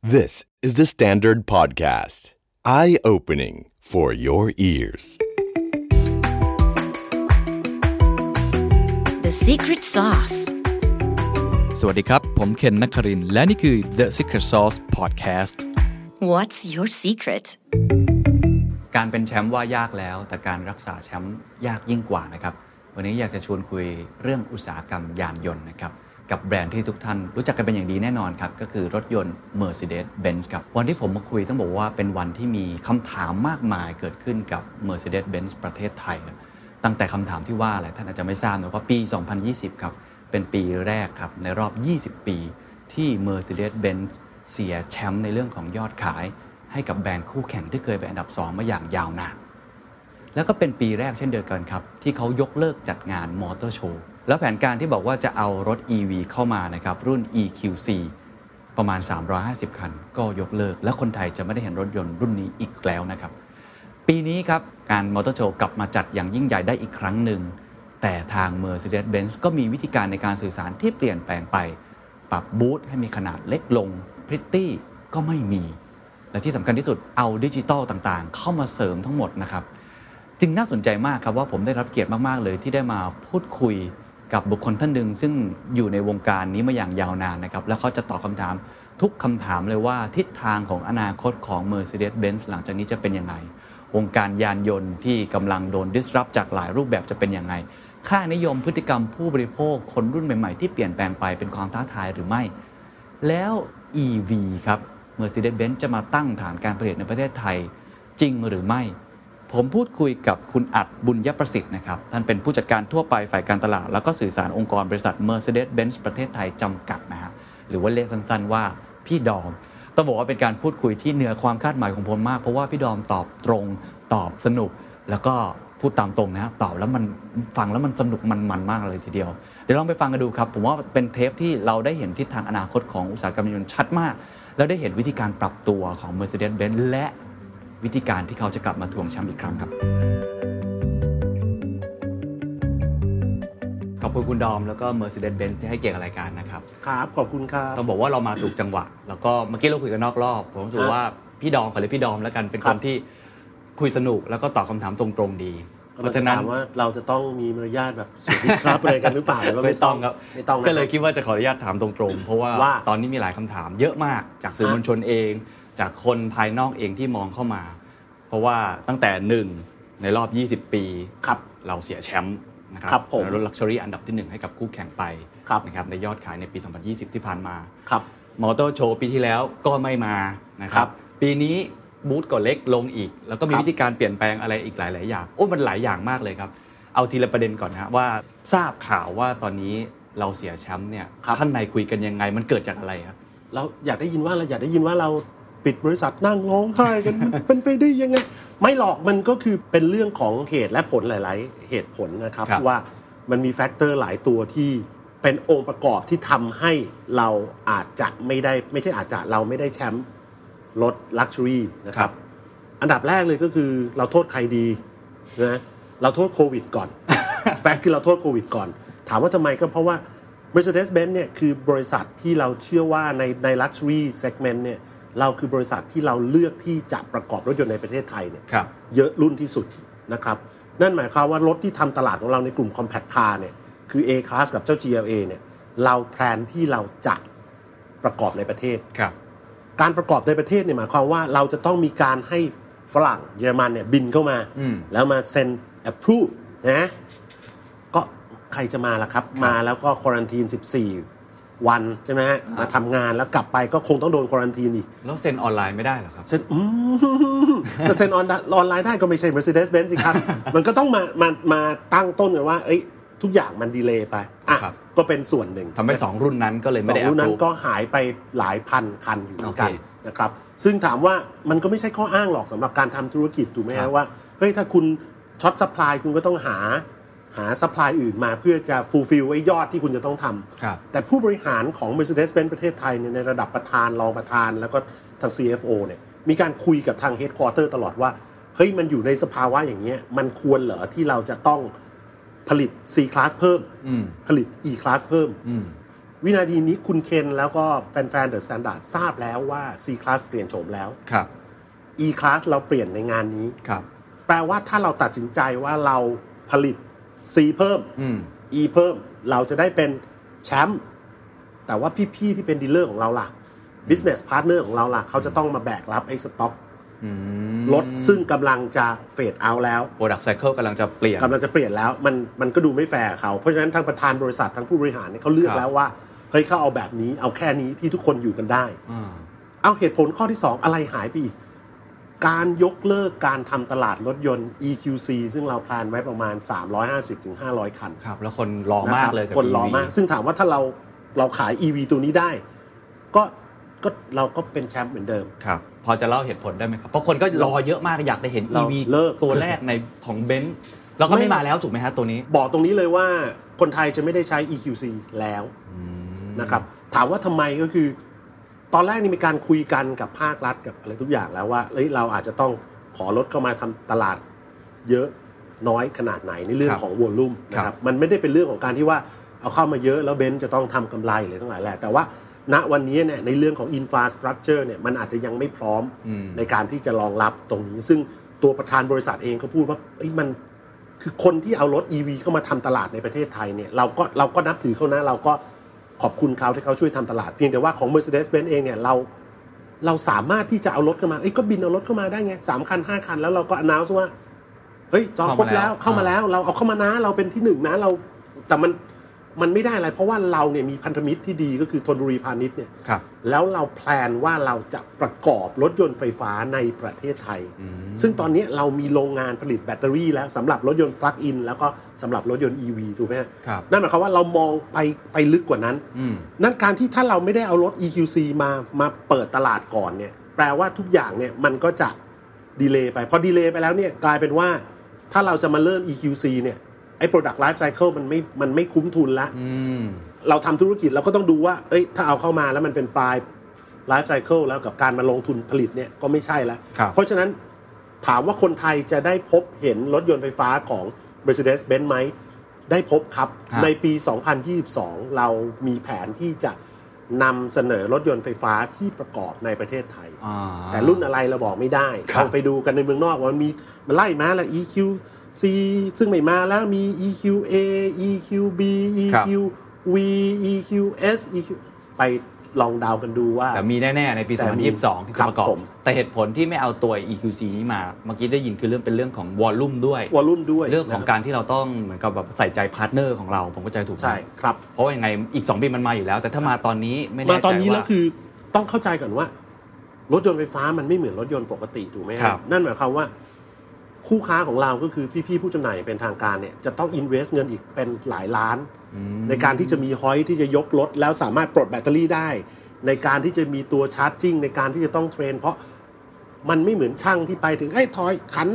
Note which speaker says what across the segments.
Speaker 1: This is the Standard Podcast. Eye opening for your ears.
Speaker 2: The secret sauce.
Speaker 3: สวัสดีครับ ผมเคนนักครินทร์และนี่คือ The Secret Sauce Podcast
Speaker 2: What's your secret?
Speaker 3: การเป็นแชมป์ว่ายากแล้ว แต่การรักษาแชมป์ยากยิ่งกว่านะครับ วันนี้อยากจะชวนคุยเรื่องอุตสาหกรรมยานยนต์นะครับกับแบรนด์ที่ทุกท่านรู้จักกันเป็นอย่างดีแน่นอนครับ ก็คือรถยนต์ Mercedes-Benz ครับ วันที่ผมมาคุยต้องบอกว่าเป็นวันที่มีคำถามมากมายเกิดขึ้นกับ Mercedes-Benz ประเทศไทยนะ ตั้งแต่คำถามที่ว่าอะไรท่านอาจจะไม่ทราบนะว่าปี 2020 ครับ เป็นปีแรกครับ ในรอบ 20 ปีที่ Mercedes-Benz เสียแชมป์ในเรื่องของยอดขาย ให้กับแบรนด์คู่แข่งที่เคยเป็นอันดับ 2 มาอย่างยาวนาน แล้วก็เป็นปีแรกเช่นเดียวกันครับ ที่เขายกเลิกจัดงานมอเตอร์โชว์แล้วแผนการที่บอกว่าจะเอารถ EV เข้ามานะครับ รุ่น EQC ประมาณ 350 คัน ก็ยกเลิก และคนไทยจะไม่ได้เห็นรถยนต์รุ่นนี้อีกแล้วนะครับ ปีนี้ครับ การมอเตอร์โชว์กลับมาจัดอย่างยิ่งใหญ่ได้อีกครั้งหนึ่ง แต่ทาง Mercedes-Benz ก็มีวิธีการในการสื่อสารที่เปลี่ยนแปลงไป ปรับบูธให้มีขนาดเล็กลงพริตตี้ก็ไม่มี และที่สำคัญที่สุดเอาดิจิตอลต่างๆ เข้ามาเสริมทั้งหมดนะครับ จึงน่าสนใจมากครับว่าผมได้รับเกียรติมาก ๆ เลยที่ได้มาพูดคุยกับบุคคลท่านหนึ่งซึ่งอยู่ในวงการนี้มาอย่างยาวนานนะครับ แล้วเขาจะตอบคำถามทุกคำถามเลยว่าทิศทางของอนาคตของ Mercedes-Benz หลังจากนี้จะเป็นยังไง วงการยานยนต์ที่กำลังโดน disrupt จากหลายรูปแบบจะเป็นยังไง ค่านิยมพฤติกรรมผู้บริโภคคนรุ่นใหม่ ๆ ที่เปลี่ยนแปลงไปเป็นความท้าทายหรือไม่ แล้ว EV ครับ Mercedes-Benz จะมาตั้งฐานการผลิตในประเทศไทย จริงหรือไม่ ผมพูดคุยกับคุณอัดบุญยประสิทธิ์นะครับ ท่านเป็นผู้จัดการทั่วไปฝ่ายการตลาด แล้วก็สื่อสารองค์กรบริษัท Mercedes-Benz ประเทศไทยจำกัดนะฮะหรือว่าเรียกสั้นๆว่าพี่ดอม ต้องบอกว่าเป็นการพูดคุยที่เหนือความคาดหมายของผมมาก เพราะว่าพี่ดอมตอบตรง ตอบสนุก แล้วก็พูดตามตรงนะ ตอบแล้วมันฟังแล้วมันสนุกมันมันมากเลยทีเดียว เดี๋ยวลองไปฟังกันดูครับ ผมว่าเป็นเทปที่เราได้เห็นทิศทางอนาคตของอุตสาหกรรมยานยนต์ชัดมาก แล้วได้เห็นวิธีการปรับตัวของ Mercedes-Benz และวิธีการที่เขาจะกลับมาทวงแชมป์อีกครั้งครับ ขอบคุณคุณดอมแล้วก็ Mercedes-Benz ที่ให้เกียรติกับรายการนะครับ
Speaker 4: ครับขอบคุณครับ
Speaker 3: ต้องบอกว่าเรามาถูกจังหวะ แล้วก็เมื่อกี้เราคุยกันนอกรอบ ผมรู้สึก
Speaker 4: ครับ
Speaker 3: ว่าพี่ดอมขอเลยกพี่ดอมแล้วกันเป็น
Speaker 4: ค
Speaker 3: ค
Speaker 4: รั
Speaker 3: น
Speaker 4: บ
Speaker 3: ที่คุยสนุกแล้วก็ตอบคำถามตรงๆดี
Speaker 4: กำลังจะถามว่าเราจะต้องมีมารยาทแบบสวัสดีครับอะไรกันหรือเปล่าหว่า
Speaker 3: ไม่ต้องครับ
Speaker 4: ไม่ต้องนะ
Speaker 3: ก็เลยคิดว่าจะขออนุญาตถามตรงๆ เพราะว่า
Speaker 4: ว่า
Speaker 3: ตอนนี้มีหลายคำถามเยอะมากจากสื่อมวลชนเอง จากคนภายนอกเองที่มองเข้ามา เพราะว่าตั้งแต่หนึ่งในรอบ 20 ปี
Speaker 4: ครับ
Speaker 3: เราเสียแชมป์นะครั
Speaker 4: ครับผม
Speaker 3: รถลักชัวรี่อันดับที่หนึ่งให้กับคู่แข่งไป
Speaker 4: ครับ
Speaker 3: นะครับในยอดขายในปี 2020 ที่ผ่านมา
Speaker 4: ครับ
Speaker 3: มอเตอร์โชว์ปีที่แล้วก็ไม่มานะครั
Speaker 4: ครับ บ
Speaker 3: ปีนี้บูธก็เล็กลงอีก แล้วก็มี
Speaker 4: ครับ
Speaker 3: วิธีการเปลี่ยนแปลงอะไรอีกหลาย ๆ อย่าง โอ้มันหลายอย่างมากเลยครับ เอาทีละประเด็นก่อนนะฮะว่าทราบข่าวว่าตอนนี้เราเสียแชมป์เนี่ยท่านในคุยกันยังไงมันเกิดจากอะไรครับ
Speaker 4: เราอยากได้ยินว่าเราอยากได้ยินว่าเราปิดบริษัทนั่งร้องไห้กัน มันไปได้ยังไง ไม่หรอกมันก็คือเป็นเรื่องของเหตุและผลหลาย ๆ เหตุผลนะครับ
Speaker 3: ครับ
Speaker 4: ว่ามันมีแฟกเตอร์หลายตัวที่เป็นองค์ประกอบที่ทำให้เราอาจจะไม่ได้ไม่ใช่อาจจะเราไม่ได้แชมป์รถลักชัวรี่นะค
Speaker 3: ครั
Speaker 4: รับ บ อันดับแรกเลยก็คือเราโทษใครดีนะเราโทษโควิด ก่อน แฟกต์คือเราโทษโควิดก่อน ถามว่าทำไมก็เพราะว่า Mercedes-Benz เนี่ยคือบริษัทที่เราเชื่อว่าในใน Luxury Segment เนี่ยเราคือบริษัทที่เราเลือกที่จะประกอบรถยนต์ในประเทศไทยเนี่ย
Speaker 3: ครับ
Speaker 4: เยอะรุ่นที่สุดนะครับ นั่นหมายความว่ารถที่ทำตลาดของเราในกลุ่ม Compact Car เนี่ยคือ A-Class กับเจ้า GLA เนี่ยเราแพลนที่เราจะประกอบในประเทศ
Speaker 3: ครับ
Speaker 4: การประกอบในประเทศเนี่ยหมายความว่าเราจะต้องมีการให้ฝรั่งเยอรมันเนี่ยบินเข้ามา
Speaker 3: อืม
Speaker 4: แล้วมาเซ็น approve นะก็ใครจะมาล่ะครับ มาแล้วก็ควอรันทีน 14 วันใช่ไหมฮะ
Speaker 3: อ่าม
Speaker 4: มาทำงานแล้วกลับไปก็คงต้องโดนควอรันทีนอีก
Speaker 3: แล้วเซ็นออนไลน์ไม่ได้เหรอครับ
Speaker 4: เซ็นอืม จะเซ็นออนออนไลน์ได้ก็ไม่ใช่ Mercedes Benz สิครับ มันก็ต้องมามามาตั้งต้นกันว่า เอ้ย ทุกอย่างมันดีเลย์ไปอ่ะ
Speaker 3: ครับ
Speaker 4: ก็เป็นส่วนหนึ่ง
Speaker 3: ทำให้สองรุ่นนั้นก็เลยไม่ได้
Speaker 4: สองรุ่นนั้น
Speaker 3: approve
Speaker 4: ก็หายไปหลายพันคันอยู่เหมือนกัน
Speaker 3: โอเค
Speaker 4: นะครับ ซึ่งถามว่ามันก็ไม่ใช่ข้ออ้างหรอกสำหรับการทำธุรกิจถูกไหม
Speaker 3: ครั
Speaker 4: ฮะ
Speaker 3: บ
Speaker 4: ว่าเฮ้ยถ้าคุณช็อต u p p l y คุณก็ต้องหาหา s u p p l y อื่นมาเพื่อจะ fulfill ไอ้ยอดที่คุณจะต้องทำ
Speaker 3: ครับ
Speaker 4: แต่ผู้บริหารของ Mercedes-Benz ประเทศไทยเนี่ยในระดับประธานรองประธานแล้วก็ทาง CFO เนี่ยมีการคุยกับทาง headquarter ตลอดว่าเฮ้ยมันอยู่ในสภาวะอย่างเงี้ยมันควรเหรอที่เราจะต้องผลิต C class เพิ่ม
Speaker 3: อืม
Speaker 4: ผลิต E class เพิ่ม
Speaker 3: อืม
Speaker 4: วินาทีนี้คุณเคนแล้วก็แฟนๆเดอะสแตนดาร์ดทราบแล้วว่า C Class เปลี่ยนโฉมแล้ว
Speaker 3: ครับ
Speaker 4: E Class เราเปลี่ยนในงานนี้
Speaker 3: ครับ
Speaker 4: แปลว่าถ้าเราตัดสินใจว่าเราผลิต C เพิ่ม
Speaker 3: อืม
Speaker 4: E เพิ่มเราจะได้เป็นแชมป์แต่ว่าพี่ๆที่เป็นดีลเลอร์ของเราล่ะ business partner ของเราล่ะ เขาจะต้องมาแบกรับไอ้สต็อก
Speaker 3: อืม
Speaker 4: รถซึ่งกำลังจะเฟดเอาแล้ว
Speaker 3: โปรดักต์ไซเคิลกำลังจะเปลี่ยน
Speaker 4: กำลังจะเปลี่ยนแล้วมันมันก็ดูไม่แฟร์กับเขาเพราะฉะนั้นทางประธานบริษัททางผู้บริหารเนี่ยเขาเลือก
Speaker 3: ครับ
Speaker 4: แล้วว่าเฮ้ยเขาเอาแบบนี้เอาแค่นี้ที่ทุกคนอยู่กันได้
Speaker 3: อ่า
Speaker 4: เอาเหตุผลข้อที่ 2 อะไรหายไปอีก การยกเลิกการทำตลาดรถยนต์ EQC ซึ่งเราแพลนไว้ประมาณ 350-500 คัน
Speaker 3: ครับ แล้วคนรอ
Speaker 4: นะ
Speaker 3: มาก
Speaker 4: ครับ
Speaker 3: เลยกับ
Speaker 4: คนรอ
Speaker 3: EV
Speaker 4: มาก ซึ่งถามว่าถ้าเราเราขาย EV ตัวนี้ได้ ก็ก็เราก็เป็นแชมป์เหมือนเดิม
Speaker 3: ครับ พอจะเล่าเหตุผลได้ไหมครับ เพราะคนก็รอเยอะมากอยากได้เห็น
Speaker 4: เรา
Speaker 3: EV
Speaker 4: เลิก
Speaker 3: ตัวแรกในของเบนซ์แล้วก็ไม่มาแล้วถูกไหมฮะตัวนี้
Speaker 4: บอกตรงนี้เลยว่าคนไทยจะไม่ได้ใช้ EQC แล้ว
Speaker 3: อืม
Speaker 4: นะครับถามว่าทำไมก็คือ ตอนแรกนี่มีการคุยกันกับภาครัฐกับอะไรทุกอย่างแล้วว่าเอ้ยเราอาจจะต้องขอลดเข้ามาทำตลาด เยอะน้อยขนาดไหนในเรื่อ
Speaker 3: ค
Speaker 4: ง
Speaker 3: รับ
Speaker 4: ของวอลลุ่มนะ
Speaker 3: ค
Speaker 4: ค
Speaker 3: รั
Speaker 4: รั
Speaker 3: บบ
Speaker 4: มันไม่ได้เป็นเรื่องของการที่ว่าเอาเข้ามาเยอะแล้วเบนซ์จะต้องทำกำไรหรือทั้งหลายแหละแต่ว่าณวันนี้เนี่ยในเรื่องของอินฟราสตรักเจอร์เนี่ยมันอาจจะยังไม่พร้อม
Speaker 3: อืม
Speaker 4: ในการที่จะรองรับตรงนี้ ซึ่งตัวประธานบริษัทเองก็พูดว่าเอ้ยมัน คือคนที่เอารถ EV เข้ามาทำตลาดในประเทศไทยเนี่ยเราก็เราก็นับถือเขานะ เราก็ขอบคุณเขาที่เขาช่วยทำตลาด เพียงแต่ว่าของ Mercedes-Benz เองเนี่ยเราเราสามารถที่จะเอารถเข้ามาเอ้ยก็บินเอารถเข้ามาได้ไงสามคันห้าคัน แล้วเราก็อนาวว่า เฮ้ยจองครบแล้ว
Speaker 3: เข้า
Speaker 4: เข้า
Speaker 3: มา
Speaker 4: มา
Speaker 3: แล้
Speaker 4: แล้ว ว เราเอาเข้ามานะ เราเป็นที่หนึ่งนะเรา แต่มันมันไม่ได้อะไร เพราะว่าเราเนี่ยมีพันธมิตรที่ดีก็คือธนบุรีพาณิชย์เนี่ย
Speaker 3: ครับ
Speaker 4: แล้วเราแพลนว่าเราจะประกอบรถยนต์ไฟฟ้าในประเทศไทย
Speaker 3: อืม
Speaker 4: ซึ่งตอนนี้เรามีโรงงานผลิตแบตเตอรี่แล้วสำหรับรถยนต์ปลั๊กอินแล้วก็สำหรับรถยนต์ EV ถูกไหมฮะ
Speaker 3: ครับ
Speaker 4: นั่นหมายความว่าเรามองไปไปลึกกว่านั้น
Speaker 3: อืม
Speaker 4: นั่นการที่ถ้าเราไม่ได้เอารถ EQC มามาเปิดตลาดก่อนเนี่ยแปลว่าทุกอย่างเนี่ยมันก็จะดีเลย์ไป พอดีเลย์ไปแล้วเนี่ยกลายเป็นว่าถ้าเราจะมาเริ่ม EQC เนี่ยไอ้ product life cycle มันไม่มันไม่คุ้มทุนละ
Speaker 3: อืม
Speaker 4: เราทำธุรกิจเราก็ต้องดูว่า เอ้ย ถ้าเอาเข้ามาแล้วมันเป็นปลาย life cycle แล้วกับการมาลงทุนผลิตเนี่ยก็ไม่ใช่แล้ว
Speaker 3: ครับ
Speaker 4: เพราะฉะนั้นถามว่าคนไทยจะได้พบเห็นรถยนต์ไฟฟ้าของ Mercedes-Benz ไหม ได้พบครับ
Speaker 3: ฮะ
Speaker 4: ในปี 2022 เรามีแผนที่จะนำเสนอรถยนต์ไฟฟ้าที่ประกอบในประเทศไทย
Speaker 3: อ่า
Speaker 4: แต่รุ่นอะไรเราบอกไม่ได้
Speaker 3: ครับ
Speaker 4: ลองไปดูกันในเมืองนอกว่ามันมีมันไล่มาแล้ว EQC ซึ่งไม่มาแล้วมี EQA EQB EQV EQS EQ ไปลองเดากันดูว่า
Speaker 3: แต่มีแน่ ๆ ในปี
Speaker 4: แต่มี
Speaker 3: 2022 ที่
Speaker 4: ครั
Speaker 3: จะ
Speaker 4: บ
Speaker 3: ประกอบ
Speaker 4: ผม
Speaker 3: แต่เหตุผลที่ไม่เอาตัว EQC นี้มา เมื่อกี้ได้ยินคือเรื่องเป็นเรื่องของวอลลุ่มด้วย
Speaker 4: วอลลุ่มด้วย
Speaker 3: เรื่องของ
Speaker 4: นะคบ
Speaker 3: การที่เราต้องเหมือนกับแบบใส่ใจพาร์ทเนอร์ของเรา ผมก็ใจถูกไหม
Speaker 4: ใช่ครับ
Speaker 3: เพราะว่ายังไงอีก 2 ปีมันมาอยู่แล้ว แต่ถ้ามาตอนนี้ไม่แน่
Speaker 4: มา
Speaker 3: ใจ
Speaker 4: ตอนนี้แล้ว
Speaker 3: ว่า
Speaker 4: คือต้องเข้าใจก่อนว่า รถยนต์ไฟฟ้ามันไม่เหมือนรถยนต์ปกติถูกไหม
Speaker 3: ครับ
Speaker 4: นั่นหมายความว่า คู่ค้าของเราก็คือพี่ๆผู้จำหน่ายเป็นทางการเนี่ยจะต้องอินเวสเงินอีกเป็นหลายล้าน
Speaker 3: ม
Speaker 4: ในการที่จะมีฮอยที่จะยกรถแล้วสามารถปลดแบตเตอรี่ได้ ในการที่จะมีตัวชาร์จจิ้งในการที่จะต้องเทรน เพราะมันไม่เหมือนช่างที่ไปถึงไอ้ยถอยขัน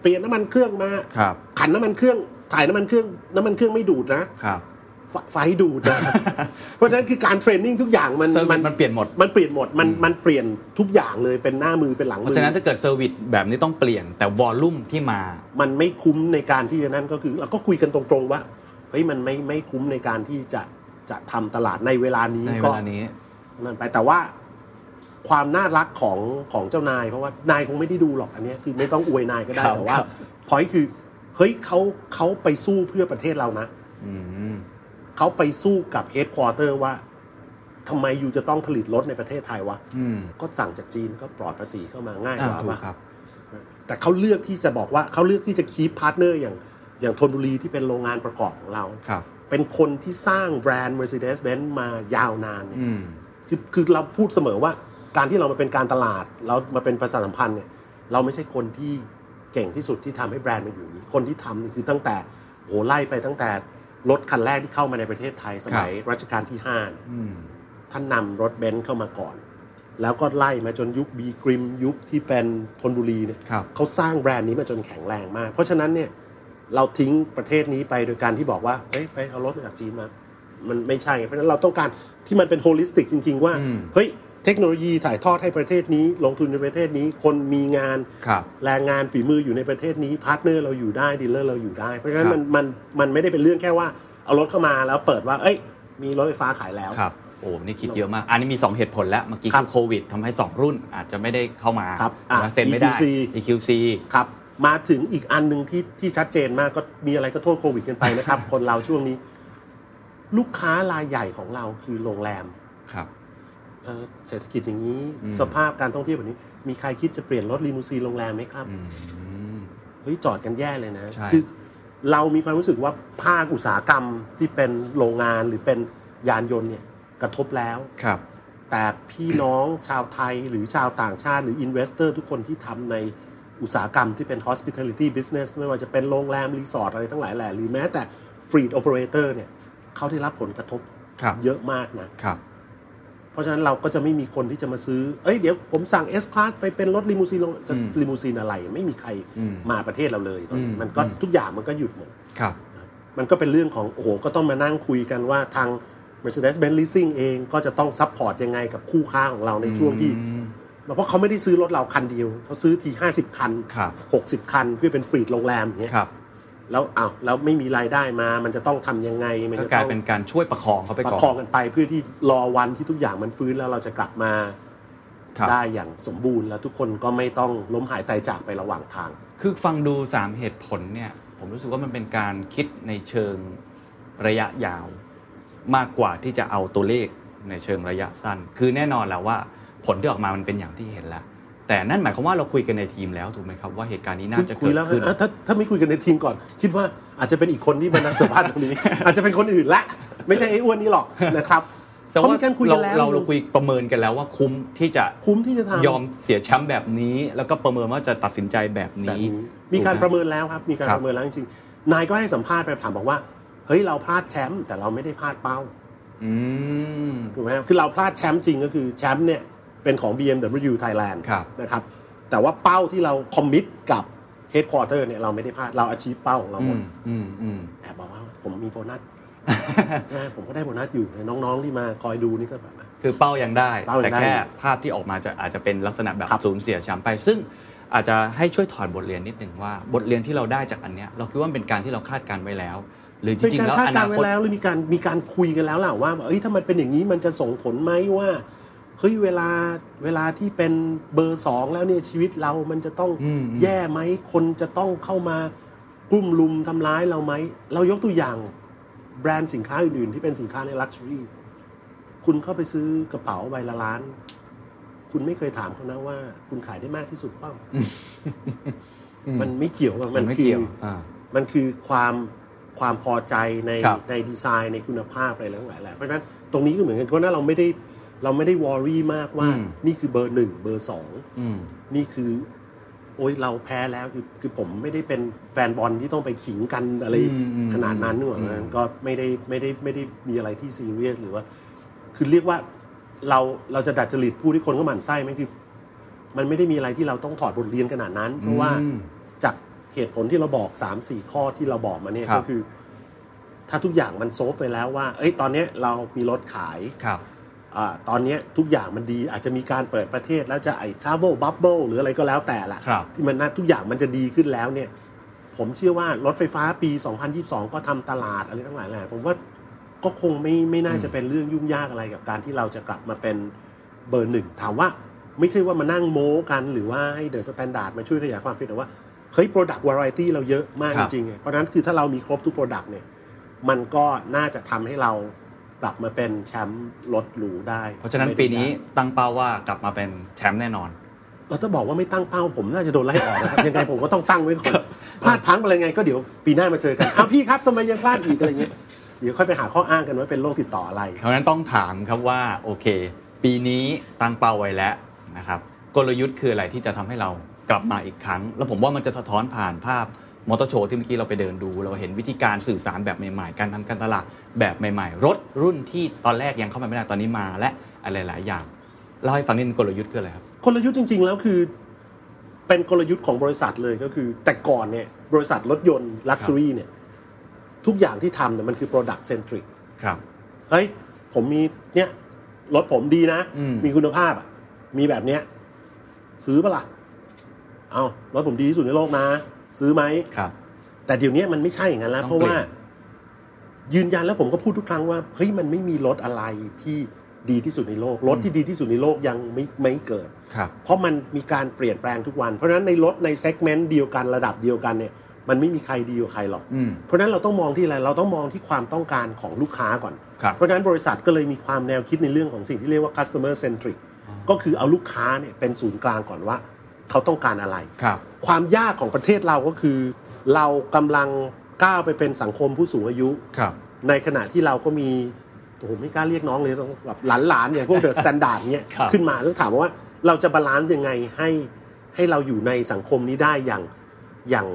Speaker 4: เปลี่ยนน้ำมันเครื่องมา
Speaker 3: ครับ
Speaker 4: ขันน้ำมันเครื่องถ่ายน้ำมันเครื่องน้ำมันเครื่องไม่ดูดนะครับ ไฟไฟดูดนะ เพราะฉะนั้นคือการเทรนนิ่งทุกอย่างมัน
Speaker 3: เซอร์วิสมันเปลี่ยนหมด
Speaker 4: มันเปลี่ยนหมดมันมันเปลี่ยนทุกอย่างเลยเป็นหน้ามือเป็นหลัง
Speaker 3: เพ
Speaker 4: มื
Speaker 3: ราะฉะนั้นถ้าเกิดเซอร์วิสแบบนี้ต้องเปลี่ยน แต่วอลลุ่มที่มา
Speaker 4: มันไม่คุ้มในการที่จะนั่นก็คือเราก็คุยกันตรงๆว่าเฮ้ยมันไม่ไม่คุ้มในการที่จะจะทำตลาดในเวลานี้
Speaker 3: ในเว
Speaker 4: ก็
Speaker 3: ลานี้
Speaker 4: นั่นไปแต่ว่าความน่ารักของของเจ้านาย เพราะว่านายคงไม่ได้ดูหรอกอันเนี้ยคือไม่ต้องอวยนายก็ได้
Speaker 3: ครับ
Speaker 4: แต่ว่า
Speaker 3: ครับ
Speaker 4: พอยคือเฮ้ยเขาเขาไปสู้เพื่อประเทศเรานะ
Speaker 3: อืม
Speaker 4: เขาไปสู้กับเฮดควอเตอร์ว่าทำไมอยู่จะต้องผลิตรถในประเทศไทยวะ
Speaker 3: อืม
Speaker 4: ก็สั่งจากจีนก็ปลอดภาษีเข้ามาง่าย
Speaker 3: อ่าก
Speaker 4: ว่า
Speaker 3: ถูก
Speaker 4: ปะ
Speaker 3: ครับ
Speaker 4: แต่เขาเลือกที่จะบอกว่าเขาเลือกที่จะคีปพาร์ทเนอร์อย่างอย่างธนบุรีที่เป็นโรงงานประกอบของเรา
Speaker 3: ครับ
Speaker 4: เป็นคนที่สร้างแบรนด์ Mercedes-Benz มายาวนานเนี่ย
Speaker 3: อืม
Speaker 4: คือคือเราพูดเสมอว่าการที่เรามาเป็นการตลาด เรามาเป็นประชาสัมพันธ์เนี่ยเราไม่ใช่คนที่เก่งที่สุดที่ทำให้แบรนด์มันอยู่อย่างนี้คนที่ทำนี่คือตั้งแต่โหไล่ไปตั้งแต่รถคันแรกที่เข้ามาในประเทศไทยสมัยรัชกาลที่5เนี่ย
Speaker 3: อืม
Speaker 4: ท่านนำรถเบนซ์เข้ามาก่อน แล้วก็ไล่มาจนยุคบีกริมยุคที่เป็นธนบุรีเนี่ย
Speaker 3: ครับ
Speaker 4: เขาสร้างแบรนด์นี้มาจนแข็งแรงมาก เพราะฉะนั้นเนี่ยเราทิ้งประเทศนี้ไปโดยการที่บอกว่าเฮ้ยไปเอารถมาจากจีนมา มันไม่ใช่ เพราะฉะนั้นเราต้องการที่มันเป็นโฮลิสติกจริง ๆ ว่า
Speaker 3: อืม
Speaker 4: เฮ้ย เทคโนโลยีถ่ายทอดให้ประเทศนี้ ลงทุนในประเทศนี้ คนมีงาน
Speaker 3: ครับ
Speaker 4: แรงงานฝีมืออยู่ในประเทศนี้ พาร์ทเนอร์เราอยู่ได้ดีลเลอร์เราอยู่ได้ เพราะฉะนั้น
Speaker 3: ครั
Speaker 4: มั
Speaker 3: บ
Speaker 4: นมันมันไม่ได้เป็นเรื่องแค่ว่า เอารถเข้ามาแล้วเปิดว่า เอ้ย มีรถไฟฟ้าขายแล้ว
Speaker 3: ครับโอ้นี่คิดเยอะมาก อันนี้มี 2 เหตุผลแล้ว เมื่อกี้
Speaker 4: ครั
Speaker 3: คื
Speaker 4: บ
Speaker 3: อโควิดทำให้ 2 รุ่นอาจจะไม่ได้เข้ามา
Speaker 4: ครับอ่ะ
Speaker 3: นะเซ็นไม่ได้
Speaker 4: EQC
Speaker 3: EQC
Speaker 4: ครับ มาถึงอีกอันหนึ่งที่ที่ชัดเจนมากก็มีอะไรก็โทษโควิดกันไปนะครับ คนเราช่วงนี้ ลูกค้ารายใหญ่ของเราคือโรงแรม
Speaker 3: ครับ
Speaker 4: เอ่อเศรษฐกิจอย่างนี้
Speaker 3: อืม
Speaker 4: สภาพการท่องเที่ยวแบบนี้ มีใครคิดจะเปลี่ยนรถลีมูซีนโรงแรมไหมครับ
Speaker 3: อืม
Speaker 4: เฮ้ยจอดกันแย่เลยนะ
Speaker 3: ใช่
Speaker 4: คือเรามีความรู้สึกว่าภาคอุตสาหกรรมที่เป็นโรงงานหรือเป็นยานยนต์เนี่ยกระทบแล้ว
Speaker 3: ครับ
Speaker 4: แต่พี่น้องชาวไทยหรือชาวต่างชาติหรืออินเวสเตอร์ทุกคนที่ทำในอุตสาหกรรมที่เป็น hospitality business ไม่ว่าจะเป็นโรงแรม รีสอร์ทอะไรทั้งหลายแหละหรือแม้แต่ fleet operator เนี่ยเขาได้รับผลกระทบ
Speaker 3: ครับ
Speaker 4: เยอะมากนะ
Speaker 3: ครับ
Speaker 4: เพราะฉะนั้นเราก็จะไม่มีคนที่จะมาซื้อ เอ้ยเดี๋ยวผมสั่ง S class ไปเป็นรถลิมูซีนจะ
Speaker 3: อืม
Speaker 4: ลิมูซีนอะไร ไม่มีใคร
Speaker 3: อืม
Speaker 4: มาประเทศเราเลยตอนนี้
Speaker 3: อืม
Speaker 4: มันก็
Speaker 3: อืม
Speaker 4: ทุกอย่างมันก็หยุดหมด
Speaker 3: ครับ
Speaker 4: มันก็เป็นเรื่องของโอ้โหก็ต้องมานั่งคุยกันว่าทาง Mercedes-Benz Leasing เองก็จะต้องซัพพอร์ตยังไงกับคู่ค้าของเราในช่วงที่ เพราะเขาไม่ได้ซื้อรถเราคันเดียว เขาซื้อทีห้าสิบคัน
Speaker 3: ครับ
Speaker 4: หกสิบคันเพื่อเป็นฟรีดโรงแรมอย่างเงี้ย
Speaker 3: ครับ
Speaker 4: แล้วอ้าวแล้วไม่มีรายได้มา มันจะต้องทำยังไงมั
Speaker 3: ก็
Speaker 4: จะ
Speaker 3: กลาย
Speaker 4: ต้อง
Speaker 3: เป็นการช่วยประคองเขาไป
Speaker 4: ประ
Speaker 3: ก่อน
Speaker 4: คองกันไปเพื่อที่รอวันที่ทุกอย่างมันฟื้นแล้วเราจะกลับมา
Speaker 3: ครับ
Speaker 4: ได้อย่างสมบูรณ์ แล้วทุกคนก็ไม่ต้องล้มหายตายจากไประหว่างทาง
Speaker 3: คือฟังดู 3 เหตุผลเนี่ย ผมรู้สึกว่ามันเป็นการคิดในเชิงระยะยาว มากกว่าที่จะเอาตัวเลขในเชิงระยะสั้น คือแน่นอนแล้วว่าผลที่ออกมามันเป็นอย่างที่เห็นแล้ว แต่นั่นหมายความว่าเราคุยกันในทีมแล้วถูกไหมครับว่าเหตุการณ์นี้น่าจะ
Speaker 4: คุ
Speaker 3: เกิ
Speaker 4: ย
Speaker 3: ด
Speaker 4: แล้วฮะ
Speaker 3: ขึ้น
Speaker 4: อ่ะถ้าถ้าไม่คุยกันในทีมก่อน คิดว่าอาจจะเป็นอีกคนที่มานั่งสัมภาษณ์ตรงนี้ อาจจะเป็นคนอื่นละไม่ใช่ไอ้อ้วนนี้หรอกนะครับ
Speaker 3: แต่
Speaker 4: เขามีการคุยกันแล้ว
Speaker 3: เราเราคุยประเมินกันแล้วว่าคุ้มที่จะ
Speaker 4: คุ้มที่จะทำ
Speaker 3: ยอมเสียแชมป์แบบนี้ แล้วก็ประเมินว่าจะตัดสินใจแบบนี้
Speaker 4: มีการ
Speaker 3: ถู
Speaker 4: ป
Speaker 3: ไห
Speaker 4: ระเมินแล้วครับ มีการ
Speaker 3: ครับ
Speaker 4: ประเมินแล้วจริงๆ นายก็ให้สัมภาษณ์ไปถามบอกว่า เฮ้ยเราพลาดแชมป์แต่เราไม่ได้พลาดเป้า
Speaker 3: อืม
Speaker 4: ถูกไหมครับคือเราพลาดแชมป์จริงก็คือแชมป์เนี่ยเป็นของ BMW Thailand
Speaker 3: ครับ
Speaker 4: นะครับ แต่ว่าเป้าที่เราคอมมิตกับเฮดค q อเตอร์เนี่ยเราไม่ได้พลาดเราอาชีพเป้าของเรา
Speaker 3: อื
Speaker 4: หมด
Speaker 3: มอืมอืม
Speaker 4: แอบบอกว่าผมมีโบนัส นะผมก็ได้โบนัสอยู่น้องๆที่มาคอยดูนี่ก็แบบว่า
Speaker 3: คือเป้ายังได้
Speaker 4: เป้ายั
Speaker 3: แต่
Speaker 4: งได้
Speaker 3: แค่ภาพที่ออกมาจะอาจจะเป็นลักษณะแบบ
Speaker 4: ครับ
Speaker 3: สูญเสียแชมป์ไป ซึ่งอาจจะให้ช่วยถอดบทเรียนนิดหนึ่งว่า บทเรียนที่เราได้จากอันเนี้ยเราคิดว่ามันเป็นการที่เราคาดการณ์ไว้แล้ว หรือจ
Speaker 4: เป็น
Speaker 3: ริงๆ
Speaker 4: การ
Speaker 3: แล้ว
Speaker 4: คาด
Speaker 3: อ
Speaker 4: การ
Speaker 3: นา
Speaker 4: ณ์
Speaker 3: ค
Speaker 4: ไว้
Speaker 3: ต
Speaker 4: แล้วหรือมีการมีการคุยกันแล้วล่ะว่าเอ้ยถ้ามันเป็นอย่างนี้มันจะส่งผลไหมว่าเฮ้ยเวลาเวลาที่เป็นเบอร์สองแล้วเนี่ยชีวิตเรามันจะต้อง
Speaker 3: อืมอืม
Speaker 4: แย่ไหมคนจะต้องเข้ามากลุ่มลุมทำร้ายเราไหม เรายกตัวอย่างแบรนด์สินค้าอื่นๆ ที่เป็นสินค้าในลักชัวรี่คุณเข้าไปซื้อกระเป๋าใบละล้าน คุณไม่เคยถามเขานะว่า คุณขายได้มากที่สุดเปล่า
Speaker 3: อื
Speaker 4: มันไม่เกี่ยวอะ
Speaker 3: มันไม่เกี่ยว
Speaker 4: คือ
Speaker 3: อ่า
Speaker 4: มันคือความความพอใจใน
Speaker 3: ครับ
Speaker 4: ในดีไซน์ในคุณภาพอะไรทั้งหลายแหละเพราะฉะนั้นตรงนี้ก็เหมือนกันเพราะฉะนั้นเราไม่ได้เราไม่ได้วอรี่มากว่า นี่คือเบอร์หนึ่งเบอร์สอง
Speaker 3: อืม
Speaker 4: นี่คือ โอ้ยเราแพ้แล้วคือคือผมไม่ได้เป็นแฟนบอลที่ต้องไปขิงกันอะไร
Speaker 3: อืมอืม
Speaker 4: ขนาดนั้นหรอก
Speaker 3: อืม
Speaker 4: ก็ไม่ได้ไม่ได้ไม่ได้มีอะไรที่ซีเรียสหรือว่า คือเรียกว่าเราเราจะดัดจริตผู้ที่คนก็หมั่นไส้ไหมคือ มันไม่ได้มีอะไรที่เราต้องถอดบทเรียนขนาดนั้น เพราะว่า
Speaker 3: อืม
Speaker 4: จากเหตุผลที่เราบอก3ามสี่ข้อที่เราบอกมาเนี่ย
Speaker 3: ครับ
Speaker 4: ก็คือ ถ้าทุกอย่างมันโซฟไปแล้วว่า เอ้ยตอนเนี้ยเรามีรถขาย
Speaker 3: ครับ
Speaker 4: อาตอนเนี้ยทุกอย่างมันดีอาจจะมีการเปิดประเทศแล้วจะไอ้ travel bubble หรืออะไรก็แล้วแต่ละ
Speaker 3: ครับ
Speaker 4: ที่มันน่าทุกอย่างมันจะดีขึ้นแล้วเนี่ย ผมเชื่อว่ารถไฟฟ้าปี 2022 ก็ทำตลาดอะไรทั้งหลายแหละผมว่าก็คงไม่ไม่น่าจะเป็นเรื่องยุ่งยากอะไรกับการที่เราจะกลับมาเป็นเบอร์หนึ่งถามว่าไม่ใช่ว่ามานั่งโม้กันหรือว่าให้เดอะสแตนดาร์ดมาช่วยขยายความเพียงแต่ว่าเฮ้ย Product Variety เราเยอะมาก
Speaker 3: ครั
Speaker 4: จ
Speaker 3: บ
Speaker 4: ริงๆไงเพราะฉะนั้นคือถ้าเรามีครบทุก Product เนี่ย มันก็น่าจะทำให้เรากลับมาเป็นแชมป์รถหรูได้
Speaker 3: เพราะฉะนั้น
Speaker 4: ไม่ได้
Speaker 3: ปีนี้
Speaker 4: ยาก
Speaker 3: ตั้งเป้าว่ากลับมาเป็นแชมป์แน่นอน
Speaker 4: เราจะบอกว่าไม่ตั้งเป้าผมน่าจะโดนไล่ออก นะครับยังไงผมก็ต้องตั้งไว้ก่อนพลาดพลังอะไรไงก็เดี๋ยวปีหน้ามาเจอกันอ้าวพี่ครับทำไมยังพลาดอีกอะไรเงี้ยเดี๋ยวค่อยไปหาข้ออ้างกันว่าเป็นโรคติดต่ออะไร
Speaker 3: เพราะฉะนั้นต้องถามครับว่าโอเค ปีนี้ตั้งเป้าไว้แล้วนะครับกลยุทธ์คืออะไรที่จะทำให้เรากลับมาอีกครั้ง แล้วผมว่ามันจะสะท้อนผ่านภาพมอเตอร์โชว์ที่เมื่อกี้เราไปเดินดู เราเห็นวิธีการสื่อสารแบบใหม่ๆ การทำการตลาดแบบใหม่ๆ รถรุ่นที่ตอนแรกยังเข้ามาไม่ได้ตอนนี้มาและอะไรหลายอย่างเล่าให้ฟังนิดนึงกลยุทธ์คืออะไรครับ
Speaker 4: กลยุทธ์จริง ๆ แล้วคือ เป็นกลยุทธ์ของบริษัทเลยก็คือ แต่ก่อนเนี่ยบริษัทรถยนต์ลักชัวรี่เนี่ยทุกอย่างที่ทำเนี่ยมันคือ product centric
Speaker 3: ครับ
Speaker 4: เฮ้ย ผมมีเนี่ยรถผมดีนะ
Speaker 3: อืม
Speaker 4: มีคุณภาพอ่ะ มีแบบเนี้ย ซื้อปะล่ะ เอารถผมดีที่สุดในโลกนะ ซื้อไหม
Speaker 3: ครับ
Speaker 4: แต่เดี๋ยวนี้มันไม่ใช่อย่างนั้นแล้ว
Speaker 3: ต้อง
Speaker 4: เพราะว่า
Speaker 3: เปลี่ยน
Speaker 4: ยืนยันแล้วผมก็พูดทุกครั้งว่าเฮ้ยมันไม่มีรถอะไรที่ดีที่สุดในโลก รถที่ดีที่สุดในโลกยังไม่ไม่เกิด
Speaker 3: ครับ
Speaker 4: เพราะมันมีการเปลี่ยนแปลงทุกวัน เพราะฉะนั้นในรถในเซกเมนต์เดียวกันระดับเดียวกันเนี่ยมันไม่มีใครดีกว่าใครหรอก
Speaker 3: อืม
Speaker 4: เพราะฉะนั้นเราต้องมองที่อะไรเราต้องมองที่ความต้องการของลูกค้าก่อน
Speaker 3: ครับ
Speaker 4: เพราะฉะนั้นบริษัทก็เลยมีความแนวคิดในเรื่องของสิ่งที่เรียกว่า customer centric ก็คือเอาลูกค้าเนี่ยเป็นศูนย์กลางก่อนว่า เขาต้องการอะไร
Speaker 3: ครับ
Speaker 4: ความยากของประเทศเราก็คือ เรากำลังก้าวไปเป็นสังคมผู้สูงอายุ
Speaker 3: ครับ
Speaker 4: ในขณะที่เราก็มีโอ้โหไม่กล้าเรียกน้องเลยต้องแบบหลานๆอย่างพวกเดอะสแตนดาร์ดเนี่ย
Speaker 3: ครับ
Speaker 4: ขึ้นมาต้องถามว่าเราจะบาลานซ์ยังไงให้ให้เราอยู่ในสังคมนี้ได้อย่างอย่าง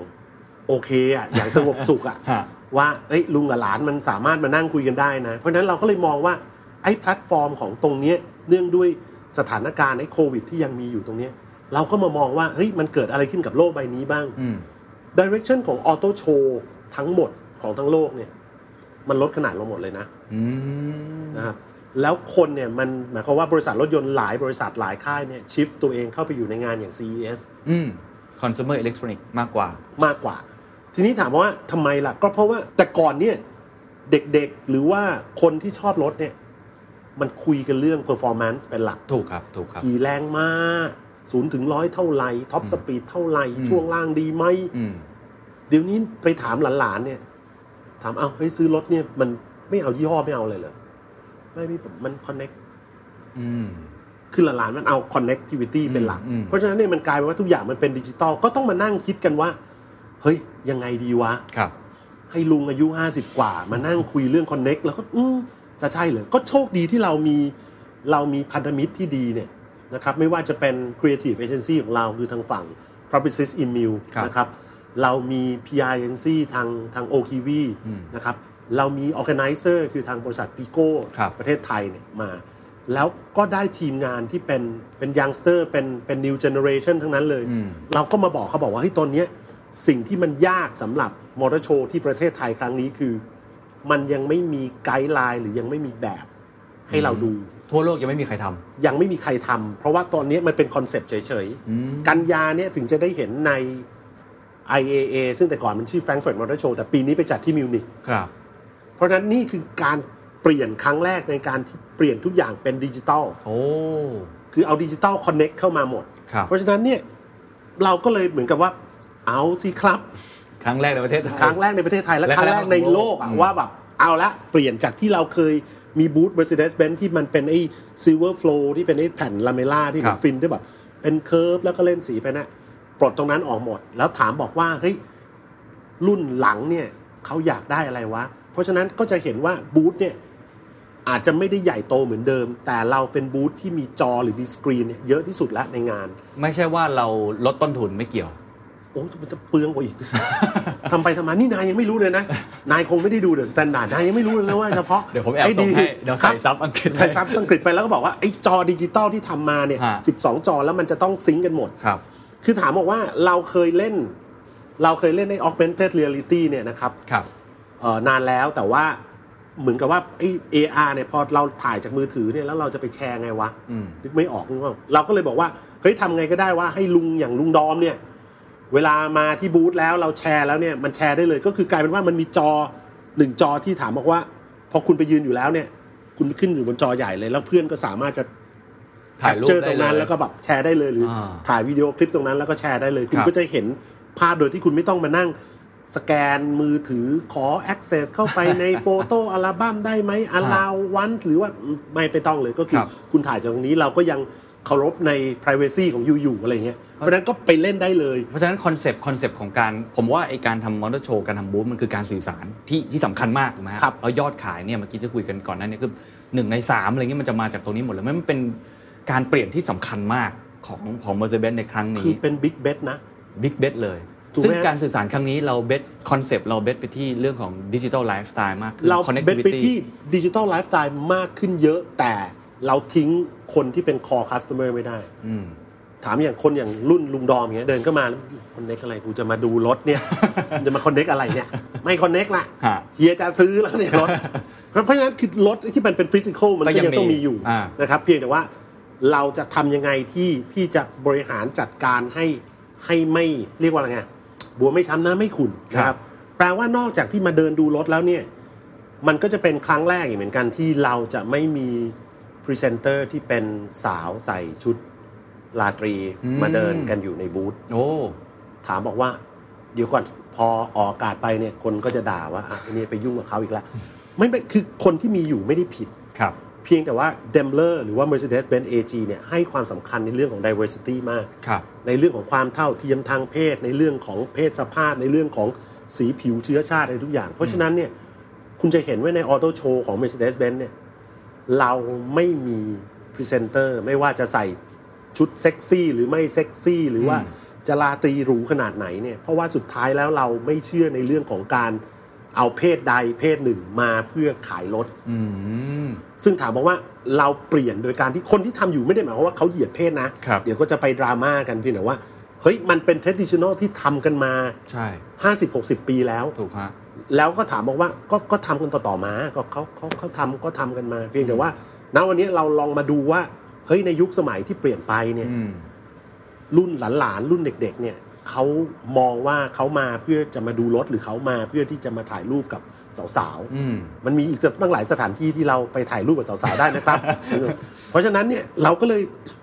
Speaker 4: โอเคอ่ะอย่างสงบสุขอ่ะ
Speaker 3: ฮะ
Speaker 4: ว่าเอ้ยลุงกับหลานมันสามารถมานั่งคุยกันได้นะ เพราะฉะนั้นเราก็เลยมองว่าไอ้แพลตฟอร์มของตรงเนี้ยเนื่องด้วยสถานการณ์ไอ้โควิดที่ยังมีอยู่ตรงเนี้ยเราก็มามองว่าเฮ้ยมันเกิดอะไรขึ้นกับโลกใบนี้บ้าง
Speaker 3: อืม
Speaker 4: ดิเรกชันของออโต้โชว์ทั้งหมดของทั้งโลกเนี่ยมันลดขนาดลงหมดเลยนะ
Speaker 3: อืม
Speaker 4: นะครับแล้วคนเนี่ยมันหมายความว่าบริษัทรถยนต์หลายบริษัทหลายค่ายเนี่ยชิฟตัวเองเข้าไปอยู่ในงานอย่าง CES
Speaker 3: อืม คอน sumer electronic มากกว่า
Speaker 4: มากกว่า ทีนี้ถามว่าทำไมล่ะ ก็เพราะว่าแต่ก่อนเนี่ยเด็กๆ หรือว่าคนที่ชอบรถเนี่ย มันคุยกันเรื่อง performance เป็นหลัก
Speaker 3: ถูกครับ ถูกครับ
Speaker 4: กี่แรงมาศูนย์ถึงร้อยเท่าไหร่ท็อปสปีดเท่าไหร่
Speaker 3: อืม
Speaker 4: ช่วงล่างดีไหม
Speaker 3: อืม
Speaker 4: เดี๋ยวนี้ไปถามหลานๆเนี่ย ถามเอาเฮ้ยซื้อรถเนี่ย มันไม่เอายี่ห้อไม่เอาเลยเหรอไม่พี่ผมมัน connect
Speaker 3: อืม
Speaker 4: คือหลานๆมันเอา connectivity
Speaker 3: อืม
Speaker 4: เป็นหลัก
Speaker 3: อืม
Speaker 4: เพราะฉะนั้นเนี่ยมันกลายเป็นว่าทุกอย่างมันเป็นดิจิตอลก็ต้องมานั่งคิดกันว่า เฮ้ยยังไงดีวะ
Speaker 3: ครับ
Speaker 4: ให้ลุงอายุ 50 กว่า มานั่งคุยเรื่องคอนเน็กแล้วก็อืมจะใช่เหรอก็โชคดีที่เรามีเรามีพันธมิตรที่ดีเนี่ยนะครับไม่ว่าจะเป็น Creative Agency ของเราคือทางฝั่ง Publicis i n m u
Speaker 3: ครับ
Speaker 4: นะครับเรามี PR Agency ทางทาง o k v นะครับเรามี Organizer คือทางบริษัท p i c o
Speaker 3: ครับ
Speaker 4: ประเทศไทยเนี่ยมา แล้วก็ได้ทีมงานที่เป็นเป็นยังสเตอร์เป็นเป็น new generation ทั้งนั้นเลย
Speaker 3: อืม
Speaker 4: เราก็มาบอกเขาบอกว่าเฮ้ยตอนเนี้ยสิ่งที่มันยากสำหรับมอเตอร์โชว์ที่ประเทศไทยครั้งนี้คือ มันยังไม่มีไกด์ไลน์หรือยังไม่มีแบบให้เราดู
Speaker 3: ทั่วโลกยังไม่มีใครทำ
Speaker 4: ยังไม่มีใครทำเพราะว่าตอนเนี้ยมันเป็นคอนเซปต์เฉย
Speaker 3: อืม
Speaker 4: ๆ กันยาเนี่ยถึงจะได้เห็นใน IAA ซึ่งแต่ก่อนมันชื่อ Frankfurt Motor Show แต่ปีนี้ไปจัดที่มิวนิก
Speaker 3: ครับ
Speaker 4: เพราะฉะนั้นนี่คือการเปลี่ยนครั้งแรกในการที่เปลี่ยนทุกอย่างเป็นดิจิตอล
Speaker 3: โอ้
Speaker 4: คือเอาดิจิตอลคอนเน็กเข้ามาหมด
Speaker 3: ครับ
Speaker 4: เพราะฉะนั้นเนี่ยเราก็เลยเหมือนกับว่าเอาสิครับ
Speaker 3: ครั้งแรกในประเทศไทย
Speaker 4: ครั้งแรกในประเทศไทยและ
Speaker 3: และ
Speaker 4: ครั้งแรกในโลก
Speaker 3: ค
Speaker 4: อะ
Speaker 3: รั้งแรกของโลก
Speaker 4: ว่าแบบเอาละเปลี่ยนจากที่เราเคยมีบูธ Mercedes-Benz ที่มันเป็นไอ้ Silver Flow ที่เป็นไอ้แผ่นลาเมล่าที่เหมื
Speaker 3: ค
Speaker 4: อ
Speaker 3: รั
Speaker 4: น
Speaker 3: บ
Speaker 4: ฟินที่แบบ เป็นเคิร์ฟแล้วก็เล่นสีไปนะปลดตรงนั้นออกหมด แล้วถามบอกว่าเฮ้ยรุ่นหลังเนี่ยเขาอยากได้อะไรวะ เพราะฉะนั้นก็จะเห็นว่าบูธเนี่ยอาจจะไม่ได้ใหญ่โตเหมือนเดิม แต่เราเป็นบูธที่มีจอหรือมีสกรีนเนี่ยเยอะที่สุดแล้วในงาน
Speaker 3: ไม่ใช่ว่าเราลดต้นทุนไม่เกี่ยว
Speaker 4: โอ้ยมันจะเปลืองกว่าอีก ทำไปทำมา นี่นายยังไม่รู้เลยนะ นายคงไม่ได้ดูเดอะสแตนดาร์ดนายยังไม่รู้เลยนะว่าเฉพาะ
Speaker 3: เดี๋ยวผมแอบ
Speaker 4: ไ
Speaker 3: ส่งให้เดี๋ยวใส่
Speaker 4: ครับ
Speaker 3: ซับอังกฤษ
Speaker 4: ใส่ซับอังกฤษไปแล้วก็บอกว่า ไอ้จอดิจิตอลที่ทำมาเนี่ย
Speaker 3: ฮะ
Speaker 4: 12 จอแล้วมันจะต้องซิงก์กันหมด
Speaker 3: ครับ
Speaker 4: คือถามบอกว่าเราเคยเล่น เราเคยเล่นใน augmented reality เนี่ยนะครับ
Speaker 3: ครับ
Speaker 4: เอ่อนานแล้วแต่ว่าเหมือนกับว่าไอ้ AR เนี่ยพอเราถ่ายจากมือถือเนี่ยแล้วเราจะไปแชร์ไงวะ
Speaker 3: อืม
Speaker 4: นึกไม่ออกนึกว่าเราก็เลยบอกว่าเฮ้ยทำไงก็ได้ว่าให้ลุงอย่างลุงดอมเนี่ย เวลามาที่บูธแล้วเราแชร์แล้วเนี่ยมันแชร์ได้เลยก็คือกลายเป็นว่ามันมีจอหนึ่งจอที่ถามบอกว่า พอคุณไปยืนอยู่แล้วเนี่ย คุณขึ้นอยู่บนจอใหญ่เลย แล้วเพื่อนก็สามารถจะ
Speaker 3: ถ่ายรูป
Speaker 4: แคปเจอร์ต
Speaker 3: ได้
Speaker 4: รง
Speaker 3: เล
Speaker 4: นั้น
Speaker 3: ย
Speaker 4: แล้วก็แบบแชร์ได้เลยหรืออา ถ่ายวิดีโอคลิปตรงนั้นแล้วก็แชร์ได้เลย คุ
Speaker 3: ค
Speaker 4: ณ
Speaker 3: รับ
Speaker 4: ก็จะเห็นภาพโดยที่คุณไม่ต้องมานั่ง สแกนมือถือขอ Access เข้าไปใน โฟโต้อัลบั้มได้ไหมอัลาววันหรือว่าไม่ไปต้องเลยก็คือ
Speaker 3: ครับ
Speaker 4: คุณถ่ายจากตรงนี้เราก็ยังเคารพใน p r i เวซีของยูอยู่อะไรเงี้ยเพราะฉะนั้นก็ไปเล่นได้เลย
Speaker 3: เพราะฉะนั้นคอนเซปต์คอนเซปต์ของการผมว่าไอการทำมอเตอร์โชว์การทำบูธมันคือการสื่อสารที่ที่สำคัญมากถูกไหมฮะ
Speaker 4: ครับ
Speaker 3: แล้วยอดขายเนี่ยเมื่อกี้ที่คุยกันก่อนหนั้นเนี่ยคือหนึ่งในสามอะไรเงี้ยมันจะมาจากตรงนี้หมดเลยมันเป็นการเปลี่ยนที่สำคัญมากของของ Mercedes ในครั้ง
Speaker 4: คื
Speaker 3: นี้
Speaker 4: อเป็นบิ๊กเบ t นะ
Speaker 3: บิ๊กเบสเลย
Speaker 4: ถูกไหม
Speaker 3: ซึ่งการสื่อสารครั้งนี้เราเบสคอนเซปต์เราเบสไปที่เรื่องของดิจิทัลไลฟ์สไตล์มากขึ้น
Speaker 4: เราเบสไป
Speaker 3: connectivity
Speaker 4: ที่ดิจิ t a ลไลฟ์สไตล์มากขึ้นเยอะ แต่เราทิ้งคนที่เป็นคอคัสเตอร์ไม่ได้
Speaker 3: อืม
Speaker 4: ถามอย่างคนอย่างรุ่นลุงดอมอย่างเงี้ยเดินเข้ามาคอนเน็กอะไรกูจะมาดูรถ เนี่ย จะมาคอนเน็กอะไรเนี่ย ไม่คอนเน็กละ
Speaker 3: ฮะ
Speaker 4: เฮียจะซื้อแล้วเนี่ยรถ เพราะฉะนั้นคือรถที่มันเป็นฟิสิก a l มัน
Speaker 3: ก็
Speaker 4: ก็
Speaker 3: ยั
Speaker 4: ยัง ง
Speaker 3: มี
Speaker 4: ต้องมีอยู่
Speaker 3: อ่า
Speaker 4: นะครับ เพียงแต่ว่าเราจะทำยังไงที่ที่จะบริหารจัดการให้ให้ไม่เรียกว่าอะไรไงบัวไม่ช้ำน้ำไม่ขุ่นนะครับ แปลว่านอกจากที่มาเดินดูรถแล้วเนี่ย มันก็จะเป็นครั้งแรกอีกเหมือนกันที่เราจะไม่มีพรีเซนเตอร์ที่เป็นสาวใส่ชุดราตรี
Speaker 3: อืม
Speaker 4: มาเดินกันอยู่ในบูธ
Speaker 3: โอ้
Speaker 4: ถามบอกว่า เดี๋ยวก่อนพอออกอากาศไปเนี่ยคนก็จะด่าว่าอ่ะไอ้เนี่ยไปยุ่งกับเขาอีกแล้วไม่ไม่คือคนที่มีอยู่ไม่ได้ผิด
Speaker 3: ครับ
Speaker 4: เพียงแต่ว่า Daimler หรือว่า Mercedes-Benz AG เนี่ยให้ความสำคัญในเรื่องของ diversity มาก
Speaker 3: ครับ
Speaker 4: ในเรื่องของความเท่าเทียมทางเพศ ในเรื่องของเพศสภาพ ในเรื่องของสีผิวเชื้อชาติอะไรทุกอย่าง เพราะฉะนั้นเนี่ยคุณจะเห็นว่าในออโต้โชว์ของ Mercedes-Benz เนี่ยเราไม่มีพรีเซนเตอร์ไม่ว่าจะใส่ชุดเซ็กซี่หรือไม่เซ็กซี่หรือว่าจะลาตรีหรูขนาดไหนเนี่ยเพราะว่าสุดท้ายแล้วเราไม่เชื่อในเรื่องของการเอาเพศใดเพศหนึ่งมาเพื่อขายรถ
Speaker 3: อืม
Speaker 4: ซึ่งถามบอกว่าเราเปลี่ยนโดยการที่คนที่ทำอยู่ไม่ได้หมายความว่าเขาเหยียดเพศนะ
Speaker 3: ครับ
Speaker 4: เดี๋ยวก็จะไปดราม่ากันเพียงแต่ว่า เฮ้ย มันเป็น traditional ที่ทำกันมา
Speaker 3: ใช่
Speaker 4: 50-60 ปีแล้ว
Speaker 3: ถูกฮะ
Speaker 4: แล้วก็ถามบอกว่าก็ก็ทำกันต่อๆมาก็เขาเขาเขาทำก็ทำกันมา เพียงแต่ว่าณวันนี้เราลองมาดูว่า เฮ้ยในยุคสมัยที่เปลี่ยนไปเนี่ย
Speaker 3: อืม
Speaker 4: รุ่นหลานๆรุ่นเด็ก ๆ เนี่ยเขามองว่าเขามาเพื่อจะมาดูรถหรือเขามาเพื่อที่จะมาถ่ายรูปกับสาวๆ
Speaker 3: อืม
Speaker 4: มันมีอีกตั้งหลายสถานที่ที่เราไปถ่ายรูปกับสาวๆได้ นะครับ เพราะฉะนั้นเนี่ยเราก็เลย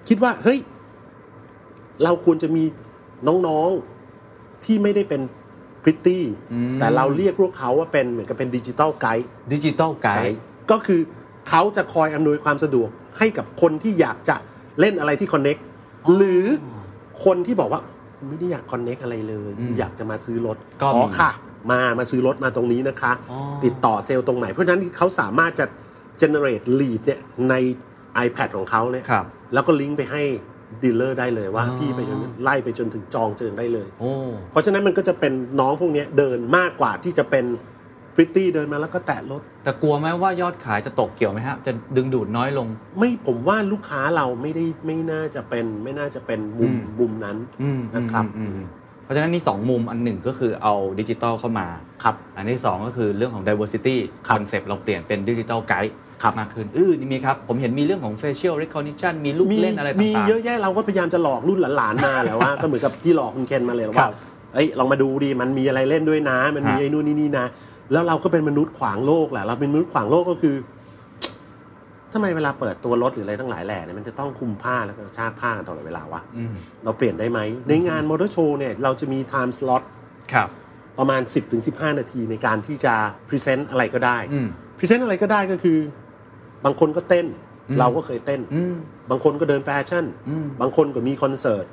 Speaker 4: คิดว่า เฮ้ย เราควรจะมีน้องๆที่ไม่ได้เป็นพริตตี้
Speaker 3: อืม
Speaker 4: แต่เราเรียกพวกเขาว่าเป็นเหมือนกับเป็นดิจิตอลไกด์
Speaker 3: ดิจิตอลไกด์
Speaker 4: ก็คือเขาจะคอยอำนวยความสะดวกให้กับคนที่อยากจะเล่นอะไรที่คอนเน็กหรือคนที่บอกว่าไม่ได้อยากคอนเน็กอะไรเลย
Speaker 3: อืม
Speaker 4: อยากจะมาซื้อรถ
Speaker 3: ก็มี
Speaker 4: อ๋อค่ะ มามาซื้อรถมาตรงนี้นะคะ
Speaker 3: อ๋อ
Speaker 4: ติดต่อเซลล์ตรงไหน เพราะฉะนั้นเขาสามารถจะ generate lead เนี่ยใน iPad ของเขาเนี่ย
Speaker 3: ครับ
Speaker 4: แล้วก็ลิงก์ไปให้ดีลเลอร์ได้เลยว่า
Speaker 3: อ๋อ
Speaker 4: พี่ไปจนไล่ไปจนถึงจองเจิงได้เลย
Speaker 3: โอ้
Speaker 4: เพราะฉะนั้นมันก็จะเป็นน้องพวกเนี้ยเดินมากกว่าที่จะเป็นพริตตี้เดินมาแล้วก็แตะรถ
Speaker 3: แต่กลัวไหมว่ายอดขายจะตกเกี่ยวไหมฮะ จะดึงดูดน้อยลง
Speaker 4: ไม่ผมว่าลูกค้าเราไม่ได้ไม่น่าจะเป็นไม่น่าจะเป็นมุม
Speaker 3: อืม
Speaker 4: มุมนั้น
Speaker 3: อืม
Speaker 4: นะครับ
Speaker 3: อืมอืมเพราะฉะนั้นนี่ 2 มุมอันหนึ่งก็คือเอาดิจิตอลเข้ามา
Speaker 4: ครับ
Speaker 3: อันที่ 2 ก็คือเรื่องของ diversity
Speaker 4: ครับ
Speaker 3: concept เราเปลี่ยนเป็นดิจิตอลไกด์
Speaker 4: ครับ
Speaker 3: มากขึ้นเออนี่มีครับ ผมเห็นมีเรื่องของ facial recognition มีลูก
Speaker 4: มี
Speaker 3: เล่นอะไร
Speaker 4: มี
Speaker 3: ต่าง
Speaker 4: เยอะแยะเราก็พยายามจะหลอกรุ่นหลานๆมาแหล้วว่า ก็เหมือนกับที่หลอกคุณเคนมาเลย
Speaker 3: ครั
Speaker 4: ว่า
Speaker 3: บ
Speaker 4: เอ้ยลองมาดูดิมันมีอะไรเล่นด้วยนะ มันมี
Speaker 3: ฮะ
Speaker 4: ไอ้นู่นนี่นี่นะแล้วเราก็เป็นมนุษย์ขวางโลกแหละเราเป็นมนุษย์ขวางโลกก็คือทำไมเวลาเปิดตัวรถหรืออะไรทั้งหลายแหล่เนี่ยมันจะต้องคลุมผ้าแล้วก็กระชากผ้ากันตลอดเวลาวะ
Speaker 3: ๆอืม
Speaker 4: เราเปลี่ยนได้ไหมในงานมอเตอร์โชว์เนี่ยเราจะมีไทม์สล็อต
Speaker 3: ครับ
Speaker 4: ประมาณ 10-15 นาทีในการที่จะพรีเซนต์อะไรก็ได้
Speaker 3: อืม
Speaker 4: พรีเซนต์อะไรก็ได้ก็คือ บางคนก็เต้น
Speaker 3: อืม
Speaker 4: เราก็เคยเต้น
Speaker 3: อืม
Speaker 4: บางคนก็เดินแฟชั่น
Speaker 3: อืม
Speaker 4: บางคนก็มีคอนเสิร์ต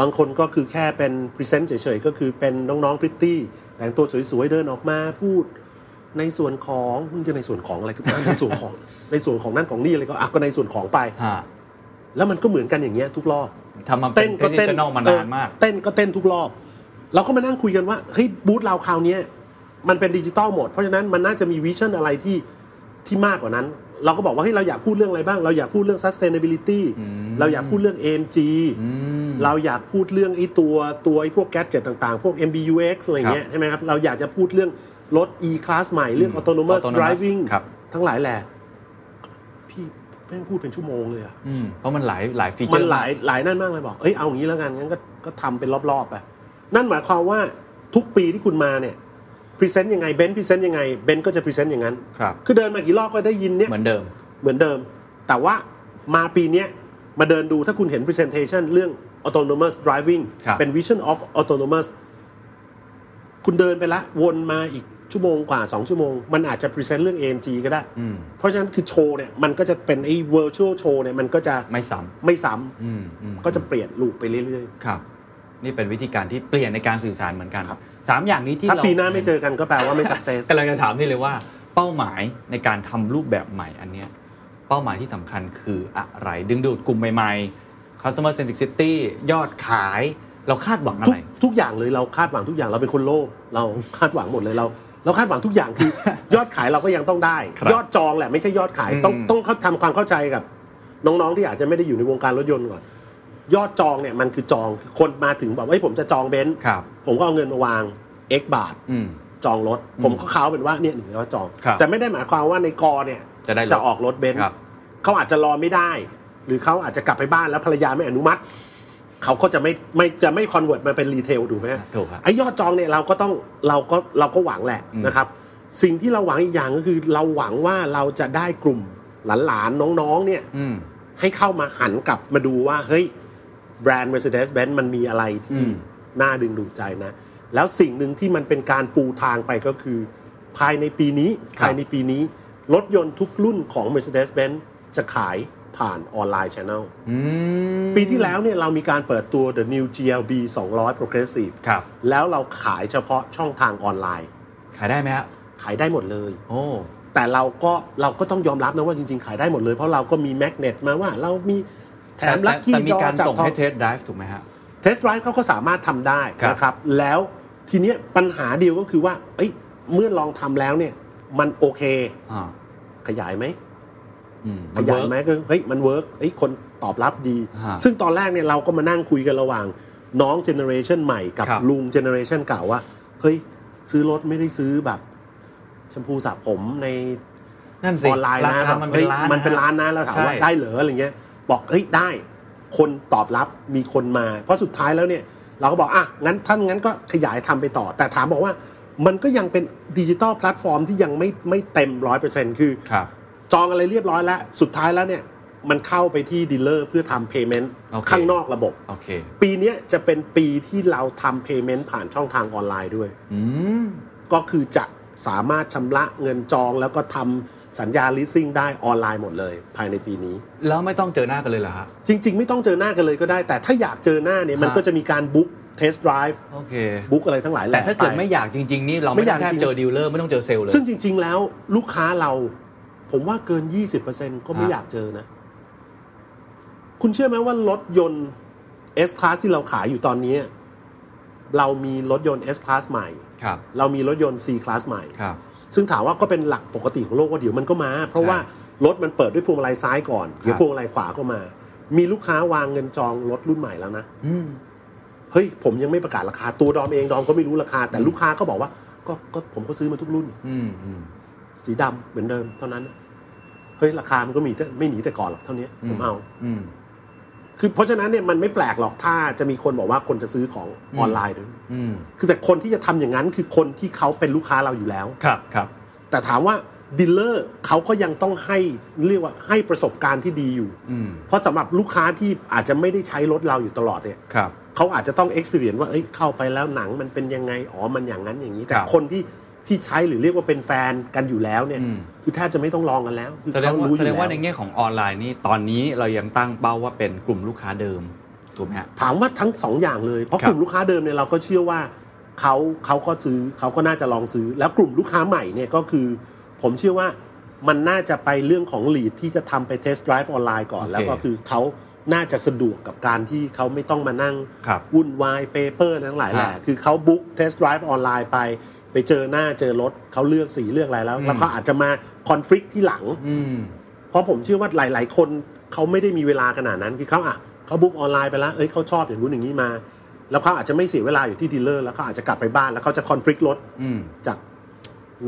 Speaker 4: บางคนก็คือแค่เป็นพรีเซนต์เฉยๆ ก็คือเป็นน้องๆพริตตี้ แต่งตัวสวยๆ เดินออกมาพูด ในส่วนของมึงจะในส่วนของอะไรก็ ในส่วนของในส่วนของนั่นของนี่อะไรก็อ่ะก็ในส่วนของไป
Speaker 3: ฮะ
Speaker 4: แล้วมันก็เหมือนกันอย่างเงี้ยทุกรอบ
Speaker 3: ทำมาเป็น
Speaker 4: ก็
Speaker 3: traditional มานานมาก
Speaker 4: เออเต้นก็เต้นทุกรอบ เราก็มานั่งคุยกันว่าเฮ้ยบูธเราคราวเนี้ยมันเป็นดิจิตอลหมด เพราะฉะนั้นมันน่าจะมีวิชั่นอะไรที่ที่มากกว่านั้น เราก็บอกว่าเฮ้ยเราอยากพูดเรื่องอะไรบ้าง เราอยากพูดเรื่อง sustainability เราอยากพูดเรื่อง AMG
Speaker 3: ม
Speaker 4: เราอยากพูดเรื่องไอ้ตัวตัวไอ้พวกแก๊สเจ็ตต่างๆ พวก MBUX อะไรเงี้ยใช่ไหมครับเราอยากจะพูดเรื่องรถ E Class ใหม่เรื่อง
Speaker 3: อืม
Speaker 4: autonomous
Speaker 3: autonomous
Speaker 4: driving
Speaker 3: ครับ
Speaker 4: ทั้งหลายแหละพี่แม่งพูดเป็นชั่วโมงเลยอะ
Speaker 3: อืมเพราะมันหลายหลายฟีเจ
Speaker 4: มั
Speaker 3: อน ร์
Speaker 4: หลายหลายนั่นมากเลยบอก เอ้ยเอางี้แล้วกันงั้นก็ก็ทำเป็นรอบๆไปนั่นหมายความว่าทุกปีที่คุณมาเนี่ยพรีเซนต์ยังไงเบนพรีเซนต์ยังไงเบนก็จะพรีเซนต์อย่างนั้น
Speaker 3: ครับ
Speaker 4: คือเดินมากี่รอบก็ได้ยินเนี่ย
Speaker 3: เหมือนเดิม
Speaker 4: เหมือนเดิม แต่ว่ามาปีเนี้ยมาเดินดูถ้าคุณเห็น Presentation เรื่อง autonomous driving
Speaker 3: ครับ
Speaker 4: เป็น vision of autonomous คุณเดินไปละวนมาอีกชั่วโมงกว่า 2 ชั่วโมง มันอาจจะพรีเซนต์เรื่อง AMG ก็ได้
Speaker 3: อืม
Speaker 4: เพราะฉะนั้นคือโชว์เนี่ยมันก็จะเป็นไอ้ virtual show เนี่ยมันก็จะ
Speaker 3: ไม่ซ้
Speaker 4: ไม่ซ้ำ
Speaker 3: ำอืมอืม
Speaker 4: ก็จะเปลี่ยนลูกไปเรื่อย
Speaker 3: ครับ นี่เป็นวิธีการที่เปลี่ยนในการสื่อสารเหมือนกัน
Speaker 4: ครับ
Speaker 3: สามอย่างนี้
Speaker 4: ๆ
Speaker 3: ที่
Speaker 4: ถ้า
Speaker 3: เรา
Speaker 4: ปีหน้าไม่เจอกันก็แปลว่าไม่ success
Speaker 3: กำลังจะถามนี่เลยว่า เป้าหมายในการทำรูปแบบใหม่อันเนี้ยเป้าหมายที่สำคัญคืออะไร ดึงดูดกลุ่มใหม่ๆ customer centricity ยอดขายเราคาดหวังอะ
Speaker 4: ทุก
Speaker 3: ไร
Speaker 4: ทุกอย่างเลยเราคาดหวังทุกอย่างเราเป็นคนโลภเราคาดหวังหมดเลยเรา เราคาดหวังทุกอย่างคือ ยอดขายเราก็ยังต้องได้
Speaker 3: ครับ
Speaker 4: ยอดจองแหละไม่ใช่ยอดขาย
Speaker 3: อืม
Speaker 4: ต้องต้องเข้าทำความเข้าใจกับ น้องๆที่อาจจะไม่ได้อยู่ในวงการรถยนต์ก่อนยอดจองเนี่ยมันคือจองคือคนมาถึงแบบว่าเอ้ยผมจะจองเบนซ์
Speaker 3: ครับ
Speaker 4: ผมก็เอาเงินมาวาง x บาท
Speaker 3: อืม
Speaker 4: จองรถ ผมก็เขาเป็นว่าเนี่ยหนึ่งเขาจอง
Speaker 3: ครับ
Speaker 4: แต่ไม่ได้หมายความว่าในกอเนี่ย
Speaker 3: จะได้รถ
Speaker 4: ออกรถเบนซ์
Speaker 3: ครับ
Speaker 4: เขาอาจจะรอไม่ได้ หรือเขาอาจจะกลับไปบ้านแล้วภรรยาไม่อนุมัติ เขาก็จะไม่ไม่จะไม่คอนเวิร์ตมาเป็นรีเทลถูกไหมฮะ
Speaker 3: ถูกครับ
Speaker 4: ไอ้ยอดจองเนี่ยเราก็ต้องเราก็เราก็หวังแหละ
Speaker 3: อืม
Speaker 4: นะครับ สิ่งที่เราหวังอีกอย่างก็คือ เราหวังว่าเราจะได้กลุ่มหลานๆน้องๆเนี่ย
Speaker 3: อืม
Speaker 4: ให้เข้ามาหันกลับมาดูว่า เฮ้ย แบรนด์ Mercedes-Benz มันมีอะไรที่
Speaker 3: อืม
Speaker 4: น่าดึงดูดใจนะ แล้วสิ่งหนึ่งที่มันเป็นการปูทางไปก็คือ ภายในปีนี้ภายในปีนี้ รถยนต์ทุกรุ่นของ Mercedes-Benz จะขายผ่านออนไลน์ Channel
Speaker 3: อืม
Speaker 4: ปีที่แล้วเนี่ยเรามีการเปิดตัว The New GLB 200 Progressive
Speaker 3: ครับ
Speaker 4: แล้วเราขายเฉพาะช่องทางออนไลน์
Speaker 3: ขายได้ไหมฮะ
Speaker 4: ขายได้หมดเลย
Speaker 3: โอ้
Speaker 4: แต่เราก็เราก็ต้องยอมรับนะว่าจริง ๆ ขายได้หมดเลย เพราะเราก็มีแมกเนตมาว่าเรามีแถมลัคกี้
Speaker 3: แต่มี
Speaker 4: ดอ
Speaker 3: การ
Speaker 4: จาก
Speaker 3: ส่ง
Speaker 4: ทอ
Speaker 3: ให้
Speaker 4: ง
Speaker 3: เทสไดฟ์ถูกไหมฮะ
Speaker 4: เทสไรฟ์เขาก็สามารถทำได้
Speaker 3: ครับ
Speaker 4: นะครับ แล้วทีเนี้ยปัญหาเดียวก็คือว่าเอ้ยเมื่อลองทำแล้วเนี่ย มันโอเค
Speaker 3: อ่า
Speaker 4: ขยายไหม
Speaker 3: อืม
Speaker 4: ขยายไหมก็เฮ้ยมันเวิร์กเอ้ยคนตอบรับดี
Speaker 3: ฮะ
Speaker 4: ซึ่งตอนแรกเนี่ยเราก็มานั่งคุยกันระหว่าง น้องเจเนอเรชันใหม่กับ
Speaker 3: ครับ
Speaker 4: ลุงเจเนอเรชันเก่าว่าเฮ้ยซื้อรถไม่ได้ซื้อแบบแชมพูสระผมใน
Speaker 3: นั่น
Speaker 4: อ
Speaker 3: สิ
Speaker 4: อนไลน์
Speaker 3: รา
Speaker 4: นะ
Speaker 3: คา
Speaker 4: แบ
Speaker 3: มัน
Speaker 4: บ
Speaker 3: เป็น
Speaker 4: ฮ้ย
Speaker 3: ล้าน
Speaker 4: มันเป็นร้านนะ
Speaker 3: ฮ
Speaker 4: แล้วถามว่า
Speaker 3: ใช่
Speaker 4: ได้เหรออะไรเงี้ย บอกเฮ้ยได้ คนตอบรับมีคนมา เพราะสุดท้ายแล้วเนี่ย เราก็บอกอ่ะงั้นท่านงั้นก็ขยายทำไปต่อ แต่ถามบอกว่ามันก็ยังเป็นดิจิตอลแพลตฟอร์มที่ยังไม่ไม่เต็มร้อยเปอร์เซ็นต์คือ
Speaker 3: ครับ
Speaker 4: จองอะไรเรียบร้อยแล้ว สุดท้ายแล้วเนี่ย มันเข้าไปที่ดีลเลอร์เพื่อทำเพย์เมนต์
Speaker 3: โอเค
Speaker 4: ข้างนอกระบบ
Speaker 3: โอเค
Speaker 4: ปีเนี้ยจะเป็นปีที่เราทำเพย์เมนต์ผ่านช่องทางออนไลน์ด้วย
Speaker 3: อืม
Speaker 4: ก็คือจะสามารถชำระเงินจองแล้วก็ทำสัญญา leasing ได้ออนไลน์หมดเลย ภายในปีนี้
Speaker 3: แล้วไม่ต้องเจอหน้ากันเลยเหรอฮะ
Speaker 4: จริง ๆ ไม่ต้องเจอหน้ากันเลยก็ได้ แต่ถ้าอยากเจอหน้าเนี่ย มัน
Speaker 3: ฮะ
Speaker 4: ก็จะมีการบุ๊กเทสต์ไดรฟ์
Speaker 3: โอเค
Speaker 4: บุ๊กอะไรทั้งหลายแห
Speaker 3: แต่
Speaker 4: ละ
Speaker 3: ถ้าเกิด
Speaker 4: ป
Speaker 3: ไม่อยากจริง ๆ นี่เรา
Speaker 4: ไม่
Speaker 3: ไม่
Speaker 4: อ
Speaker 3: ต้
Speaker 4: ยา
Speaker 3: อก งแทบ
Speaker 4: จริง
Speaker 3: เจอดีลเลอร์ไม่ต้องเจอเซลล์เลย
Speaker 4: ซึ่งจริง ๆ แล้วลูกค้าเรา ผมว่าเกิน 20%ก็ไม่
Speaker 3: ฮะ
Speaker 4: อยากเจอนะ คุณเชื่อไหมว่ารถยนต์ S Class ที่เราขายอยู่ตอนนี้ เรามีรถยนต์ S Class ใหม่
Speaker 3: ครับ
Speaker 4: เรามีรถยนต์ C Class ใหม่
Speaker 3: ครับ
Speaker 4: ซึ่งถามว่าก็เป็นหลักปกติของโลกว่าเดี๋ยวมันก็มา เพราะ
Speaker 3: ใช่
Speaker 4: ว่ารถมันเปิดด้วยพวงมาลัยซ้ายก่อน เดี๋ยว
Speaker 3: ครับ
Speaker 4: พวงมาลัยขวาก็มา มีลูกค้าวางเงินจองรถรุ่นใหม่แล้วนะ
Speaker 3: อืม
Speaker 4: เฮ้ย ผมยังไม่ประกาศราคาตัวดอมเองดอมก็ไม่รู้ราคา แต่ลูกค้าก็บอกว่า ก็ก็ผมก็ซื้อมาทุกรุ่น
Speaker 3: อืมอืม
Speaker 4: สีดำเหมือนเดิมเท่านั้น เฮ้ย ราคามันก็มีแต่ไม่หนีแต่ก่อนหรอกเท่านี้
Speaker 3: อื
Speaker 4: ผม
Speaker 3: ม
Speaker 4: เอา
Speaker 3: อืม
Speaker 4: คือเพราะฉะนั้นเนี่ยมันไม่แปลกหรอกถ้าจะมีคนบอกว่าคนจะซื้อของออนไลน์ด้วย
Speaker 3: อืม
Speaker 4: คือแต่คนที่จะทำอย่างนั้นคือคนที่เขาเป็นลูกค้าเราอยู่แล้ว
Speaker 3: ครับครับ
Speaker 4: แต่ถามว่าดีลเลอร์เขาก็ยังต้องให้เรียกว่าให้ประสบการณ์ที่ดีอยู่
Speaker 3: อืม
Speaker 4: เพราะสำหรับลูกค้าที่อาจจะไม่ได้ใช้รถเราอยู่ตลอดเนี่ย
Speaker 3: ครับ
Speaker 4: เขาอาจจะต้อง experience ว่าเอ้ยเข้าไปแล้วหนังมันเป็นยังไง อ๋อมันอย่างนั้นอย่างนี้ แต่
Speaker 3: ครับ
Speaker 4: คนที่ที่ใช้หรือเรียกว่าเป็นแฟนกันอยู่แล้วเนี่ย
Speaker 3: อืม
Speaker 4: คือแทบจะไม่ต้องลองกันแล้ว คือ
Speaker 3: แสดง
Speaker 4: เขา
Speaker 3: ว่า
Speaker 4: รู้อ
Speaker 3: แสด
Speaker 4: ยู่
Speaker 3: ง
Speaker 4: แล้ว
Speaker 3: ว่าในแง่ของออนไลน์นี่ตอนนี้เรายังตั้งเป้าว่าเป็นกลุ่มลูกค้าเดิมถูกไหมฮะ
Speaker 4: ถามว่าทั้งสองอย่างเลย เพราะ
Speaker 3: ครับ
Speaker 4: กลุ่มลูกค้าเดิมเนี่ยเราก็เชื่อว่าเขาเขาก็ซื้อเขาก็น่าจะลองซื้อ แล้วกลุ่มลูกค้าใหม่เนี่ยก็คือ ผมเชื่อว่ามันน่าจะไปเรื่องของลีดที่จะทำไปเทสต์ไดรฟ์ออนไลน์ก่อน
Speaker 3: โอเค
Speaker 4: แล้วก็คือเขาน่าจะสะดวกกับการที่เขาไม่ต้องมานั่ง
Speaker 3: ครับ
Speaker 4: วุ่นวายเปเปอร์ทั้งหลายแหละ
Speaker 3: ฮะ
Speaker 4: คือเขาบุ๊กเทสต์ไดรฟ์ออนไลน์ไป ไปเจอหน้าเจอรถเขาเลือกสีเลือกอะไรแล้ว
Speaker 3: อืม
Speaker 4: แล้วเขาอาจจะมาคอนฟ lict ที่หลัง
Speaker 3: อืม
Speaker 4: เพราะผมเชื่อว่าหลาย ๆ คนเขาไม่ได้มีเวลาขนาดนั้นคือเขาอ่ะเขาบุ๊กออนไลน์ไปแล้ว เอ้ยเขาชอบอย่างนู้นอย่างนี้มา แล้วเขาอาจจะไม่เสียเวลาอยู่ที่ดีลเลอร์แล้วเขาอาจจะกลับไปบ้านแล้วเขาจะคอนฟ lict รถ
Speaker 3: อืม
Speaker 4: จาก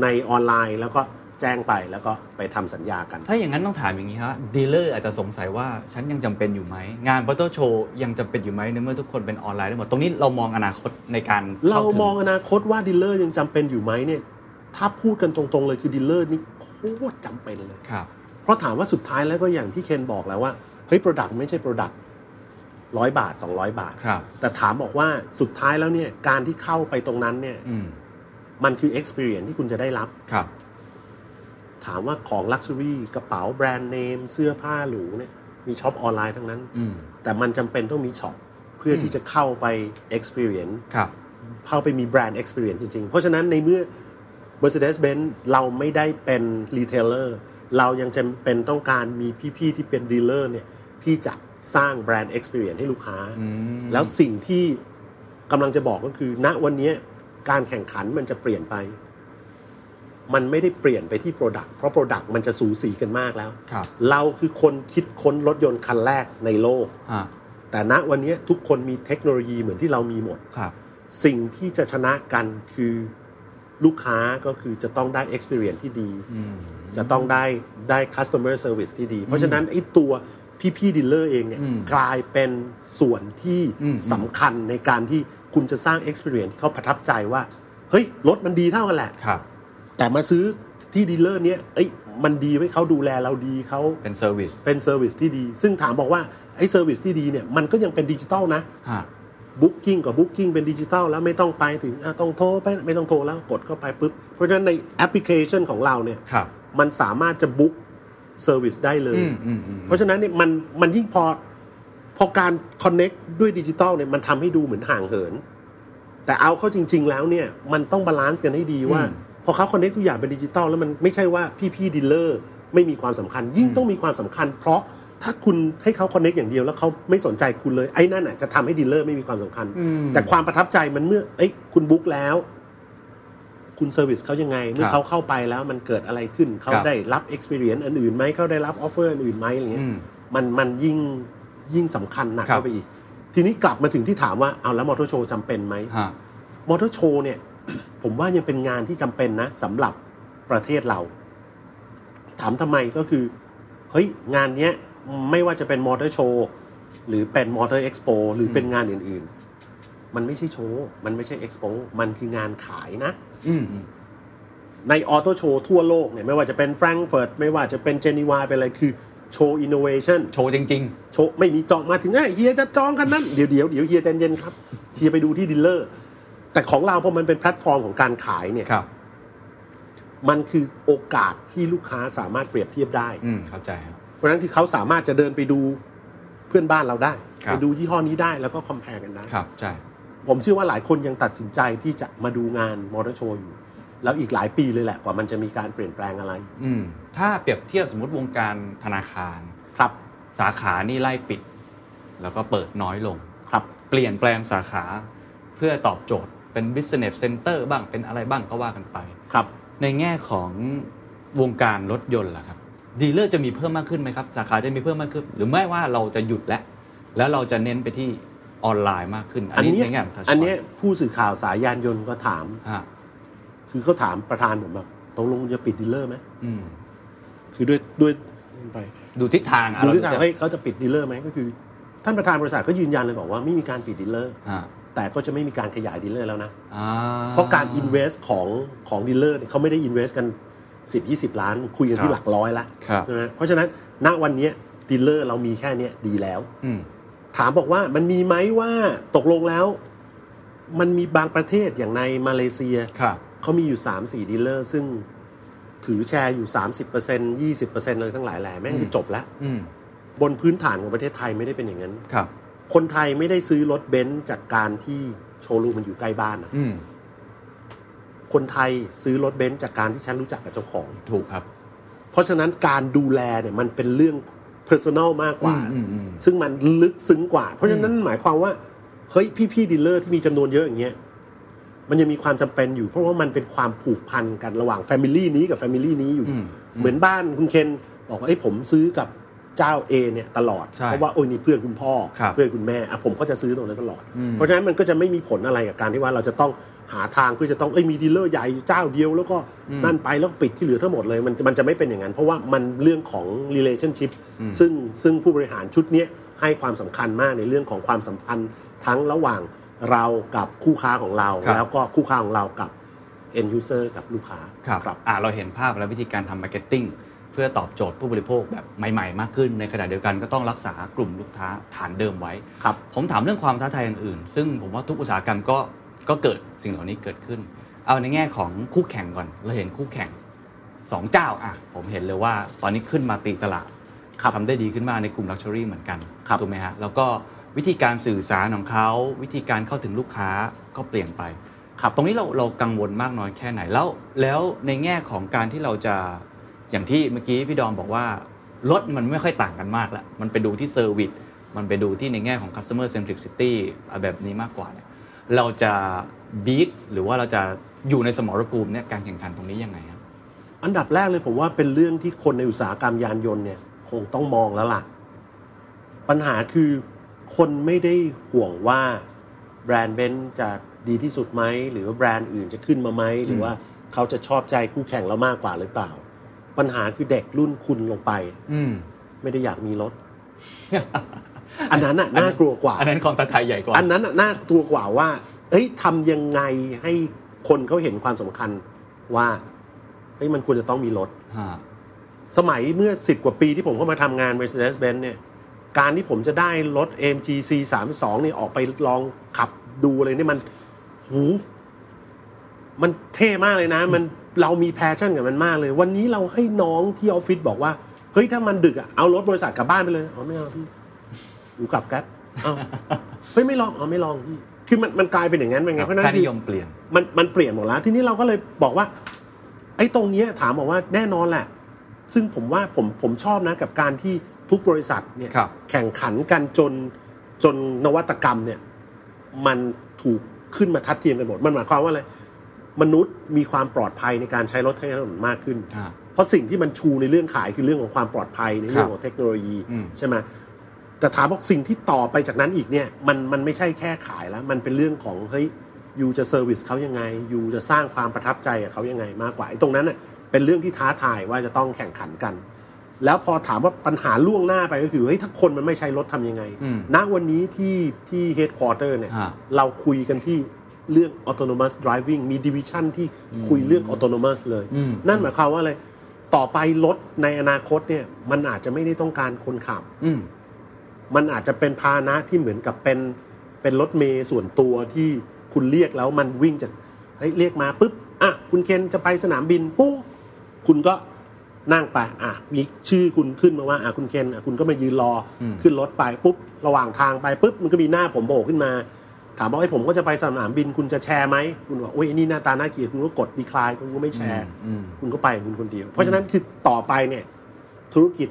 Speaker 4: ในออนไลน์แล้วก็แจ้งไปแล้วก็ไปทำสัญญากัน
Speaker 3: ถ้าอย่างนั้นต้องถามอย่างนี้ฮะดีลเลอร์อาจจะสงสัยว่าฉันยังจำเป็นอยู่ไหม งาน b ัตเตอร์โชว์ยังจำเป็นอยู่ไหมในเมื่อทุกคนเป็นออนไลน์ได้หมด ตรงนี้เรามองอนาคตในการ
Speaker 4: เรา
Speaker 3: ข้ถึ
Speaker 4: มองอนาคตว่าดีลเลอร์ยังจำเป็นอยู่ไหมเนี่ย ถ้าพูดกันตรง ๆ เลยคือดีลเลอร์นี่โคตรจำเป็นเลย
Speaker 3: ครับ
Speaker 4: เพราะถามว่าสุดท้ายแล้วก็อย่างที่เคนบอกแล้วว่าเฮ้ยโปรดักต์ไม่ใช่โปรดักต์ร้อยบาท 200 บาท
Speaker 3: ครับ
Speaker 4: แต่ถามบอกว่าสุดท้ายแล้วเนี่ยการที่เข้าไปตรงนั้นเนี่ย
Speaker 3: อืม
Speaker 4: มันคือ experience ที่คุณจะได้รับ
Speaker 3: ครับ
Speaker 4: ถามว่าของ Luxury กระเป๋าแบรนด์เนม เสื้อผ้าหรูเนี่ย มีช็อปออนไลน์ทั้งนั้น
Speaker 3: อืม
Speaker 4: แต่มันจำเป็นต้องมีช็อปเพื่ออ
Speaker 3: ม
Speaker 4: ที่จะเข้าไป experience
Speaker 3: ครับ
Speaker 4: เข้าไปมีแบรนด์ experience จริง ๆ เพราะฉะนั้นในเมื่อ Mercedes-Benz เราไม่ได้เป็น retailer เรายังจำเป็นต้องการมีพี่ ๆ ที่เป็นดีลเลอร์เนี่ย ที่จะสร้างแบรนด์ experience ให้ลูกค้า
Speaker 3: อืม
Speaker 4: แล้วสิ่งที่กำลังจะบอกก็คือ ณวันนี้การแข่งขันมันจะเปลี่ยนไป มันไม่ได้เปลี่ยนไปที่ Product เพราะ Product มันจะสูสีกันมากแล้ว
Speaker 3: ครับ
Speaker 4: เราคือคนคิดค้นรถยนต์คันแรกในโลก
Speaker 3: อ่า
Speaker 4: แต่ณวันนี้ทุกคนมีเทคโนโลยีเหมือนที่เรามีหมด
Speaker 3: ครับ
Speaker 4: สิ่งที่จะชนะกันคือลูกค้าก็คือจะต้องได้ experience ที่ดี
Speaker 3: อืม
Speaker 4: จะต้องได้ได้ customer service ที่ดี เพราะฉะนั้นไอ้ตัวพี่พี่ดีลเลอร์เองเนี่ย
Speaker 3: อืม
Speaker 4: กลายเป็นส่วนที่
Speaker 3: อืม
Speaker 4: สำคัญในการที่คุณจะสร้าง experience ที่เขาประทับใจว่า เฮ้ย รถมันดีเท่ากันแหละ
Speaker 3: ครับ
Speaker 4: แต่มาซื้อที่ดีลเลอร์เนี้ยเอ้ยมันดีไว้เขาดูแลเราดีเขา
Speaker 3: เป็นเซอร์วิส
Speaker 4: เป็นเซอร์วิสที่ดี ซึ่งถามบอกว่า ไอ้เซอร์วิสที่ดีเนี่ยมันก็ยังเป็นดิจิตอลนะ
Speaker 3: ฮะ
Speaker 4: บุ๊ k กิ้งกับบุ๊ k กิ้งเป็นดิจิตอลแล้วไม่ต้องไปถึงอ่ะต้องโทรไปไม่ต้องโทรแล้วกดเข้าไปปุ๊บ เพราะฉะนั้นในแอปพลิเคชันของเราเนี่ย
Speaker 3: ครับ
Speaker 4: มันสามารถจะบุ๊กเซอร์วิสได้เลย
Speaker 3: อืมอืมอืม
Speaker 4: เพราะฉะนั้นเนี่ยมันมันยิ่งพอ พอการคอนเน็กด้วยดิจิตอลเนี่ยมันทำให้ดูเหมือนห่างเหิน แต่เอาเข้าจริง ๆ แล้วเนี่ยมันต้องบาลานซ์กันให้ดีว่า
Speaker 3: อืม
Speaker 4: พอเขาคอนเน็กทุกอย่างเป็นดิจิตอลแล้วมันไม่ใช่ว่าพี่ๆดีลเลอร์ไม่มีความสำคัญ ยิ่งต้องมีความสำคัญ เพราะถ้าคุณให้เขาคอนเน็กอย่างเดียวแล้วเขาไม่สนใจคุณเลยไอ้นั่นอ่ะจะทำให้ดีลเลอร์ไม่มีความสำคัญ แต่ความประทับใจมันเมื่อเอ้ยคุณบุ๊กแล้ว คุณเซอร์วิสเขายังไง เมื่อเขาเข้าไปแล้วมันเกิดอะไรขึ้นเขา
Speaker 3: ครับ
Speaker 4: ได้รับ experience อันอื่นไหมเขาได้รับ offer อันอื่นไหมอะไรเงี้ย
Speaker 3: อืม
Speaker 4: มันมันยิ่งยิ่งสำคัญหนัก
Speaker 3: ครับ
Speaker 4: เข้าไปอีก ทีนี้กลับมาถึงที่ถามว่าเอาแล้วมอเตอร์โชว์จำเป็นไหม
Speaker 3: ฮะ
Speaker 4: มอเตอร์โชว์เนี่ย ผมว่ายังเป็นงานที่จำเป็นนะสำหรับประเทศเรา ถามทำไมก็คือเฮ้ยงานเนี้ยไม่ว่าจะเป็นมอเตอร์โชว์หรือเป็นมอเตอร์เอ็กซ์โปหรือเป็นงานอื่นๆ มันไม่ใช่โชว์มันไม่ใช่เอ็กซ์โปมันคืองานขายนะ
Speaker 3: อืมอืม
Speaker 4: ในออโต s โชว์ทั่วโลกเนี่ยไม่ว่าจะเป็นแฟรงก์เฟิร์ตไม่ว่าจะเป็นเจนีวาเป็นอะไรคือโชว์อินโนเวชัน
Speaker 3: โชว์จริง
Speaker 4: โชว์ไม่มีจองมาถึงเอ้ยเฮียจะจองคันนั้น เดี๋ยวเดี๋ยวเดี๋ยวเฮียใจเย็นครับเฮียไปดูที่ดีลเลอร์ แต่ของเราพอมันเป็นแพลตฟอร์มของการขายเนี่ย
Speaker 3: ๆ ครับ
Speaker 4: มันคือโอกาสที่ลูกค้าสามารถเปรียบเทียบได้
Speaker 3: อืมเข้าใจครับ
Speaker 4: เพราะฉะนั้นคือเขาสามารถจะเดินไปดูเพื่อนบ้านเราได้
Speaker 3: ครับ
Speaker 4: ไปดูยี่ห้อนี้ได้แล้วก็คอมเพลกันได้
Speaker 3: ครับใช่
Speaker 4: ผมเชื่อว่าหลายคนยังตัดสินใจที่จะมาดูงานมอเตอร์โชว์อยู่ แล้วอีกหลายปีเลยแหละกว่ามันจะมีการเปลี่ยนแปลงอะไร
Speaker 3: อืมถ้าเปรียบเทียบสมมติวงการธนาคาร
Speaker 4: ครับ
Speaker 3: สาขานี่ไล่ปิด แล้วก็เปิดน้อยลง
Speaker 4: ครับ
Speaker 3: เปลี่ยนแปลงสาขาเพื่อตอบโจทย์เป็น business center บ้างเป็นอะไรบ้างก็ว่ากันไป
Speaker 4: ครับ
Speaker 3: ในแง่ของวงการรถยนต์ล่ะครับดีลเลอร์จะมีเพิ่มมากขึ้นไหมครับ สาขาจะมีเพิ่มมากขึ้น หรือไม่ว่าเราจะหยุดแล้ว แล้วเราจะเน้นไปที่ออนไลน์มากขึ้น อั
Speaker 4: อั
Speaker 3: น
Speaker 4: น
Speaker 3: นี้
Speaker 4: เนี้ย
Speaker 3: ในแง่ของ touch
Speaker 4: อันเนี้ยผู้สื่อข่าวสายยานยนต์ก็ถาม
Speaker 3: point ฮะ
Speaker 4: คือเขาถามประธานผมแบบตกลงคุณจะปิดดีลเลอร์ไหม
Speaker 3: อืม
Speaker 4: คือด้วยด้วยไป
Speaker 3: ดูทิศทางอ่ะ
Speaker 4: ดูที่ถาม
Speaker 3: เรจะ
Speaker 4: ว่าเขาจะปิดดีลเลอร์ไหมก็คือ ท่านประธานบริษัทก็ยืนยันเลยบอกว่าไม่มีการปิดดีลเลอร์
Speaker 3: ฮะ
Speaker 4: แต่ก็จะไม่มีการขยายดีลเลอร์แล้วนะ
Speaker 3: อ่
Speaker 4: เพราะการอินเวสของของดีลเลอร์เนี่ยเขาไม่ได้อินเวสกัน 10 20 ล้าน คุยกันที่หลักร้อยละ
Speaker 3: ครับ
Speaker 4: ใช่ไหมเพราะฉะนั้นณวันเนี้ยดีลเลอร์เรามีแค่เนี้ยดีแล้ว
Speaker 3: อืม
Speaker 4: ถามบอกว่ามันมีไหมว่าตกลงแล้ว มันมีบางประเทศอย่างในมาเลเซีย
Speaker 3: ครับ
Speaker 4: เขามีอยู่ 3 4 ดีลเลอร์ ซึ่งถือแชร์อยู่ 30% 20%อะไรทั้งหลายแหล่แม่งคือจบแล้ว
Speaker 3: อืม
Speaker 4: บนพื้นฐานของประเทศไทยไม่ได้เป็นอย่างนั้น
Speaker 3: ครับ
Speaker 4: คนไทยไม่ได้ซื้อรถเบนซ์จากการที่โชว์รูมมันอยู่ใกล้บ้านนะ
Speaker 3: อืม
Speaker 4: คนไทยซื้อรถเบนซ์จากการที่ฉันรู้จักกับเจ้าของ
Speaker 3: ถูกครับ
Speaker 4: เพราะฉะนั้นการดูแลเนี่ยมันเป็นเรื่อง personal มากกว่า
Speaker 3: อืมอืม
Speaker 4: ซึ่งมันลึกซึ้งกว่า เพราะฉะนั้นหมายความว่าเฮ้ยพี่ๆดีลเลอร์ที่มีจำนวนเยอะอย่างเงี้ยมันยังมีความจำเป็นอยู่ เพราะว่ามันเป็นความผูกพันกันระหว่างแฟมิลี่นี้กับแฟมิลี่นี้อยู่
Speaker 3: อืม
Speaker 4: เหมือนบ้านคุณเคนบอกว่าไอ้ยผมซื้อกับเจ้า A เนี่ยตลอด
Speaker 3: ใช่
Speaker 4: เพราะว่าโอ้ยนี่เพื่อนคุณพ่อ
Speaker 3: ครับ
Speaker 4: เพื่อนคุณแม่อ่ะผมก็จะซื้อตรงนั้นตลอด
Speaker 3: อืม
Speaker 4: เพราะฉะนั้นมันก็จะไม่มีผลอะไรกับการที่ว่าเราจะต้องหาทางเพื่อจะต้องเอ้ยมีดีลเลอร์ใหญ่อยู่เจ้าเดียว แล้วก็นั่นไปแล้วก็ปิดที่เหลือทั้งหมดเลยมันมันจะไม่เป็นอย่างนั้น เพราะว่ามันเรื่องของ relationship ซึ่งซึ่งผู้บริหารชุดเนี้ยให้ความสำคัญมากในเรื่องของความสัมพันธ์ทั้งระหว่างเรากับคู่ค้าของเรา
Speaker 3: ครับ
Speaker 4: แล้วก็คู่ค้าของเรากับ end user กับลูกค้า
Speaker 3: ครับอ่ะเราเห็นภาพและวิธีการทำมาร์เก็ตติ้งเพื่อตอบโจทย์ผู้บริโภคแบบใหม่ ๆ มากขึ้น ในขณะเดียวกันก็ต้องรักษากลุ่มลูกค้าฐานเดิมไว้
Speaker 4: ครับ
Speaker 3: ผมถามเรื่องความท้าทายอื่นๆ ซึ่งผมว่าทุกอุตสาหกรรมก็ก็เกิดสิ่งเหล่านี้เกิดขึ้น เอาในแง่ของคู่แข่งก่อน เราเห็นคู่แข่งสองเจ้าอ่ะผมเห็นเลยว่าตอนนี้ขึ้นมาตีตลาด
Speaker 4: ครับ
Speaker 3: ทำได้ดีขึ้นมาในกลุ่มลักชัวรี่เหมือนกัน
Speaker 4: ครับ
Speaker 3: ถูกไหมฮะแล้วก็วิธีการสื่อสารของเขาวิธีการเข้าถึงลูกค้าก็เปลี่ยนไป
Speaker 4: ครับ
Speaker 3: ตรงนี้เราเรากังวลมากน้อยแค่ไหนแล้ว แล้วในแง่ของการที่เราจะอย่างที่เมื่อกี้พี่ดอมบอกว่ารถมันไม่ค่อยต่างกันมากละมันไปดูที่เซอร์วิสมันไปดูที่ในแง่ของ customer centricity อ่ะแบบนี้มากกว่าเนี่ยเราจะบีทหรือว่าเราจะอยู่ในสมรภูมิเนี่ยการแข่งขันตรงนี้ยังไงครับ
Speaker 4: อันดับแรกเลยผมว่าเป็นเรื่องที่คนในอุตสาหกรรมยานยนต์เนี่ยคงต้องมองแล้วล่ะ ปัญหาคือคนไม่ได้ห่วงว่าแบรนด์เบนซ์จะดีที่สุดไหม หรือว่าแบรนด์อื่นจะขึ้นมาไหม หรือว่าเขาจะชอบใจคู่แข่งเรามากกว่าหรือเปล่า ปัญหาคือเด็กรุ่นคุณลงไป
Speaker 3: อืม
Speaker 4: ไม่ได้อยากมีรถ อันนั้นน่ะน่ากลัวกว่า
Speaker 3: อันนั้นความท้าทายใหญ่กว่า
Speaker 4: อันนั้นน่ะน่ากลัวกว่าว่า เอ้ยทำยังไงให้คนเขาเห็นความสำคัญว่า ฮ้ยมันควรจะต้องมีรถ
Speaker 3: ฮะ
Speaker 4: สมัยเมื่อ 10 กว่าปีที่ผมเข้ามาทำงาน Mercedes-Benz เนี่ย การที่ผมจะได้รถ AMG C32 เนี่ยออกไปลองขับดูอะไรเนี่ยมัน หู มันเท่มากเลยนะ มันเรามีแพชชั่นกับมันมากเลย วันนี้เราให้น้องที่ออฟฟิศบอกว่า เฮ้ย ถ้ามันดึกอะเอารถบริษัทกลับบ้านไปเลยอ๋อไม่เอาพี่อยู่กลับแกร็บเอาเฮ้ยไม่ลองอ๋อไม่ลองพี่คือมันมันกลายเป็นอย่างนั้นไป
Speaker 3: ค
Speaker 4: ไง
Speaker 3: รับ
Speaker 4: เพราะฉะนั้น
Speaker 3: ค่า
Speaker 4: คือ
Speaker 3: นิยมเปลี่ยน
Speaker 4: มันมันเปลี่ยนหมดแล้ว ทีนี้เราก็เลยบอกว่า ไอ้ตรงเนี้ยถามบอกว่าแน่นอนแหละ ซึ่งผมว่าผมผมชอบนะกับการที่ทุกบริษัทเนี่ย
Speaker 3: ครับ
Speaker 4: แข่งขันกันจนจนนวัตกรรมเนี่ย มันถูกขึ้นมาทัดเทียมกันหมด มันหมายความว่าอะไรมนุษย์มีความปลอดภัยในการใช้รถใช้ถนนมากขึ้น
Speaker 3: อ่า
Speaker 4: เพราะสิ่งที่มันชูในเรื่องขายคือเรื่องของความปลอดภัยในเรื่อ
Speaker 3: ค
Speaker 4: ง
Speaker 3: รับ
Speaker 4: ของเทคโนโลยี
Speaker 3: อืม
Speaker 4: ใช่ไหมแต่ถามว่าสิ่งที่ต่อไปจากนั้นอีกเนี่ยมันมันไม่ใช่แค่ขายแล้ว มันเป็นเรื่องของเฮ้ยยูจะเซอร์วิสเขายังไงยูจะสร้างความประทับใจกับเขายังไงมากกว่าไอ้ตรงนั้นเน่ะเป็นเรื่องที่ท้าทายว่าจะต้องแข่งขันกัน แล้วพอถามว่าปัญหาล่วงหน้าไปก็คือเฮ้ยถ้าคนมันไม่ใช้รถทำยังไง
Speaker 3: อืม
Speaker 4: ณวันนี้ที่ที่เฮดคอร์เตอร์เนี่ย
Speaker 3: ฮะ
Speaker 4: เราคุยกันที่เรื่อง autonomous driving มี division ที่คุยเรื่อง autonomous เลย
Speaker 3: อืม
Speaker 4: นั่นหมายความว่าอะไร ต่อไปรถในอนาคตเนี่ย มันอาจจะไม่ได้ต้องการคนขับ
Speaker 3: อืม
Speaker 4: มันอาจจะเป็นพาหนะที่เหมือนกับเป็นเป็นรถเมย์ส่วนตัวที่คุณเรียกแล้วมันวิ่งจากเฮ้ยเรียกมาปุ๊บอ่ะคุณเคนจะไปสนามบินปุ้งคุณก็นั่งไปอ่ะมีชื่อคุณขึ้นมาว่าอ่ะคุณเคนอ่ะคุณก็มายืนรออ
Speaker 3: ม
Speaker 4: ขึ้นรถไปปุ๊บระหว่างทางไปปุ๊บมันก็มีหน้าผมโผล่ขึ้นมา ถามว่าไอ้ยผมก็จะไปสนามบินคุณจะแชร์ไหมคุณบอกโอ้ยไอ้นี่หน้าตาน่าเกลียดคุณก็กดดีคลายคุณก็ไม่แชร์
Speaker 3: อืม
Speaker 4: คุณก็ไปของคุณคนเดียว เพราะฉะนั้นคือต่อไปเนี่ย ธุรกิจ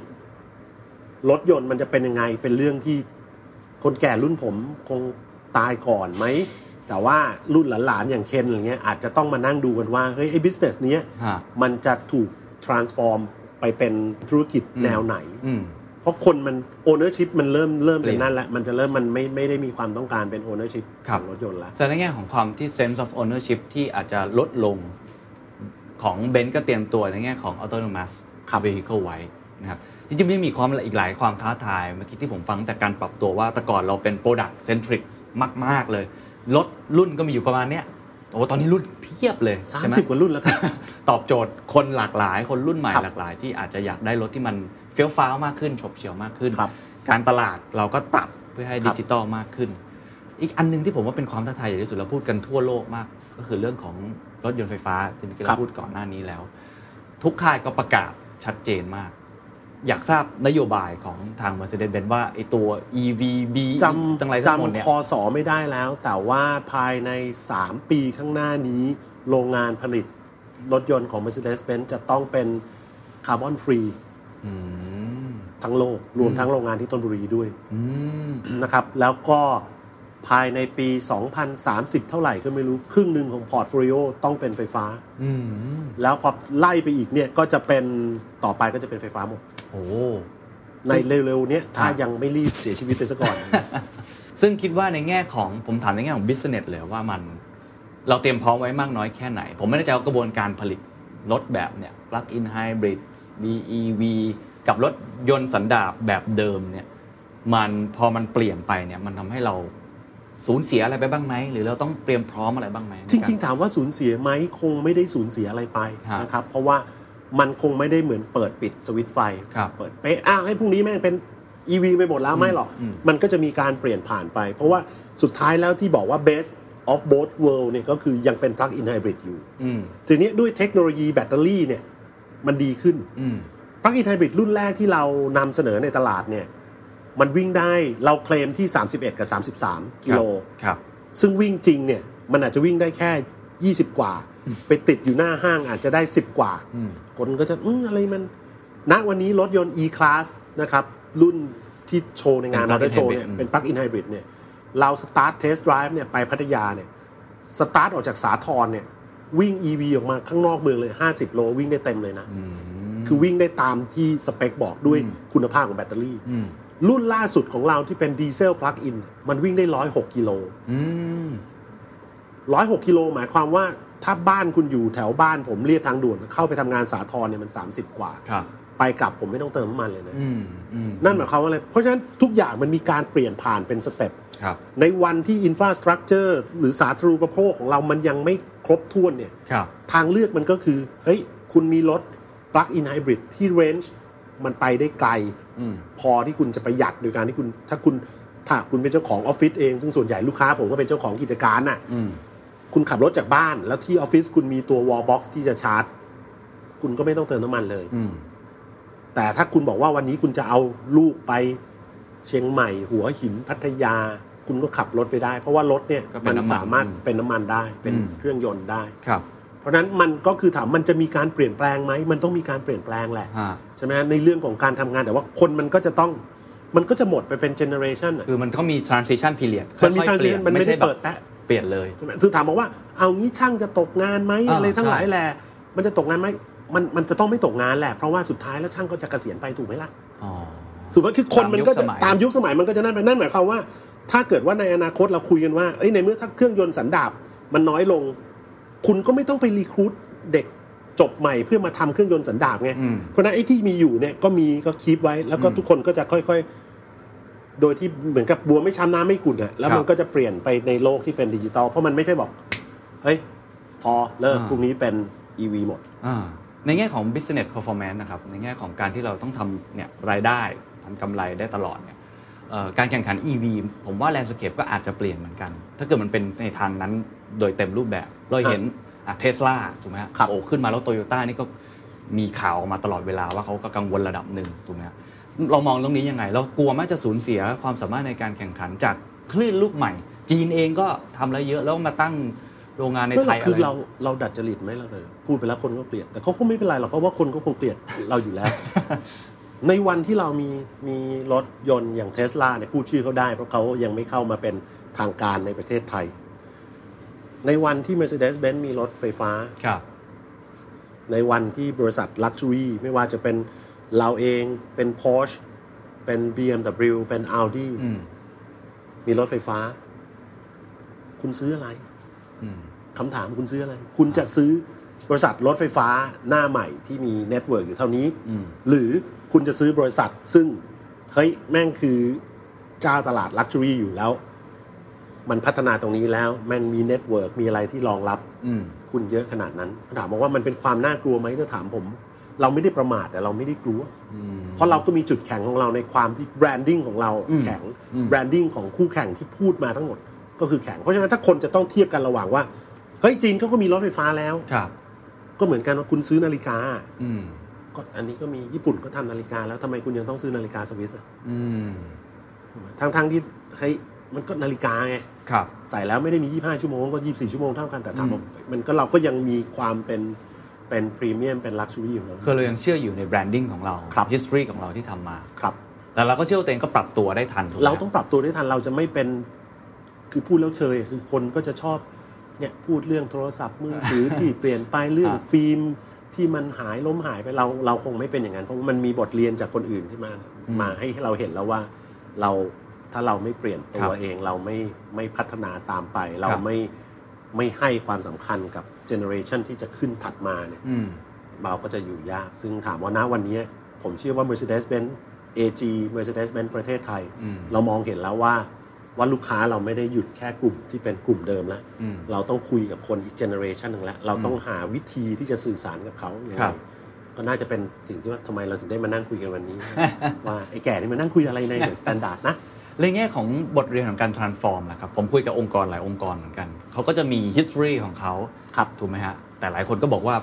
Speaker 4: รถยนต์มันจะเป็นยังไงเป็นเรื่องที่คนแก่รุ่นผมคงตายก่อนไหม แต่ว่ารุ่นหลานๆ อย่างเคนอะไรเงี้ยอาจจะต้องมานั่งดูกันว่าเฮ้ยไอ้บิสเนสเนี้ย
Speaker 3: ฮะ
Speaker 4: มันจะถูก transform ไปเป็นธุรกิจแนวไหน
Speaker 3: อืม
Speaker 4: เพราะคนมัน ownership มันเริ่มเริ่ม
Speaker 3: เปลี่ย
Speaker 4: เป็น
Speaker 3: น
Speaker 4: นั่นแหละมันจะเริ่มมันไม่ไม่ได้มีความต้องการเป็น ownership
Speaker 3: ครั
Speaker 4: ข
Speaker 3: บ
Speaker 4: องรถยนต์แล้ว
Speaker 3: แสดงในแง่ของความที่ sense of ownership ที่อาจจะลดลงของเบนซ์ก็เตรียมตัวในแง่ของ autonomous vehicle ไว้นะครับจริงๆมันยังมีความละอีกหลายความท้าทาย เมื่อกี้ที่ผมฟังแต่การปรับตัวว่า แต่ก่อนเราเป็น product centric มาก ๆ เลย รถรุ่นก็มีอยู่ประมาณเนี้ยโอ้ตอนนี้รุ่นเพียบเลย
Speaker 4: สาม
Speaker 3: ใช่ไหม
Speaker 4: สิบกว่ารุ่นแล้วครับ
Speaker 3: ตอบโจทย์คนหลากหลาย คนรุ่นใหม่
Speaker 4: ครับ
Speaker 3: หลากหลาย ที่อาจจะอยากได้รถที่มันเฟี้ยวฟ้าวมากขึ้นฉบเฉี่ยวมากขึ้น
Speaker 4: ครับ
Speaker 3: การตลาดเราก็ปรับเพื่อให้
Speaker 4: ครับ
Speaker 3: ดิจิตอลมากขึ้น อีกอันหนึงที่ผมว่าเป็นความท้าทายใหญ่ที่สุดเราพูดกันทั่วโลกมาก ก็คือเรื่องของรถยนต์ไฟฟ้าที่เมื่อกี้
Speaker 4: ครับ
Speaker 3: เราพูดก่อนหน้านี้แล้ว ทุกค่ายก็ประกาศชัดเจนมาก อยากทราบนโยบายของทาง Mercedes-Benz ว่าไอตัว EVB
Speaker 4: จ
Speaker 3: ทั้งหลาย
Speaker 4: ำ
Speaker 3: ทั้งหมดเนี่ย
Speaker 4: จำคอสอไม่ได้แล้ว แต่ว่าภายใน 3 ปีข้างหน้านี้ โรงงานผลิตรถยนต์ของ Mercedes-Benz จะต้องเป็นคาร์บอนฟรี
Speaker 3: อืม
Speaker 4: ทั้งโลก รวมทั้งโรงงานที่ต้นบุรีด้วย
Speaker 3: อืม
Speaker 4: นะครับ แล้วก็ภายในปี 2030 เท่าไหร่ก็ไม่รู้ ครึ่งหนึ่งของพอร์ตโฟลิโอต้องเป็นไฟฟ้า
Speaker 3: อืม
Speaker 4: แล้วพอไล่ไปอีกเนี่ยก็จะเป็นต่อไปก็จะเป็นไฟฟ้าหมด
Speaker 3: โอ้
Speaker 4: ในเร็วๆเนี้ยถ้ายังไม่รีบเสียชีวิตไปซะก่อน
Speaker 3: ซึ่งคิดว่าในแง่ของผมถามในแง่ของ business เลยว่ามันเราเตรียมพร้อมไว้มากน้อยแค่ไหน ผมไม่แน่ใจว่ากระบวนการผลิตรถแบบเนี่ย plug in hybrid BEV กับรถยนต์สันดาปแบบเดิมเนี่ยมันพอมันเปลี่ยนไปเนี่ยมันทำให้เราสูญเสียอะไรไปบ้างไหม หรือเราต้องเตรียมพร้อมอะไรบ้างไหม
Speaker 4: จริงๆ ถามว่าสูญเสียไหมคงไม่ได้สูญเสียอะไรไป
Speaker 3: ฮะ
Speaker 4: นะครับ เพราะว่ามันคงไม่ได้เหมือนเปิดปิดสวิตช์ไฟ
Speaker 3: ครับ
Speaker 4: เปิดเป๊ะอ้าวให้พรุ่งนี้แม่งเป็น E ีวีไปหมดแล้วไม่หรอก
Speaker 3: อืม
Speaker 4: มันก็จะมีการเปลี่ยนผ่านไป เพราะว่าสุดท้ายแล้วที่บอกว่า best of both world เนี่ยก็คือยังเป็น plug-in hybrid อยู่
Speaker 3: อืม
Speaker 4: ทีนี้ด้วยเทคโนโลยีแบตเตอรี่เนี่ยมันดีขึ้น
Speaker 3: อืม
Speaker 4: ปลั๊กอินไฮบริดรุ่นแรกที่เรานำเสนอในตลาดเนี่ยมันวิ่งได้เราเคลมที่ 31 กับ 33 กิโล
Speaker 3: ครับ
Speaker 4: ซึ่งวิ่งจริงเนี่ยมันอาจจะวิ่งได้แค่ 20 กว่า ไปติดอยู่หน้าห้างอาจจะได้ 10 กว่า
Speaker 3: อืม
Speaker 4: คนก็จะอืมอะไรมันณวันนี้รถยนต์ e-class นะครับ รุ่นที่โชว์ในงาน
Speaker 3: เป็น plug-in
Speaker 4: มอเตอร์โชว์เนี่ย
Speaker 3: hybrid
Speaker 4: เป็นปลั๊กอินไฮบริดเนี่ยเราสตาร์ทเทสต์ไดรฟ์เนี่ยไปพัทยาเนี่ยสตาร์ทออกจากสาทรเนี่ยวิ่ง EV ออกมาข้างนอกเมืองเลย 50 โลวิ่งได้เต็มเลยนะ
Speaker 3: อืม
Speaker 4: คือวิ่งได้ตามที่สเปคบอกด้วย
Speaker 3: อืม
Speaker 4: คุณภาพของแบตเตอรี่
Speaker 3: อืม
Speaker 4: รุ่นล่าสุดของเราที่เป็นดีเซลพลักอินมันวิ่งได้ 106กิโล
Speaker 3: อืม
Speaker 4: ร้อยหกกิโลหมายความว่าถ้าบ้านคุณอยู่แถวบ้านผมเรียบทางด่วน เข้าไปทำงานสาทรเนี่ยมัน 30 กว่า
Speaker 3: ครับ
Speaker 4: ไปกลับผมไม่ต้องเติมน้ำมันเลยนะ
Speaker 3: อืมอืม
Speaker 4: นั่นหมายความว่าอะไร เพราะฉะนั้นทุกอย่างมันมีการเปลี่ยนผ่านเป็นสเต็ป
Speaker 3: ครับ
Speaker 4: ในวันที่อินฟราสตรักเจอร์หรือสาธารณูปโภคของเรามันยังไม่ครบถ้วนเนี่ย
Speaker 3: ครับ
Speaker 4: ทางเลือกมันก็คือ เฮ้ย คุณมีรถ plug in hybrid ที่ range มันไปได้ไกล
Speaker 3: อืม
Speaker 4: พอที่คุณจะประหยัดโดยการที่คุณถ้าคุณถ้าคุณเป็นเจ้าของออฟฟิศเอง ซึ่งส่วนใหญ่ลูกค้าผมก็เป็นเจ้าของกิจการน่ะ
Speaker 3: อืม
Speaker 4: คุณขับรถจากบ้าน แล้วที่ออฟฟิศคุณมีตัว wall box ที่จะชาร์จ คุณก็ไม่ต้องเติมน้ำมันเลย
Speaker 3: อืม
Speaker 4: แต่ถ้าคุณบอกว่าวันนี้คุณจะเอาลูกไปเชียงใหม่ หัวหินพัทยา คุณก็ขับรถไปได้ เพราะว่ารถเนี่ย
Speaker 3: ก็เป็น
Speaker 4: มั
Speaker 3: น้ำมัน
Speaker 4: สามารถเป็นน้ำมันได้ เป็น
Speaker 3: อืม
Speaker 4: เครื่องยนต์ได้
Speaker 3: ครับ
Speaker 4: เพราะฉะนั้นมันก็คือถามมันจะมีการเปลี่ยนแปลงไหมมันต้องมีการเปลี่ยนแปลงแหละ
Speaker 3: ฮะ
Speaker 4: ใช่ไหมฮะในเรื่องของการทำงานแต่ว่าคนมันก็จะต้องมันก็จะหมดไปเป็นเจเนอเรชัน
Speaker 3: คือมันก็มี transition period
Speaker 4: มันมี
Speaker 3: ค่อยๆ
Speaker 4: ทางเซ
Speaker 3: เปลี่ย
Speaker 4: นมันไม่ได้
Speaker 3: ใช่แบบ
Speaker 4: เปิดแปะ
Speaker 3: เปลี่ยนเลย
Speaker 4: ใช่ไหมคือถามบอกว่าเอางี้ช่างจะตกงานไหม
Speaker 3: อ่า
Speaker 4: อะไรทั้ง
Speaker 3: ใช่
Speaker 4: หลายแหละมันจะตกงานไหมมันมันจะต้องไม่ตกงานแหละเพราะว่าสุดท้ายแล้วช่างก็จะเกษียณไปถูกไหมล่ะ
Speaker 3: อ๋อ
Speaker 4: ถูกไหมคือคนมันก็จะ
Speaker 3: ตามยุคสมัย
Speaker 4: ตามยุคสมัยมันก็จะนั่นไปนั่นหมายความว่า ถ้าเกิดว่าในอนาคตเราคุยกันว่าเอ้ยในเมื่อถ้าเครื่องยนต์สันดาบมันน้อยลง คุณก็ไม่ต้องไปรีครูทเด็กจบใหม่เพื่อมาทำเครื่องยนต์สันดาบไง
Speaker 3: อืม
Speaker 4: เพราะฉะนั้นไอ้ที่มีอยู่เนี่ยก็มีก็คีบไว้ แล้วก็
Speaker 3: อืม
Speaker 4: ทุกคนก็จะค่อยๆ โดยที่เหมือนกับบัวไม่ช้ำน้ำไม่ขุ่นอะแล้ว
Speaker 3: ครับ
Speaker 4: มันก็จะเปลี่ยนไปในโลกที่เป็นดิจิตอลเพราะมันไม่ใช่บอกเฮ้ยพอเลิก
Speaker 3: อ่า
Speaker 4: พรุ่งนี้เป็น E ีวีหมด
Speaker 3: อ่าในแง่ของ business performance นะครับ ในแง่ของการที่เราต้องทำเนี่ยรายได้ทำกำไรได้ตลอดเนี่ยเอ่อการแข่งขัน EV ผมว่า landscape ก็อาจจะเปลี่ยนเหมือนกัน ถ้าเกิดมันเป็นในทางนั้นโดยเต็มรูปแบบ เราเห็นเทสลาถูกไหมฮะ
Speaker 4: ครับ
Speaker 3: โอ้ขึ้นมาแล้วโตโยต้านี่ก็มีข่าวออกมาตลอดเวลาว่าเขาก็กังวลระดับหนึ่งถูกไหมฮะเรามองเรื่องนี้ยังไง เรากลัวไหมจะสูญเสียความสามารถในการแข่งขันจากคลื่นลูกใหม่ จีนเองก็ทำอะไรเยอะแล้วมาตั้งโรงงานใน
Speaker 4: ไม่
Speaker 3: ไท
Speaker 4: หรอย
Speaker 3: อะ
Speaker 4: ก
Speaker 3: ไร
Speaker 4: คือเราเราดัดจริตไหมเราเลยพูดไปแล้วคนก็เกลียด แต่เขาคงไม่เป็นไรหรอกเพราะว่าคนก็คงเกลียด เราอ ยู่แล้ว ในวันที่เรามีมีรถยนต์อย่างเทสลาเนี่ยพูดชื่อเขาได้ เพราะเขายังไม่เข้ามาเป็นทางการในประเทศไทย ในวันที่ Mercedes-Benz มีรถไฟฟ้า
Speaker 3: ครับ
Speaker 4: ในวันที่บริษัท Luxury ไม่ว่าจะเป็นเราเองเป็น Porsche เป็น BMW เป็น Audi
Speaker 3: อืม
Speaker 4: มีรถไฟฟ้า คุณซื้ออะไร
Speaker 3: อืม
Speaker 4: คำถามคุณซื้ออะไร คุณจะซื้อบริษัทรถไฟฟ้าหน้าใหม่ที่มีเน็ตเวิร์กอยู่เท่านี้
Speaker 3: อืม
Speaker 4: หรือคุณจะซื้อบริษัทซึ่ง เฮ้ย แม่งคือเจ้าตลาด Luxury อยู่แล้ว มันพัฒนาตรงนี้แล้ว มันมีเน็ตเวิร์กมีอะไรที่รองรับ
Speaker 3: อืม
Speaker 4: คุณเยอะขนาดนั้น ถามว่ามันเป็นความน่ากลัวไหมถ้าถามผม เราไม่ได้ประมาทแต่เราไม่ได้กลัว
Speaker 3: อืม
Speaker 4: เพราะเราก็มีจุดแข็งของเราในความที่แบรนดิ้งของเรา
Speaker 3: อืม
Speaker 4: แข็ง
Speaker 3: อืม
Speaker 4: แบรนดิ้งของคู่แข่งที่พูดมาทั้งหมดก็คือแข็ง เพราะฉะนั้นถ้าคนจะต้องเทียบกันระหว่างว่า เฮ้ยจีนเขาก็มีรถไฟฟ้าแล้ว
Speaker 3: ครับ
Speaker 4: ก็เหมือนกันว่าคุณซื้อนาฬิกา
Speaker 3: อืม
Speaker 4: ก็อันนี้ก็มีญี่ปุ่นก็ทำนาฬิกาแล้วทำไมคุณยังต้องซื้อนาฬิกาสวิสอะ
Speaker 3: อืม
Speaker 4: ทั้งๆที่เฮ้ยมันก็นาฬิกาไง
Speaker 3: ครับ
Speaker 4: ใส่แล้วไม่ได้มี 25 ชั่วโมงก็ 24 ชั่วโมงเท่ากันแต่ถามว่า
Speaker 3: อืม
Speaker 4: มันก็เราก็ยังมีความเป็นเป็นพรีเมียมเป็นลักชัวรี่ของเรา
Speaker 3: คือเรายังเชื่ออยู่ในแบรนดิ้งของเรา
Speaker 4: ครับ
Speaker 3: ฮิสตอรีของเราที่ทำมา
Speaker 4: ครับ
Speaker 3: แต่เราก็เชื่อว่าตัวเองก็ปรับตัวได้ทันถูกไหม
Speaker 4: เราต้องปรับตัวได้ทันเราจะไม่เป็น คือพูดแล้วเชยคือคนก็จะชอบเนี่ยพูดเรื่องโทรศัพท์มือถือ ที่เปลี่ยนไปเรื่องฟิล์มที่มันหายล้มหายไปเราเราคงไม่เป็นอย่างนั้นเพราะว่ามันมีบทเรียนจากคนอื่นที่มามาให้เราเห็นแล้วว่าเราถ้าเราไม่เปลี่ยนตัวเองเราไม่ไม่พัฒนาตามไป เราไม่ไม่ให้ความสำคัญกับเจเนอเรชันที่จะขึ้นถัดมาเนี่ย
Speaker 3: อืม
Speaker 4: เราก็จะอยู่ยาก ซึ่งถามว่าณวันนี้ ผมเชื่อว่า Mercedes-Benz AG Mercedes-Benz ประเทศไทย
Speaker 3: อืม
Speaker 4: เรามองเห็นแล้วว่าว่าลูกค้าเราไม่ได้หยุดแค่กลุ่มที่เป็นกลุ่มเดิมแล้ว
Speaker 3: อืม
Speaker 4: เราต้องคุยกับคนอีกเจเนอเรชันหนึ่งแล้ว เราต้องหาวิธีที่จะสื่อสารกับเขาอย่าง
Speaker 3: ค
Speaker 4: ไร
Speaker 3: รับ
Speaker 4: ก็น่าจะเป็นสิ่งที่ว่าทำไมเราถึงได้มานั่งคุยกันวันนี้ ว่า ไอ้แก่นี่มานั่งคุยอะไรในเดอะสแตนดาร์ดนะ
Speaker 3: ในแง่ของบทเรียนของการ transform นะครับ ผมคุยกับองค์กรหลายองค์กรเหมือนกัน เขาก็จะมี history ของเขา
Speaker 4: ครับ
Speaker 3: ถูกไหมฮะ แต่หลายคนก็บอกว่า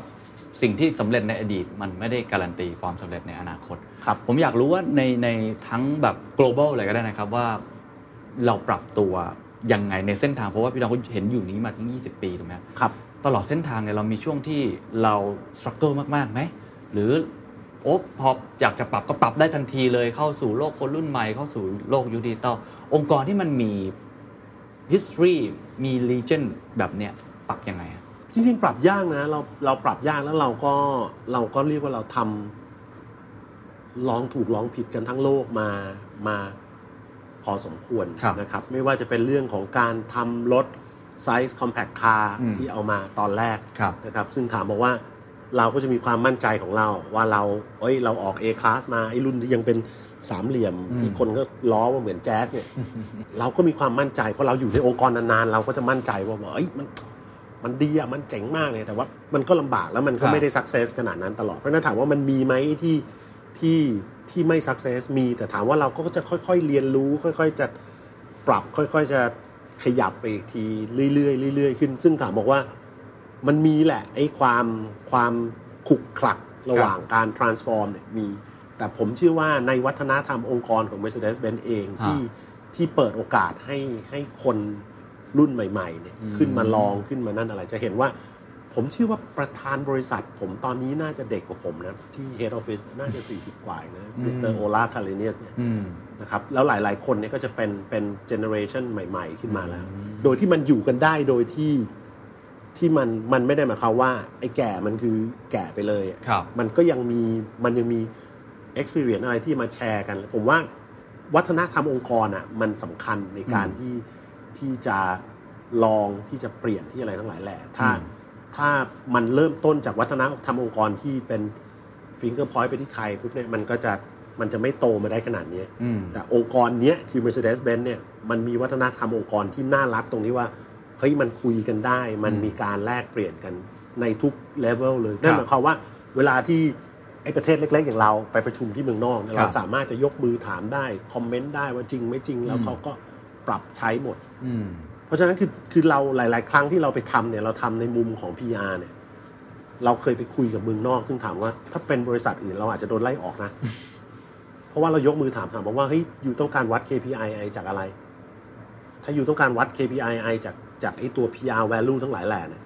Speaker 3: สิ่งที่สำเร็จในอดีต มันไม่ได้การันตีความสำเร็จในอนาคต
Speaker 4: ครับ
Speaker 3: ผมอยากรู้ว่าในในทั้งแบบ global เลยก็ได้นะครับว่าเราปรับตัวยังไงในเส้นทาง เพราะว่าพี่น้องก็เห็นอยู่นี้มาทั้ง 20 ปีถูกไหมฮะ
Speaker 4: ครับ
Speaker 3: ตลอดเส้นทางเนี่ยเรามีช่วงที่เราส t รั g เกิลมากๆไหม หรือโอ๊บพออยากจะปรับก็ปรับได้ทันทีเลยเข้าสู่โลกคนรุ่นใหม่ เข้าสู่โลกยุคดิจิตอลองค์กรที่มันมี history มี legend แบบเนี้ยปรับยังไงอะ
Speaker 4: จริงๆ ปรับยากนะเราเราปรับยากแล้วเราก็เราก็เรียกว่าเราทำลองถูกลองผิดกันทั้งโลกมามาพอสมควรนะครับ ไม่ว่าจะเป็นเรื่องของการทำรถไซส์คอมแพคคาร์ที่เอามาตอนแรก
Speaker 3: ครับ
Speaker 4: นะครับ ซึ่งถามบอกว่าเราก็จะมีความมั่นใจของเรา ว่าเราเอ้ยเราออก A Class มาไอ้รุ่นที่ยังเป็นสามเหลี่ยมที่คนก็ล้อว่าเหมือนแจ๊สเนี่ย เราก็มีความมั่นใจเพราะเราอยู่ในองค์กรนานๆ เราก็จะมั่นใจว่าว่าเอ้ยมัน มันดีอะมันเจ๋งมากเลยแต่ว่ามันก็ลำบากแล้วมันก็
Speaker 3: ครับ
Speaker 4: ไม่ได้สักเซสขนาดนั้นตลอดเพราะฉะนั้นถามว่ามันมีไหมที่ที่ที่ไม่สักเซสมี แต่ถามว่าเราก็จะค่อย ๆ เรียนรู้ ค่อย ๆ จะปรับค่อย ๆ จะขยับไปอีกทีเรื่อยๆเรื่อยๆขึ้น ซึ่งถามบอกว่ามันมีแหละไอ้ความความขลุกขลักระหว่างการ transform เนี่ยมี แต่ผมเชื่อว่าในวัฒนธรรมองค์กรของ Mercedes-Benz เอง
Speaker 3: ฮะ
Speaker 4: ที่ ที่เปิดโอกาสให้ให้คนรุ่นใหม่ ๆ เนี่ย
Speaker 3: อืม
Speaker 4: ขึ้นมาลองขึ้นมานั่นอะไร จะเห็นว่า ผมเชื่อว่าประธานบริษัท ผมตอนนี้น่าจะเด็กกว่าผมนะ ที่ Head Office น่าจะ 40 กว่าเองนะมิสเตอร์โอลาคาเลเนียสเนี่ย
Speaker 3: อืม
Speaker 4: นะครับ แล้วหลาย ๆ คนเนี่ยก็จะเป็นเป็นเจเนอเรชันใหม่ ๆ ขึ้นมาแล้ว
Speaker 3: อืม
Speaker 4: โดยที่มันอยู่กันได้โดยที่ที่มันมันไม่ได้หมายความว่า ไอ้แก่มันคือแก่ไปเลยอะ
Speaker 3: ครับ
Speaker 4: มันก็ยังมีมันยังมี experience อะไรที่มาแชร์กัน ผมว่าวัฒนธรรมองค์กรอ่ะมันสำคัญในการ
Speaker 3: อืม
Speaker 4: ที่ที่จะลองที่จะเปลี่ยนที่อะไรทั้งหลายแหละถ้า
Speaker 3: อืม
Speaker 4: ถ้ามันเริ่มต้นจากวัฒนธรรมองค์กรที่เป็นฟิงเกอร์พอยต์ไปที่ใครปุ๊บเนี่ยมันก็จะมันจะไม่โตมาได้ขนาดเนี้ย
Speaker 3: อืม
Speaker 4: แต่องค์กรเนี้ยคือ Mercedes-Benz เนี่ยมันมีวัฒนธรรมองค์กรที่น่ารักตรงที่ว่าเฮ้ยมันคุยกันได้ มัน
Speaker 3: อืม
Speaker 4: มีการแลกเปลี่ยนกันในทุกเลเวลเลยนั่นหมายความว่าเวลาที่ไอ้ประเทศเล็ก ๆ อย่างเราไปประชุมที่เมืองนอกเนี่ย
Speaker 3: ครั
Speaker 4: เรา
Speaker 3: บ
Speaker 4: สามารถจะยกมือถามได้ คอมเมนต์ได้ว่าจริงไม่จริง แล้ว
Speaker 3: อืม
Speaker 4: เขาก็ปรับใช้หมด
Speaker 3: อืม
Speaker 4: เพราะฉะนั้นคือคือเราหลาย ๆ ครั้งที่เราไปทำเนี่ยเราทำในมุมของ PR เนี่ยเราเคยไปคุยกับเมืองนอก ซึ่งถามว่าถ้าเป็นบริษัทอื่นเราอาจจะโดนไล่ออกนะ เพราะว่าเรายกมือถามถามบอกว่าเฮ้ยอยู่ต้องการวัด KPI ไอจากอะไร ถ้าอยู่ต้องการวัด KPI ไอจากจากไอตัว PR value ทั้งหลายแหล่เนี่ย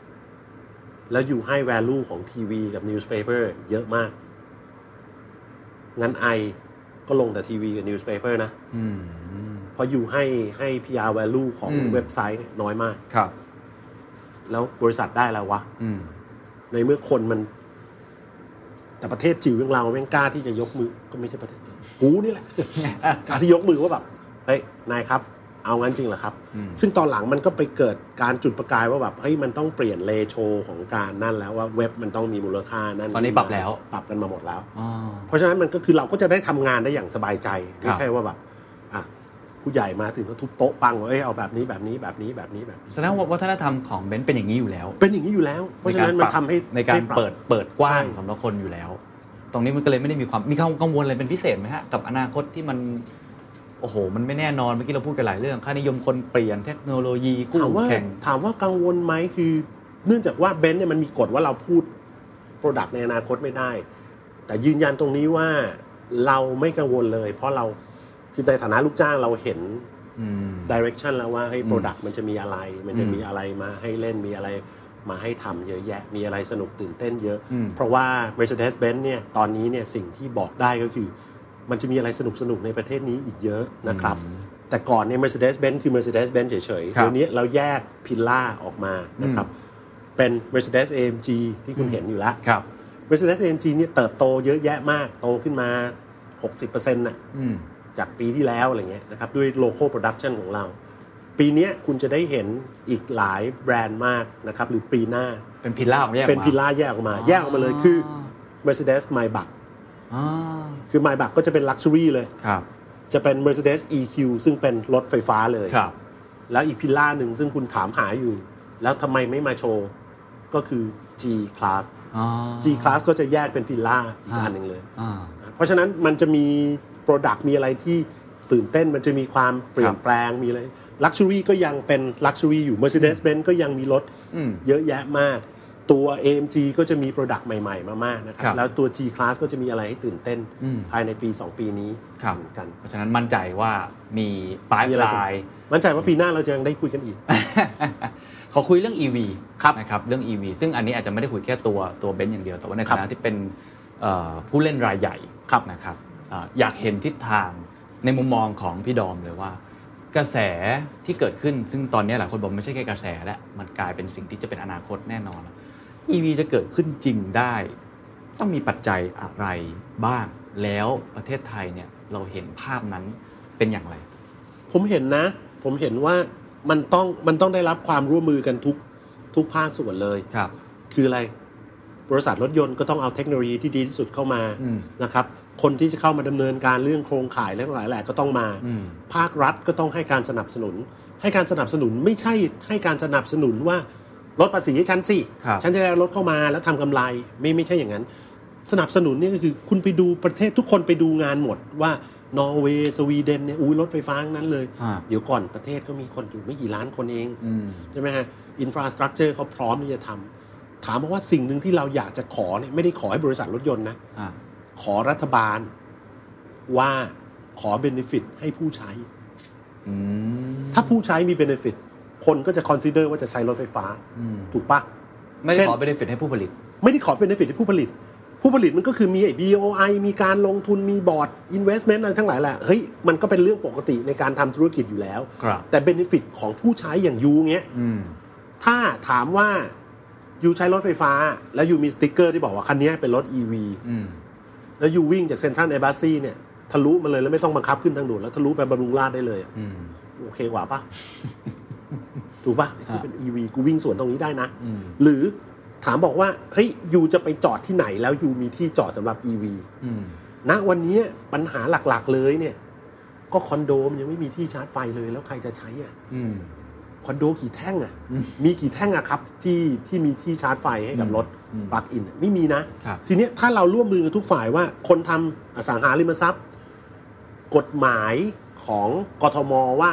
Speaker 4: แล้วอยู่ให้ value ของทีวีกับ newspaper เยอะมาก งั้นไอก็ลงแต่ทีวีกับ newspaper นะ
Speaker 3: อืม
Speaker 4: เพราะอยู่ให้ให้ PR value ของ
Speaker 3: อืม
Speaker 4: เว็บไซต์เนี่ยน้อยมาก
Speaker 3: ครับ
Speaker 4: แล้วบริษัทได้แล้ววะ
Speaker 3: อืม
Speaker 4: ในเมื่อคนมัน แต่ประเทศจิ๋วอย่างเราแม่งกล้าที่จะยกมือก็ไม่ใช่ประเทศกูนี่ แหละ กล้ารที่ยกมือว่าแบบเฮ้ยนายครับ เอางั้นจริงเหรอครับ
Speaker 3: อืม
Speaker 4: ซึ่งตอนหลังมันก็ไปเกิดการจุดประกายว่าแบบเฮ้ยมันต้องเปลี่ยนเลโชของการนั่นแล้วว่าเว็บมันต้องมีมูลค่านั่น
Speaker 3: ตอนนี้ปรับแล้ว
Speaker 4: ปรับกันมาหมดแล้ว
Speaker 3: อ๋อ
Speaker 4: เพราะฉะนั้นมันก็คือเราก็จะได้ทำงานได้อย่างสบายใจ
Speaker 3: ครับ
Speaker 4: ไม่ใช่ว่าแบบอ่ะผู้ใหญ่มาถึงก็ทุบโต๊ะปังว่าเอ้ยเอาแบบนี้แบบนี้แบบนี้แบบนี้แบบนี้
Speaker 3: แสดงว่าวัฒนธรรมของเบนซ์เป็นอย่างนี้อยู่แล้ว
Speaker 4: เป็นอย่างนี้อยู่แล้ว เพราะฉะนั้นมันทำให้
Speaker 3: ในการ
Speaker 4: ให้ปบ
Speaker 3: เปิดเปิดกว้าง
Speaker 4: ใช่
Speaker 3: สำหรับคนอยู่แล้ว ตรงนี้มันก็เลยไม่ได้มีความมีความกังวลอะไรเป็นพิเศษไหมฮะ กับอนาคตที่มัน โอ้โห มันไม่แน่นอนเมื่อกี้เราพูดกันหลายเรื่อง ค่านิยมคนเปลี่ยนเทคโนโลยีคู่
Speaker 4: ถามว่า
Speaker 3: แข่ง
Speaker 4: ถามว่ากังวลไหมคือ เนื่องจากว่าเบนซ์เนี่ยมันมีกฎว่าเราพูดโปรดักต์ในอนาคตไม่ได้ แต่ยืนยันตรงนี้ว่าเราไม่กังวลเลย เพราะเราคือในฐานะลูกจ้างเราเห็น
Speaker 3: อืม
Speaker 4: ดิเรกชันแล้วว่าไอ้
Speaker 3: อืม
Speaker 4: โปรดักต์มันจะมีอะไร มันจะ
Speaker 3: อืม
Speaker 4: มีอะไรมาให้เล่นมีอะไรมาให้ทำเยอะแยะ มีอะไรสนุกตื่นเต้นเยอะ
Speaker 3: อืม
Speaker 4: เพราะว่า Mercedes-Benz เนี่ยตอนนี้เนี่ยสิ่งที่บอกได้ก็คือ มันจะมีอะไรสนุกสนุกๆในประเทศนี้อีกเยอะนะครับ
Speaker 3: อืม
Speaker 4: แต่ก่อนเนี่ย Mercedes-Benz คือ Mercedes-Benz เฉยๆ
Speaker 3: ครับ
Speaker 4: เดี๋ยวนี้เราแยกพิลล่าออกมานะครับ เป็น Mercedes AMG ที่คุณ
Speaker 3: อืม
Speaker 4: เห็นอยู่แล้ว
Speaker 3: ครับ
Speaker 4: Mercedes AMG เนี่ยเติบโตเยอะแยะมาก โตขึ้นมา 60%น่ะ
Speaker 3: อืม
Speaker 4: จากปีที่แล้วอะไรเงี้ยนะครับ ด้วย local production ของเรา ปีเนี้ยคุณจะได้เห็นอีกหลายแบรนด์มากนะครับ หรือปีหน้า
Speaker 3: เป็นพิลล่าของแยก
Speaker 4: เป็น
Speaker 3: ออกม
Speaker 4: พิลล่าแยกออกมา แยกออกมาเลยคือ Mercedes Maybach
Speaker 3: อ๋อ
Speaker 4: คือ Maybach ก็จะเป็น Luxury เลย
Speaker 3: ครับ
Speaker 4: จะเป็น Mercedes EQ ซึ่งเป็นรถไฟฟ้าเลย
Speaker 3: ครับ
Speaker 4: แล้วอีกพิลล่าหนึ่งซึ่งคุณถามหาอยู่ แล้วทำไมไม่มาโชว์ ก็คือ G Class
Speaker 3: อ๋อ
Speaker 4: G Class ก็จะแยกเป็นพิลล่าอีก
Speaker 3: อ่า
Speaker 4: อันหนึ่งเลย
Speaker 3: อ่า
Speaker 4: เพราะฉะนั้นมันจะมีโปรดักต์มีอะไรที่ตื่นเต้นมันจะมีความเปลี่ยนแปลงมีอะไรลักชัวรี่ก็ยังเป็นลักชัวรี่อยู่ Mercedes Benz ก็ยังมีรถ
Speaker 3: อืม
Speaker 4: เยอะแยะมาก ตัว AMG ก็จะมีโปรดักต์ใหม่ ๆ มามากนะค
Speaker 3: ครั
Speaker 4: รับบ แล้วตัว G Class ก็จะมีอะไรให้ตื่นเต้น
Speaker 3: อืม
Speaker 4: ภายในปี 2 ปีนี้
Speaker 3: ครับ
Speaker 4: เหมือนกัน
Speaker 3: เพราะฉะนั้นมั่นใจว่ามีปลาย
Speaker 4: มี
Speaker 3: ป
Speaker 4: อะไร
Speaker 3: ลาย
Speaker 4: ส มั่นใจว่าปีหน้าเราจะยังได้คุยกันอีก
Speaker 3: ขอคุยเรื่อง EV
Speaker 4: ครับ
Speaker 3: นะครับเรื่อง EV ซึ่งอันนี้อาจจะไม่ได้คุยแค่ตัวตัวเบนซ์อย่างเดียว แต่ว่าใน
Speaker 4: ครั
Speaker 3: ฐา
Speaker 4: บ
Speaker 3: นะที่เป็นเอ่อผู้เล่นรายใหญ่
Speaker 4: ครับ
Speaker 3: นะครับเอ่ออยากเห็นทิศทางในมุมมองของพี่ดอมเลยว่า กระแสที่เกิดขึ้น ซึ่งตอนนี้หลายคนบอกไม่ใช่แค่กระแสแล้วมันกลายเป็นสิ่งที่จะเป็นอนาคตแน่นอน EV จะเกิดขึ้นจริงได้ ต้องมีปัจจัยอะไรบ้าง แล้วประเทศไทยเนี่ยเราเห็นภาพนั้นเป็นอย่างไร
Speaker 4: ผมเห็นนะ ผมเห็นว่ามันต้องมันต้องได้รับความร่วมมือกันทุกทุกภาคส่วนเลย
Speaker 3: ครับ
Speaker 4: คืออะไรบริษัทรถยนต์ก็ต้องเอาเทคโนโลยีที่ดีที่สุดเข้ามา
Speaker 3: อืม
Speaker 4: นะครับคนที่จะเข้ามาดำเนินการเรื่องโครงข่ายและหลายแหล่ก็ต้องมา
Speaker 3: อืม
Speaker 4: ภาครัฐก็ต้องให้การสนับสนุน ให้การสนับสนุนไม่ใช่ให้การสนับสนุนว่า ลดภาษีให้ฉันสิ
Speaker 3: ครับ
Speaker 4: ฉันจะได้ลดเข้ามาแล้วทำกำไรไม่ไม่ใช่อย่างนั้น สนับสนุนเนี่ยก็คือคุณไปดูประเทศทุกคนไปดูงานหมดว่านอร์เวย์สวีเดนเนี่ยอุ้ยรถไฟฟ้าทั้งนั้นเลย
Speaker 3: อ่า
Speaker 4: เดี๋ยวก่อนประเทศก็มีคนอยู่ไม่กี่ล้านคนเอง
Speaker 3: อืม
Speaker 4: ใช่ไหมฮะอินฟราสตรักเจอร์เขาพร้อมที่จะทำถามว่าสิ่งหนึ่งที่เราอยากจะขอเนี่ยไม่ได้ขอให้บริษัทรถยนต์นะ
Speaker 3: อ่า
Speaker 4: ขอรัฐบาลว่าขอเบนฟิตให้ผู้ใช้
Speaker 3: อืม
Speaker 4: ถ้าผู้ใช้มีเบนฟิตคนก็จะคอนซิเดอร์ว่าจะใช้รถไฟฟ้า
Speaker 3: อืม
Speaker 4: ถูกปะ
Speaker 3: ไม่ได้
Speaker 4: เช่น
Speaker 3: ขอเบนฟิตให้ผู้ผลิต
Speaker 4: ไม่ได้ขอเบนฟิตให้ผู้ผลิต ผู้ผลิตมันก็คือมีไอ้ BOI มีการลงทุนมีบอร์ด investment อะไรทั้งหลายแหละเฮ้ยมันก็เป็นเรื่องปกติในการทำธุรกิจอยู่แล้ว
Speaker 3: ครับ
Speaker 4: แต่เบนฟิตของผู้ใช้อย่างยูเงี้ย
Speaker 3: อืม
Speaker 4: ถ้าถามว่ายูใช้รถไฟฟ้า แล้วยูมีสติกเกอร์ที่บอกว่า คันนี้เป็นรถ E ีวี
Speaker 3: อืม
Speaker 4: แล้วยูวิ่งจากเซ็นทรัลเอบ s ซีเนี่ยทะลุมาเลยแล้วไม่ต้องบังคับขึ้นทางด่วนแล้วทะลุไปบำรุงราษฎร์ได้เลยอะ
Speaker 3: อืม
Speaker 4: โอเคกว่าปะ ถูกปะไอ้กูเป็น E ีวีกูวิ่งสวนตรงนี้ได้นะ
Speaker 3: อืม
Speaker 4: หรือถามบอกว่า เฮ้ยยูจะไปจอดที่ไหนแล้วยูมีที่จอดสำหรับ E ีวี
Speaker 3: อืม
Speaker 4: ณวันนี้ปัญหาหลักๆเลยเนี่ย ก็คอนโดมนยังไม่มีที่ชาร์จไฟเลยแล้วใครจะใช้อ่ะ
Speaker 3: อืม
Speaker 4: คอนโดกี่แท่งอ่ะ
Speaker 3: อืม
Speaker 4: มีกี่แท่งอะครับที่ที่มีที่ชาร์จไฟให้กับ
Speaker 3: อืม
Speaker 4: รถ
Speaker 3: อืม
Speaker 4: ปลั๊กอินอะไม่มีนะ
Speaker 3: ครับ
Speaker 4: ทีเนี้ยถ้าเราร่วมมือกับทุกฝ่ายว่าคนทำอสังหาริมทรัพย์ กฎหมายของกทมว่า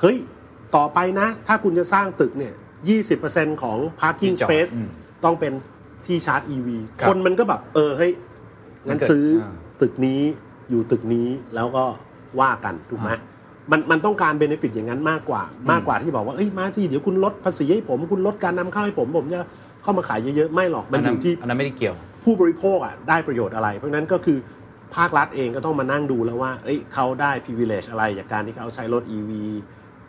Speaker 4: เฮ้ย ต่อไปนะ ถ้าคุณจะสร้างตึกเนี่ย 20%ของ
Speaker 3: ที่
Speaker 4: parking
Speaker 3: จอด
Speaker 4: space
Speaker 3: อืม
Speaker 4: ต้องเป็นที่ชาร์จ EV
Speaker 3: ครับ
Speaker 4: คนมันก็แบบ เออ เฮ้ย
Speaker 3: มั
Speaker 4: งั้
Speaker 3: น
Speaker 4: น
Speaker 3: เกิด
Speaker 4: ซื้ออา ตึกนี้อยู่ตึกนี้แล้วก็ว่ากัน ถูกไหม
Speaker 3: อ่า
Speaker 4: มันมันต้องการเบนฟิตอย่างนั้นมากกว่า มากกว่าที่บอกว่า เอ้ย มาสิ เดี๋ยวคุณลดภาษีให้ผม คุณลดการนำเข้าให้ผม ผมจะเข้ามาขายเยอะ ๆ ไม่หรอก มันอยู่ที่
Speaker 3: ันนั้นไม่ได้เกี่ยว
Speaker 4: ผู้บริโภคอ่ะได้ประโยชน์อะไร เพราะฉะนั้นก็คือภาครัฐเองก็ต้องมานั่งดูแล้วว่า เอ้ย เขาได้ privilege อะไรจากการที่เขาใช้รถ EV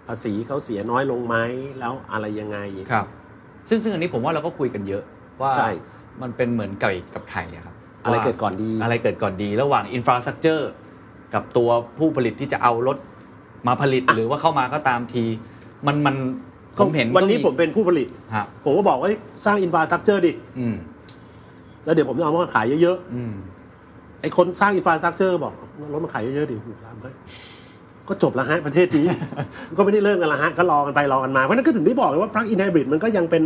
Speaker 4: ภาษีเขาเสียน้อยลงไหมแล้วอะไรยังไง
Speaker 3: ครับ ซึ่งซึ่งอันนี้ผมว่าเราก็คุยกันเยอะว่า
Speaker 4: ใช่
Speaker 3: มันเป็นเหมือนไก่กับไข่อะครับ
Speaker 4: อะไร
Speaker 3: ว่า
Speaker 4: เกิดก่อนดี
Speaker 3: อะไรเกิดก่อนดี ระหว่างอินฟราส r u ั t เจอร์กับตัวผู้ผลิตที่จะเอารถมาผลิตหรือว่าเข้ามาก็ตามที มันมันผมเห็น
Speaker 4: วันนี้ผมเป็นผู้ผลิต
Speaker 3: ฮะ
Speaker 4: ผมก็บอกว่าเอ้ยสร้างอินฟราสตรักเจอร์ดิ
Speaker 3: อืม
Speaker 4: แล้วเดี๋ยวผมจะเอามาขายเยอะ
Speaker 3: อืม
Speaker 4: ๆ ไอ้คนสร้างอินฟราสตรักเจอร์บอกรถมาขายเยอะๆดิหูรามเฮ้ยก็จบละฮะประเทศ นี้ ก็ไม่ได้เริ่มกันละฮะ ก็รอกันไปรอกันมา เพราะฉะนั้นก็ถึงได้บอกเลยว่าพลักอินไฮบริดมันก็ยังเป็น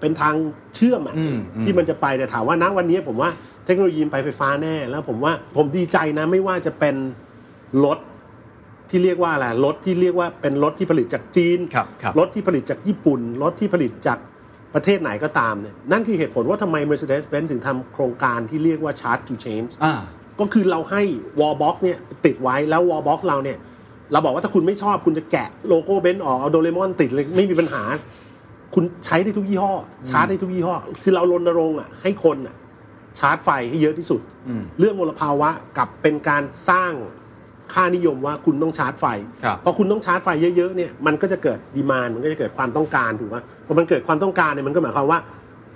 Speaker 4: เป็นทางเชื่อมอะ
Speaker 3: อืม
Speaker 4: ที่มันจะไปแต่ถามว่าณวันนี้ผมว่าเทคโนโลยีมันไปไฟฟ้าแน่ แล้วผมว่าผมดีใจนะไม่ว่าจะเป็นรถที่เรียกว่าอะไรรถที่เรียกว่าเป็นรถที่ผลิตจากจีน
Speaker 3: ครับครับ
Speaker 4: รถที่ผลิตจากญี่ปุ่น รถที่ผลิตจากประเทศไหนก็ตามเนี่ยนั่นคือเหตุผลว่าทำไม Mercedes-Benz ถึงทำโครงการที่เรียกว่า Charge to Change
Speaker 3: อ่า
Speaker 4: ก็คือเราให้ Wallbox เนี่ยติดไว้แล้ว Wallbox เราเนี่ย เราบอกว่าถ้าคุณไม่ชอบคุณจะแกะโลโก้เบนซ์ออก เอาโดเรมอนติดเลยไม่มีปัญหา คุณใช้ได้ทุกยี่ห้อ ชาร์จได้ทุกยี่ห้อ คือเรารณรงค์อ่ะให้คนอ่ะชาร์จไฟให้เยอะที่สุด
Speaker 3: อืม
Speaker 4: เรื่องมลภาวะกับเป็นการสร้างค่านิยมว่าคุณต้องชาร์จไฟ
Speaker 3: ครับ
Speaker 4: พอคุณต้องชาร์จไฟเยอะๆเนี่ยมันก็จะเกิดดีมานมันก็จะเกิดความต้องการถูกไหมพอมันเกิดความต้องการเนี่ยมันก็หมายความว่า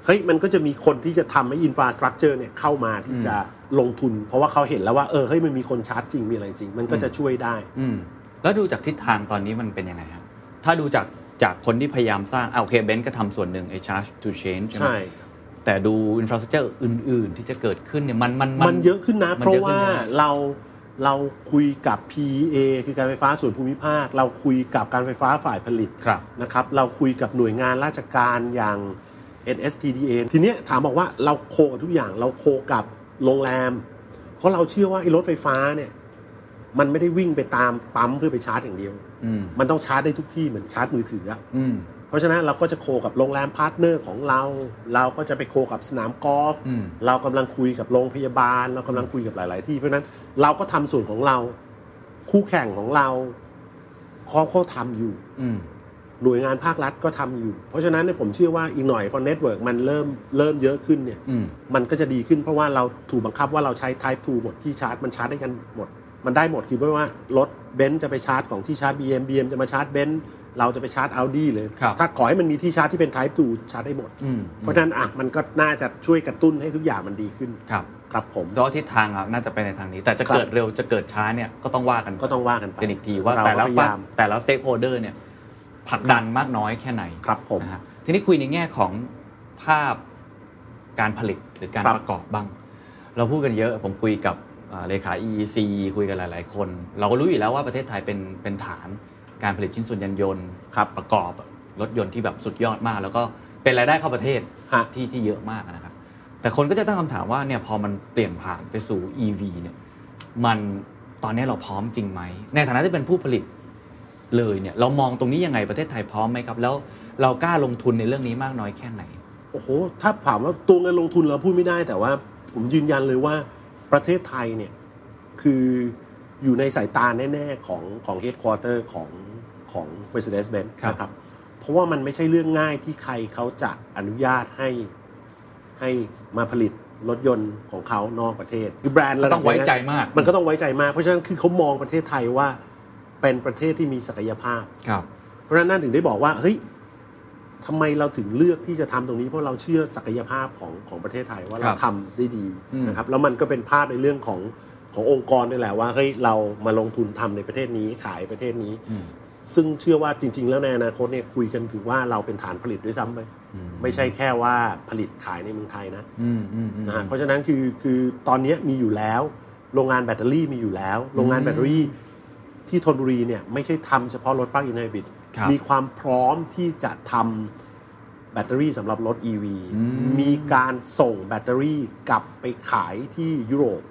Speaker 4: เฮ้ยมันก็จะมีคนที่จะทำให้อินฟราสตรักเจอร์เนี่ยเข้ามาที่จะลงทุน เพราะว่าเขาเห็นแล้วว่าเออเฮ้ยมันมีคนชาร์จจริงมีอะไรจริง มันก็จะช่วยได้
Speaker 3: อืมแล้วดูจากทิศทางตอนนี้มันเป็นยังไงครับ ถ้าดูจากจากคนที่พยายามสร้างอ่าโอเคเบนซ์ก็ทำส่วนหนึ่งไอ้ charge to change ใช่ไหม
Speaker 4: ใช่
Speaker 3: แต่ดูอินฟราส r u ั t เจอร์อื่น ๆ ที่จะเกิดขึ้นเนี่ยมันมัน
Speaker 4: มันเยอะขึ้นนะ
Speaker 3: มัน
Speaker 4: เพราะ
Speaker 3: เยอะขึ้
Speaker 4: ว่าน
Speaker 3: ใช่ไหม
Speaker 4: เราเราคุยกับ PEA คือการไฟฟ้าส่วนภูมิภาค เราคุยกับการไฟฟ้าฝ่ายผลิต
Speaker 3: ครับ
Speaker 4: นะครับ เราคุยกับหน่วยงานราชการอย่าง NSTDA ทีเนี้ยถามบอกว่าเราโคกับทุกอย่างเราโคกับโรงแรม เพราะเราเชื่อว่าไอ้รถไฟฟ้าเนี่ยมันไม่ได้วิ่งไปตามปั๊มเพื่อไปชาร์จอย่างเดียว
Speaker 3: อืม
Speaker 4: มันต้องชาร์จได้ทุกที่เหมือนชาร์จมือถืออะ
Speaker 3: อืม
Speaker 4: เพราะฉะนั้นเราก็จะโคกับโรงแรมพาร์ทเนอร์ของเรา เราก็จะไปโคกับสนามกอล์ฟ
Speaker 3: อืม
Speaker 4: เรากำลังคุยกับโรงพยาบาล เรากำลังคุยกับหลาย ๆ ที่ เพราะฉะนั้นเราก็ทำส่วนของเรา คู่แข่งของเราเขาก็ทำอยู่
Speaker 3: อืม
Speaker 4: หน่วยงานภาครัฐก็ทำอยู่ เพราะฉะนั้นเนี่ยผมเชื่อว่าอีกหน่อยพอเน็ตเวิร์กมันเริ่มเริ่มเยอะขึ้นเนี่ย
Speaker 3: อืม
Speaker 4: มันก็จะดีขึ้นเพราะว่าเราถูกบังคับว่าเราใช้ Type 2 หมดที่ชาร์จ มันชาร์จได้กันหมด มันได้หมดคือไม่ว่ารถเบนซ์จะไปชาร์จของที่ชาร์จ BM BM จะมาชาร์จเบนซ์เราจะไปชาร์จ Audi เลย
Speaker 3: ครับ
Speaker 4: ถ้าขอให้มันมีที่ชาร์จที่เป็น Type 2 ชาร์จได้หมด
Speaker 3: อืม
Speaker 4: เพราะฉะนั้นอ่ะมันก็น่าจะช่วยกระตุ้นให้ทุกอย่างมันดีขึ้น
Speaker 3: ครับ
Speaker 4: ครับผม
Speaker 3: ก็ทิศทางอ่ะน่าจะไปในทางนี้ แต่จะ
Speaker 4: ครับ
Speaker 3: เกิดเร็วจะเกิดช้าเนี่ยก็ต้องว่ากัน
Speaker 4: ก็ต้องว่ากันไป
Speaker 3: กันอีกทีว่า
Speaker 4: เรา
Speaker 3: แต่ละ
Speaker 4: พยา
Speaker 3: ฝ่าย
Speaker 4: ยาม
Speaker 3: แต่ละสเต็กโฮเดอร์เนี่ยผลักดันมากน้อยแค่ไหน
Speaker 4: ครับผม
Speaker 3: นะฮะทีนี้คุยในแง่ของภาพการผลิตหรือการ
Speaker 4: ครับ
Speaker 3: ประกอบบ้าง เราพูดกันเยอะผมคุยกับอ่าเลขา EEC คุยกันหลาย ๆ คน เราก็รู้อยู่แล้วว่าประเทศไทยเป็นเป็นฐานการผลิตชิ้นส่วนยานยนต์
Speaker 4: ครับ
Speaker 3: ประกอบรถยนต์ที่แบบสุดยอดมาก แล้วก็ เป็นรายได้เข้าประเทศ
Speaker 4: ฮะ
Speaker 3: ที่ที่เยอะมากนะครับ แต่คนก็จะตั้งคำถามว่าเนี่ยพอมันเปลี่ยนผ่านไปสู่ EV เนี่ยมันตอนนี้เราพร้อมจริงไหม ในฐานะที่เป็นผู้ผลิตเลยเนี่ยเรามองตรงนี้ยังไงประเทศไทยพร้อมไหมครับ แล้วเรากล้าลงทุนในเรื่องนี้มากน้อยแค่ไหน
Speaker 4: โอ้โห ถ้าถามว่าตัวเงินลงทุนเราพูดไม่ได้ แต่ว่าผมยืนยันเลยว่าประเทศไทยเนี่ยคืออยู่ในสายตาแน่ ๆ ของของเฮดค q อเตอร์ของของ Mercedes-Benz
Speaker 3: ครับ
Speaker 4: นะครับ เพราะว่ามันไม่ใช่เรื่องง่ายที่ใครเขาจะอนุญาตให้ให้มาผลิตรถยนต์ของเขานอกประเทศ คือแบรนด์ระ
Speaker 3: ต้
Speaker 4: ดั
Speaker 3: อบ งไว้ใจ
Speaker 4: เยนะ
Speaker 3: มาก
Speaker 4: มันก็ต้องไว้ใจมาก เพราะฉะนั้นคือเขามองประเทศไทยว่าเป็นประเทศที่มีศักยภาพ
Speaker 3: ครับ
Speaker 4: เพราะฉะนั้นนั่นถึงได้บอกว่าเฮ้ยทำไมเราถึงเลือกที่จะทำตรงนี้ เพราะเราเชื่อศักยภาพของของประเทศไทยว่าเราทำได้ดีนะครับ แล้วมันก็เป็นภาพในเรื่องของขององค์กรนี่แหละว่าเฮ้ยเรามาลงทุนทำในประเทศนี้ขายประเทศนี้ ซึ่งเชื่อว่าจริง ๆ แล้วในอนาคตเนี่ยคุยกันถึงว่าเราเป็นฐานผลิตด้วยซ้ำไปไม่ใช่แค่ว่าผลิตขายในเมืองไทยนะ
Speaker 3: อืมอืมอืม
Speaker 4: นะฮะเพราะฉะนั้นคือคือตอนเนี้ยมีอยู่แล้ว โรงงานแบตเตอรี่มีอยู่แล้ว โรงงานแบตเตอรี่ที่ธนบุรีเนี่ยไม่ใช่ทำเฉพาะรถปลั๊กอินไฮบริด
Speaker 3: ครับ
Speaker 4: มีความพร้อมที่จะทำแบตเตอรี่สำหรับรถ EV มีการส่งแบตเตอรี่กลับไปขายที่ยุโรป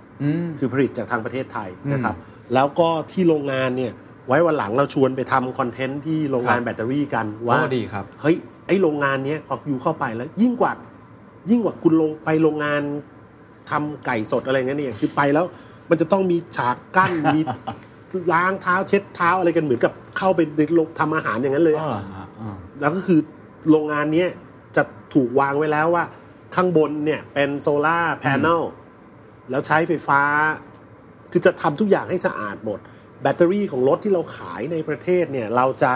Speaker 4: คือผลิตจากทางประเทศไทยนะครับ แล้วก็ที่โรงงานเนี่ยไว้วันหลังเราชวนไปทำคอนเทนต์ที่โรงงา
Speaker 3: ค
Speaker 4: น
Speaker 3: รับ
Speaker 4: แบตเตอรี่กันว่า
Speaker 3: โอ้ดีครับ
Speaker 4: เฮ้ยไอโรงงานเนี้ยพออยู่เข้าไปแล้ว ยิ่งกว่ายิ่งกว่าคุณลงไปโรงงานทำไก่สดอะไรเงี้ยเนี่ยคือไปแล้ว มันจะต้องมีฉากกั้น มีล้างเท้าเช็ดเท้าอะไรกันเหมือนกับเข้าไปในโรงทำอาหารอย่างนั้นเลย
Speaker 3: อ๋อ
Speaker 4: อะ
Speaker 3: เหรอฮะอ่า
Speaker 4: แล้วก็คือโรงงานเนี้ยจะถูกวางไว้แล้วว่า ข้างบนเนี่ยเป็นโซลาร์แผงแล้วใช้ไฟฟ้า คือจะทำทุกอย่างให้สะอาดหมด แบตเตอรี่ของรถที่เราขายในประเทศเนี่ย เราจะ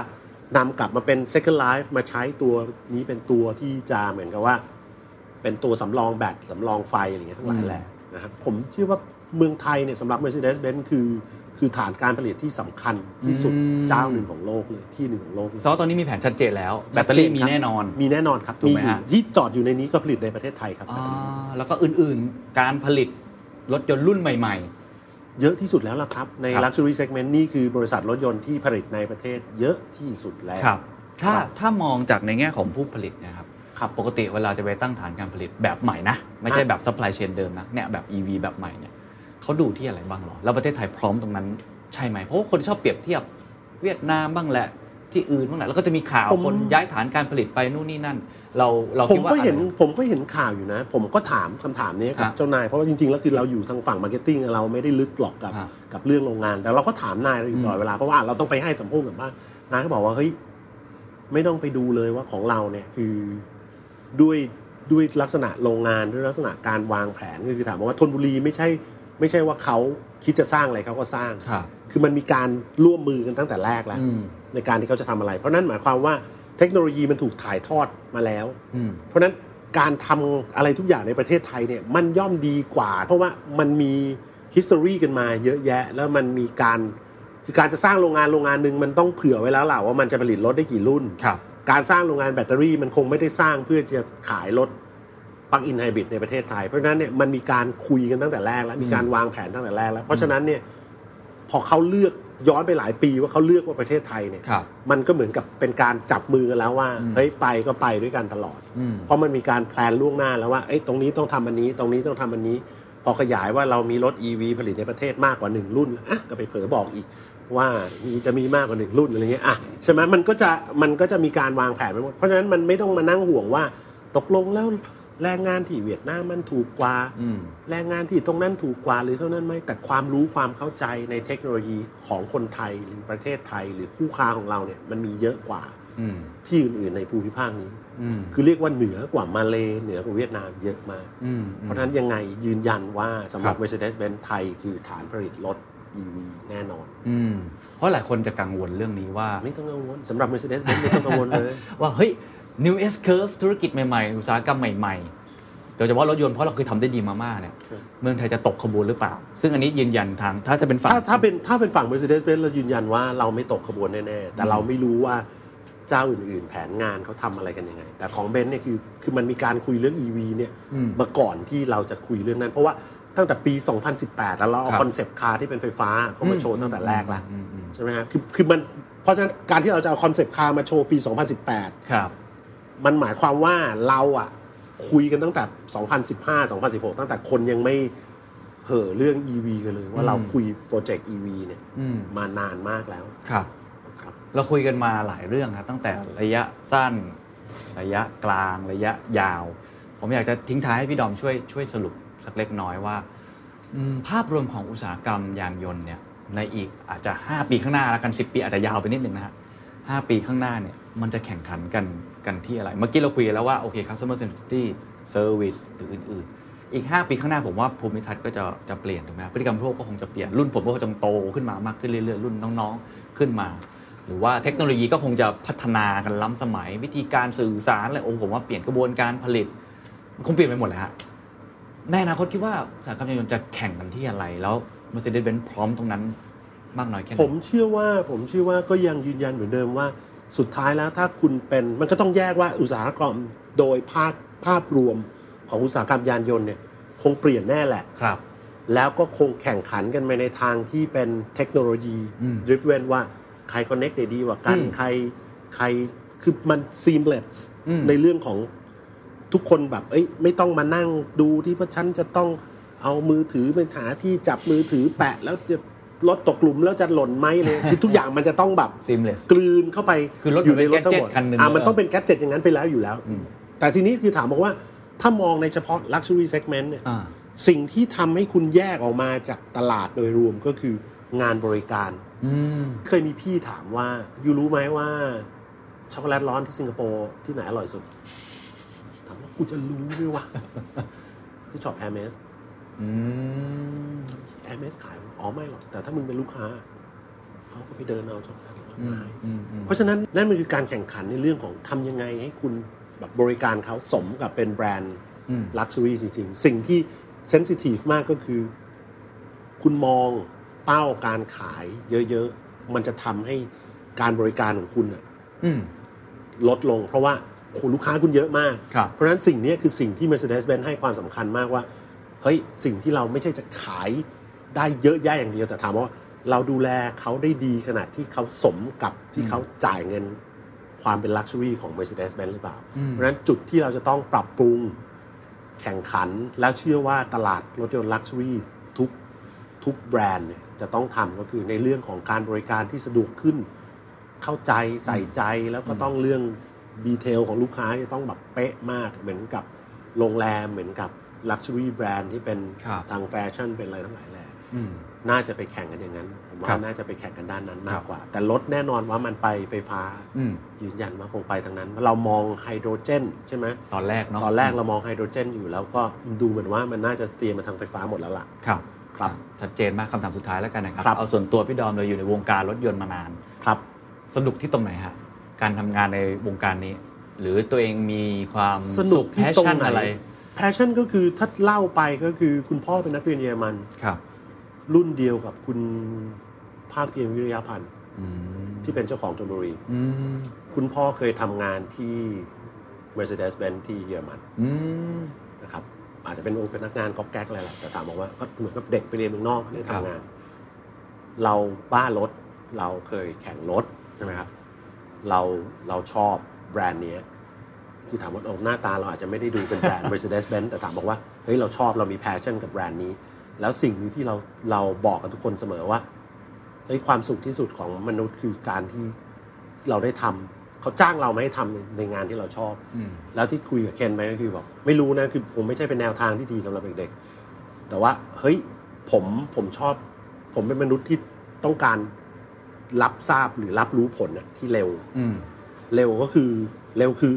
Speaker 4: นำกลับมาเป็น second life มาใช้ตัวนี้เป็นตัวที่จะเหมือนกับว่า เป็นตัวสำรองแบตสำรองไฟอะไรอย่างเงี้ยทั้งหลายแหละนะครับผมเชื่อว่าเมืองไทยเนี่ยสำหรับ Mercedes-Benz คือคือฐานการผลิตที่สำคัญที่สุดเจ้าหนึ่งของโลกเลยที่หนึ่งของโลกเลย
Speaker 3: ซอตอนนี้มีแผนชัดเจนแล้ว แบตเตอรี่มีแน่นอน
Speaker 4: มีแน่นอนครับ
Speaker 3: ถูกไหม
Speaker 4: อยู่
Speaker 3: ฮะ
Speaker 4: ที่จอดอยู่ในนี้ก็ผลิตในประเทศไทยครับ
Speaker 3: อ่าแล้วก็อื่นๆ การผลิตรถยนต์รุ่นใหม่
Speaker 4: เยอะที่สุดแล้วล่ะครับ ใน
Speaker 3: ครับ
Speaker 4: luxury segment นี่คือบริษัทรถยนต์ที่ผลิตในประเทศ เยอะที่สุดแล้ว
Speaker 3: ๆ ครับ ถ้า
Speaker 4: ครับ
Speaker 3: ถ้ามองจากในแง่ของผู้ผลิตนะครับ
Speaker 4: ครับ
Speaker 3: ปกติเวลาจะไปตั้งฐานการผลิตแบบใหม่นะ ไม่ใช่
Speaker 4: ครับ
Speaker 3: แบบ supply chain เดิมนะเนี่ยแบบ EV แบบใหม่เนี่ยเขาดูที่อะไรบ้างหรอ แล้วประเทศไทยพร้อมตรงนั้นใช่ไหม เพราะว่าคนชอบเปรียบเทียบเวียดนามบ้างแหละ ที่อื่นบ้างแหละแล้วก็จะมีข่าวคนย้ายฐานการผลิตไปนู่นนี่นั่น เราเรา
Speaker 4: ผ
Speaker 3: คิด
Speaker 4: ม
Speaker 3: ว่า
Speaker 4: ก็เห็น
Speaker 3: อะไร
Speaker 4: ผมก็เห็นข่าวอยู่นะ ผมก็ถามคำถามนี้กับ
Speaker 3: ฮะ
Speaker 4: เจ้านาย เพราะว่าจริงๆ แล้วคือเราอยู่ทางฝั่งมาร์เก็ตติ้งเราไม่ได้ลึกหรอกกับ
Speaker 3: ฮะ
Speaker 4: กับเรื่องโรงงาน แต่เราก็ถามนายอยู่ตลอดเวลา เพราะว่าเราต้องไปให้สัมพงสัมภาษณ์นายก็บอกว่าเฮ้ยไม่ต้องไปดูเลยว่าของเราเนี่ยคือด้วยด้วยลักษณะโรงงานด้วยลักษณะการวางแผนก็คือถามว่าธนบุรีไม่ใช่ ไม่ใช่ว่าเขาคิดจะสร้างอะไรเขาก็สร้าง
Speaker 3: ครับ
Speaker 4: อมันมีการร่วมมือกันตั้งแต่แรกแล้ว
Speaker 3: อืม
Speaker 4: ในการที่เขาจะทำอะไร เพราะนั่นหมายความว่าเทคโนโลยีมันถูกถ่ายทอดมาแล้ว
Speaker 3: อืม
Speaker 4: เพราะฉะนั้นการทำอะไรทุกอย่างในประเทศไทยเนี่ยมันย่อมดีกว่า เพราะว่ามันมี history กันมาเยอะแยะ แล้วมันมีการคือการจะสร้างโรงงานโรงงานหนึ่งมันต้องเผื่อไว้แล้วแหละว่ามันจะผลิตรถได้กี่รุ่น
Speaker 3: ครับ
Speaker 4: การสร้างโรงงานแบตเตอรี่มันคงไม่ได้สร้างเพื่อจะขายรถปลั๊กอินไฮบริดในประเทศไทย เพราะฉะนั้นเนี่ยมันมีการคุยกันตั้งแต่แรกแล้วมีการวางแผนตั้งแต่แรกแล้ว เพราะฉะนั้นเนี่ยพอเขาเลือกย้อนไปหลายปีว่าเขาเลือกว่าประเทศไทยเนี่ย
Speaker 3: ครับ
Speaker 4: มันก็เหมือนกับเป็นการจับมือกันแล้วว่าเฮ้ยไปก็ไปด้วยกันตลอด
Speaker 3: อืม
Speaker 4: เพราะมันมีการแพลนล่วงหน้าแล้วว่าเอ้ยตรงนี้ต้องทำอันนี้ ตรงนี้ต้องทำอันนี้ พอขยายว่าเรามีรถ E ีวีผลิตในประเทศมากกว่าหนึ่งรุ่นอ่ะก็ไปเผลอบอกอีก ว่ามีจะมีมากกว่าหนึ่งรุ่นอะไรเงี้ยอ่ะใช่ไหมมันก็จะมันก็จะมีการวางแผนไปหมดเพราะฉะนั้นมันไม่ต้องมานั่งห่วงว่า ตกลงแล้วแรงงานที่เวียดนามมันถูกกว่า
Speaker 3: อืม
Speaker 4: แรงงานที่ตรงนั้นถูกกว่าหรือเท่านั้นไหมแต่ความรู้ความเข้าใจในเทคโนโลยีของคนไทยหรือประเทศไทย หรือคู่ค้าของเราเนี่ยมันมีเยอะกว่า
Speaker 3: อืม
Speaker 4: ที่อื่นๆในภูมิภาคนี้
Speaker 3: อืม
Speaker 4: คือเรียกว่าเหนือกว่ามาเลเหนือกว่าเวียดนามเยอะมาก
Speaker 3: อืม
Speaker 4: เพราะฉะนั้นยังไงยืนยันว่าสำหรั
Speaker 3: ค
Speaker 4: บ
Speaker 3: รับ
Speaker 4: Mercedes-Benz ไทยคือฐานผลิตรถ EV แน่นอน
Speaker 3: อืม เพราะหลายคนจะกังวลเรื่องนี้ว่า
Speaker 4: ไม่ต้องกังวลสำหรับ Mercedes-Benz ไม่ต้องกังวลเลย
Speaker 3: ว่า เฮ้ย new S curve ธุรกิจใหม่ ๆ อุตสาหกรรมใหม่ ๆ โดยเฉพาะรถยนต์เพราะเราเคยทำได้ดีมามากเนี่ย
Speaker 4: ครับ
Speaker 3: เมืองไทยจะตกขบวนหรือเปล่า ซึ่งอันนี้ยืนยันทาง ถ้าจะเป็นฝั่ง
Speaker 4: ถ้าถ้าเป็นถ้าเป็นฝั่ง Mercedes-Benz เรายืนยันว่าเราไม่ตกขบวนแน่ ๆ แต่เราไม่รู้ว่าเจ้าอื่น ๆ แผนงานเขาทำอะไรกันยังไง แต่ของเบนซ์เนี่ยคือคือมันมีการคุยเรื่อง EV เนี่ย
Speaker 3: อืม
Speaker 4: มาก่อนที่เราจะคุยเรื่องนั้น เพราะว่าตั้งแต่ปี 2018 แล้วเราเอา
Speaker 3: ครับ
Speaker 4: คอนเซปต์คาร์ที่เป็นไฟฟ้าเขามาโชว์ตั้งแต่แรกแล้ว
Speaker 3: อืมอืมอืม
Speaker 4: ใช่ไหมฮะคือคือมันเพราะฉะนั้นการที่เราจะเอาคอนเซปต์คาร์มาโชว์ปี 2018
Speaker 3: ครับ
Speaker 4: มันหมายความว่าเราอ่ะ คุยกันตั้งแต่ 2015 2016 ตั้งแต่คนยังไม่เห่อเรื่อง EV กันเลย ว่าเราคุยโปรเจกต์ EV เนี่ย
Speaker 3: อืม
Speaker 4: มานานมากแล้ว
Speaker 3: ครับ
Speaker 4: นะครับ
Speaker 3: เราคุยกันมาหลายเรื่องครับตั้งแต่ระยะสั้น ระยะกลางระยะยาว ผมอยากจะทิ้งท้ายให้พี่ดอมช่วยช่วยสรุปสักเล็กน้อยว่าอืมภาพรวมของอุตสาหกรรมยานยนต์เนี่ยในอีกอาจจะ 5 ปีข้างหน้าแล้วกัน 10 ปีอาจจะยาวไปนิดนึงนะฮะหปีข้างหน้าเนี่ยมันจะแข่งขันกันกันที่อะไร เมื่อกี้เราคุยกันแล้วว่าโอเค customer centricity service หรืออื่น ๆ อีก 5 ปีข้างหน้าผมว่าภูมิทัศน์ก็จะจะเปลี่ยนถูกไหมฮะพฤติกรรมพวกก็คงจะเปลี่ยนรุ่นผมก็คงจะโตขึ้นมามากขึ้นเรื่อยๆรุ่นน้องๆขึ้นมา หรือว่าเทคโนโลยีก็คงจะพัฒนากันล้ำสมัย วิธีการสื่อสารอะไรโอ้ผมว่าเปลี่ยนกระบวนการผลิต มันคงเปลี่ยนไปหมดแล้วฮะในอนาคตคิดว่าอุตสาหกรรมยานยนต์จะแข่งกันที่อะไรแล้ว Mercedes-Benz พร้อมตรงนั้นมากน้อยแค่ไหน
Speaker 4: ผมเชื่อว่าผมเชื่อว่าก็ยังยืนยันเหมือนเดิมว่าสุดท้ายแล้วถ้าคุณเป็นมันก็ต้องแยกว่าอุตสาหกรรมโดยภาพภาพรวมของอุตสาหกรรมยานยนต์เนี่ยคงเปลี่ยนแน่แหละ
Speaker 3: ครับ
Speaker 4: แล้วก็คงแข่งขันกันไปในทางที่เป็นเทคโนโลยี
Speaker 3: อืม
Speaker 4: ดริฟเวนว่าใครคอนเน็กได้ดีกว่ากัน
Speaker 3: อืม
Speaker 4: ใครใครคือมัน seamless
Speaker 3: อืม
Speaker 4: ในเรื่องของทุกคนแบบ เอ้ยไม่ต้องมานั่งดูที่เพราะฉันจะต้องเอามือถือเป็นหาที่จับมือถือแปะ แล้วจะรถตกหลุมแล้วจะหล่นไหมเลย คือทุกอย่างมันจะต้องแบบ
Speaker 3: seamless
Speaker 4: กลืนเข้าไป
Speaker 3: คือรถ
Speaker 4: ยู่ในรถ
Speaker 3: เป็น
Speaker 4: ทั้งหมด
Speaker 3: gadget คันหนึ่ง
Speaker 4: อ่ะมัน
Speaker 3: แล้ว
Speaker 4: ต้องเป็นแกจเจ็ตอย่างนั้นไปแล้วอยู่แล้ว
Speaker 3: อืม
Speaker 4: แต่ทีนี้คือถามบอกว่าถ้ามองในเฉพาะ Luxury Segment เนี่ย
Speaker 3: อ่า
Speaker 4: สิ่งที่ทำให้คุณแยกออกมาจากตลาดโดยรวมก็คืองานบริการ
Speaker 3: อืม
Speaker 4: เคยมีพี่ถามว่า อยู่รู้ไหมว่า ช็อกโกแลตร้อนที่สิงคโปร์ที่ไหนอร่อยสุด ถามว่ากูจะรู้ไหม วะ ที่ช็อปแอร์เมส
Speaker 3: อืม
Speaker 4: แอร์เมสขายอ๋อไม่หรอก แต่ถ้ามึงเป็นลูกค้า เขาก็ไปเดินเอาช็อกโกแลตร้อน
Speaker 3: อืม
Speaker 4: มาให้
Speaker 3: อืมอืม
Speaker 4: เพราะฉะนั้นนั่นมันคือการแข่งขันในเรื่องของทำยังไงให้คุณแบบบริการเขาสมกับเป็นแบรนด์
Speaker 3: อืม
Speaker 4: ลักชัวรี่จริงๆ สิ่งที่เซนซิทีฟมากก็คือ คุณมองเป้าการขายเยอะๆ มันจะทำให้การบริการของคุณน่ะ
Speaker 3: อืม
Speaker 4: ลดลง เพราะว่าคุณลูกค้าคุณเยอะมาก
Speaker 3: ครับ
Speaker 4: เพราะฉะนั้นสิ่งเนี้ยคือสิ่งที่ Mercedes-Benz ให้ความสำคัญมากว่า เฮ้ย สิ่งที่เราไม่ใช่จะขายได้เยอะแยะอย่างเดียว แต่ถามว่าเราดูแลเขาได้ดีขนาดที่เขาสมกับที่เขาจ่ายเงินความเป็นลักชัวรี่ของ Mercedes-Benz หรือเปล่า
Speaker 3: อืม
Speaker 4: เพราะฉะนั้นจุดที่เราจะต้องปรับปรุงแข่งขันแล้วเชื่อว่าตลาดรถยนต์ลักชัวรี่ทุกทุกแบรนด์เนี่ยจะต้องทำก็คือในเรื่องของการบริการที่สะดวกขึ้น เข้าใจใส่ใจแล้วก็ต้องเรื่องดีเทลของลูกค้าจะต้องแบบเป๊ะมากเหมือนกับโรงแรมเหมือนกับลักชัวรี่แบรนด์ที่เป็น
Speaker 3: ครับ
Speaker 4: ทางแฟชั่นเป็นอะไรทั้งหลายแหละ
Speaker 3: อืม
Speaker 4: น่าจะไปแข่งกันอย่างนั้น ผ
Speaker 3: ค
Speaker 4: ม
Speaker 3: รั
Speaker 4: ว่า
Speaker 3: บ
Speaker 4: น่าจะไปแข่งกันด้านนั้น
Speaker 3: ครั
Speaker 4: มา
Speaker 3: บ
Speaker 4: กกว่า แต่รถแน่นอนว่ามันไปไฟฟ้า
Speaker 3: อืม
Speaker 4: ยืนยันว่าคงไปทางนั้น เรามองไฮโดรเจนใช่ไหม
Speaker 3: ตอนแรกเนาะ
Speaker 4: ตอนแรกเรามองไฮโดรเจนอยู่แล้วก็ดูเหมือนว่ามันน่าจะเตรียมมาทางไฟฟ้าหมดแล้วล่ะ
Speaker 3: ครับ
Speaker 4: ครับ
Speaker 3: ชัดเจนมากคำถามสุดท้ายแล้วกันนะครับ
Speaker 4: ครับ
Speaker 3: เอาส่วนตัวพี่ดอมเราอยู่ในวงการรถยนต์มานาน
Speaker 4: ครับ
Speaker 3: สนุกที่ตรงไหนฮะ การทำงานในวงการนี้ หรือตัวเองมีความ
Speaker 4: สนุก
Speaker 3: ข
Speaker 4: ที่ตรง
Speaker 3: passion
Speaker 4: ไหน
Speaker 3: อะไร
Speaker 4: แพชชั่นก็คือถ้าเล่าไปก็คือคุณพ่อเป็นนักเรียนเยอรมัน
Speaker 3: ครับ
Speaker 4: รุ่นเดียวกับคุณภาคเพียรวิริยพันธ์
Speaker 3: อืม
Speaker 4: ที่เป็นเจ้าของธนบุรี
Speaker 3: อืม
Speaker 4: คุณพ่อเคยทำงานที่ Mercedes-Benz ที่เยอรมัน
Speaker 3: อืม
Speaker 4: นะครับ อาจจะเป็นองค์พนักงานก๊อกแก๊กอะไรแหละแต่ถามบอกว่าก็เหมือนกับเด็กไปเรียนเมืองนอกได้
Speaker 3: ครับ
Speaker 4: ทำงาน เราบ้ารถเราเคยแข่งรถใช่ไหมครับ เราเราชอบแบรนด์เนี้ยคือถามว่าเอาหน้าตาเราอาจจะไม่ได้ดูเป็นแบรนด์ Mercedes-Benz แต่ถามบอกว่าเฮ้ยเราชอบเรามีแพชชั่นกับแบรนด์นี้ แล้วสิ่งนี้ที่เราเราบอกกับทุกคนเสมอว่าเฮ้ยความสุขที่สุดของมนุษย์คือการที่เราได้ทำเขาจ้างเราไม่ให้ทำในในงานที่เราชอบ
Speaker 3: อืม
Speaker 4: แล้วที่คุยกับเคนไปก็คือบอก ไม่รู้นะคือผมไม่ใช่เป็นแนวทางที่ดีสำหรับเด็กๆ แต่ว่าเฮ้ยผมผมชอบ ผมเป็นมนุษย์ที่ต้องการรับทราบหรือรับรู้ผลน่ะที่เร็ว
Speaker 3: อืม
Speaker 4: เร็วก็คือเร็วคือ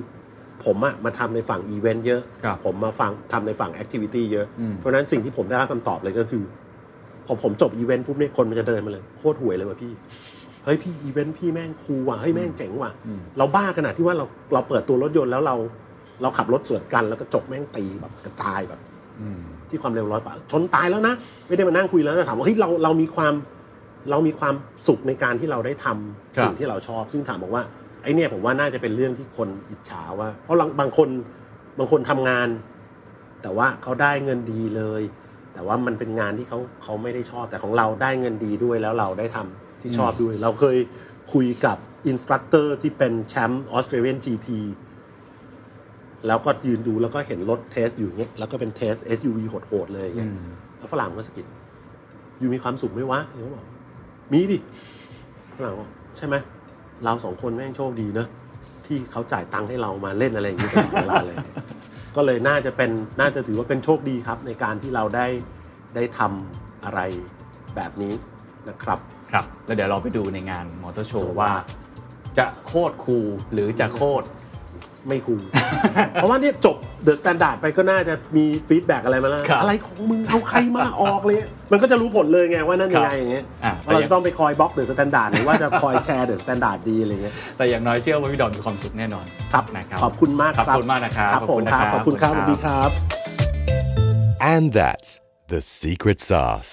Speaker 4: ผมอะมาทำในฝั่งอีเวนต์เยอะ
Speaker 3: ครับ
Speaker 4: ผมมาฟังทำในฝั่งแอคทิวิตี้เยอะ
Speaker 3: อืม
Speaker 4: เพราะฉะนั้นสิ่งที่ผมได้รับคำตอบเลยก็คือพอผมจบอีเวนต์ปุ๊บเนี่ยคนมันจะเดินมาเลย โคตรห่วยเลยว่ะพี่ เฮ้ยพี่อีเวนต์พี่แม่งคูลว่ะเฮ้ยแม่งเจ๋งว่ะ
Speaker 3: อืม
Speaker 4: เราบ้าขนาดที่ว่าเราเราเปิดตัวรถยนต์แล้วเราเราขับรถสวนกันแล้วก็จกแม่งตีแบบกระจายแบบ
Speaker 3: อืม
Speaker 4: ที่ความเร็วร้อยกว่าชนตายแล้วนะ ไม่ได้มานั่งคุยแล้วนะถามว่าเฮ้ยเราเรามีความเรามีความสุขในการที่เราได้ทำ
Speaker 3: ครับ
Speaker 4: สิ่งที่เราชอบ ซึ่งถามบอกว่าไอเนี่ยผมว่าน่าจะเป็นเรื่องที่คนอิจฉาว่า เพราะบางคนบางคนทำงาน แต่ว่าเขาได้เงินดีเลย แต่ว่ามันเป็นงานที่เขาเขาไม่ได้ชอบ แต่ของเราได้เงินดีด้วยแล้วเราได้ทำที่ชอบด้วย เราเคยคุยกับอินสตรัคเตอร์ที่เป็นแชมป์ออสเตรเลียนจีที แล้วก็ยืนดูแล้วก็เห็นรถเทสอยู่เงี้ยแล้วก็เป็นเทส SUV โหดๆเลยอย่างเงี้ยแล้วฝรั่งก็สะกิดอยู่มีความสุขไหมวะเขาบอกมีดิฝรั่งบอกใช่ไหมเราสองคนแม่งโชคดีเนอะที่เขาจ่ายตังค์ให้เรามาเล่นอะไรอย่างเงี้ยตลอดเวลาเลย ก็เลยน่าจะเป็นน่าจะถือว่าเป็นโชคดีครับ ในการที่เราได้ได้ทำอะไรแบบนี้นะครับ
Speaker 5: ครับ แล้วเดี๋ยวเราไปดูในงานมอเตอร์โช
Speaker 4: โชว์
Speaker 5: ว์
Speaker 4: ว่า
Speaker 5: ว่า จะโคตรคูลหรือจะโคตร
Speaker 4: ไม่คูล เพราะว่าเนี่ยจบเดอะสแตนดาร์ดไปก็น่าจะมีฟีดแบ็กอะไรมาแล้ว
Speaker 5: ครับ
Speaker 4: อะไรของมึงเอาใครมาออกเลย มันก็จะรู้ผลเลยไงว่านั่นยังไง
Speaker 5: ครับ
Speaker 4: อย่างเงี้ย
Speaker 5: อ่ะ
Speaker 4: ว่าเราจะต้องไปคอยบล็อกเดอะสแตนดาร์ดหรือว่าจะคอยแชร์เดอะสแตนดาร์ดดีอะไรเงี้ย
Speaker 5: แต่อย่างน้อยเชื่อว่าพี่ดอนมีความสุขแน่นอน
Speaker 4: ครับ
Speaker 5: นะครับ
Speaker 4: ขอบคุณมากครับ
Speaker 5: ขอบคุณมากนะครับ
Speaker 4: ครับผมครับข
Speaker 5: ข
Speaker 4: อ
Speaker 5: อ
Speaker 4: บบ
Speaker 5: คุ
Speaker 4: คุณ
Speaker 5: ณ
Speaker 4: ค
Speaker 5: ครั
Speaker 4: รับบ สวัสดีครับ
Speaker 1: And that's the secret sauce.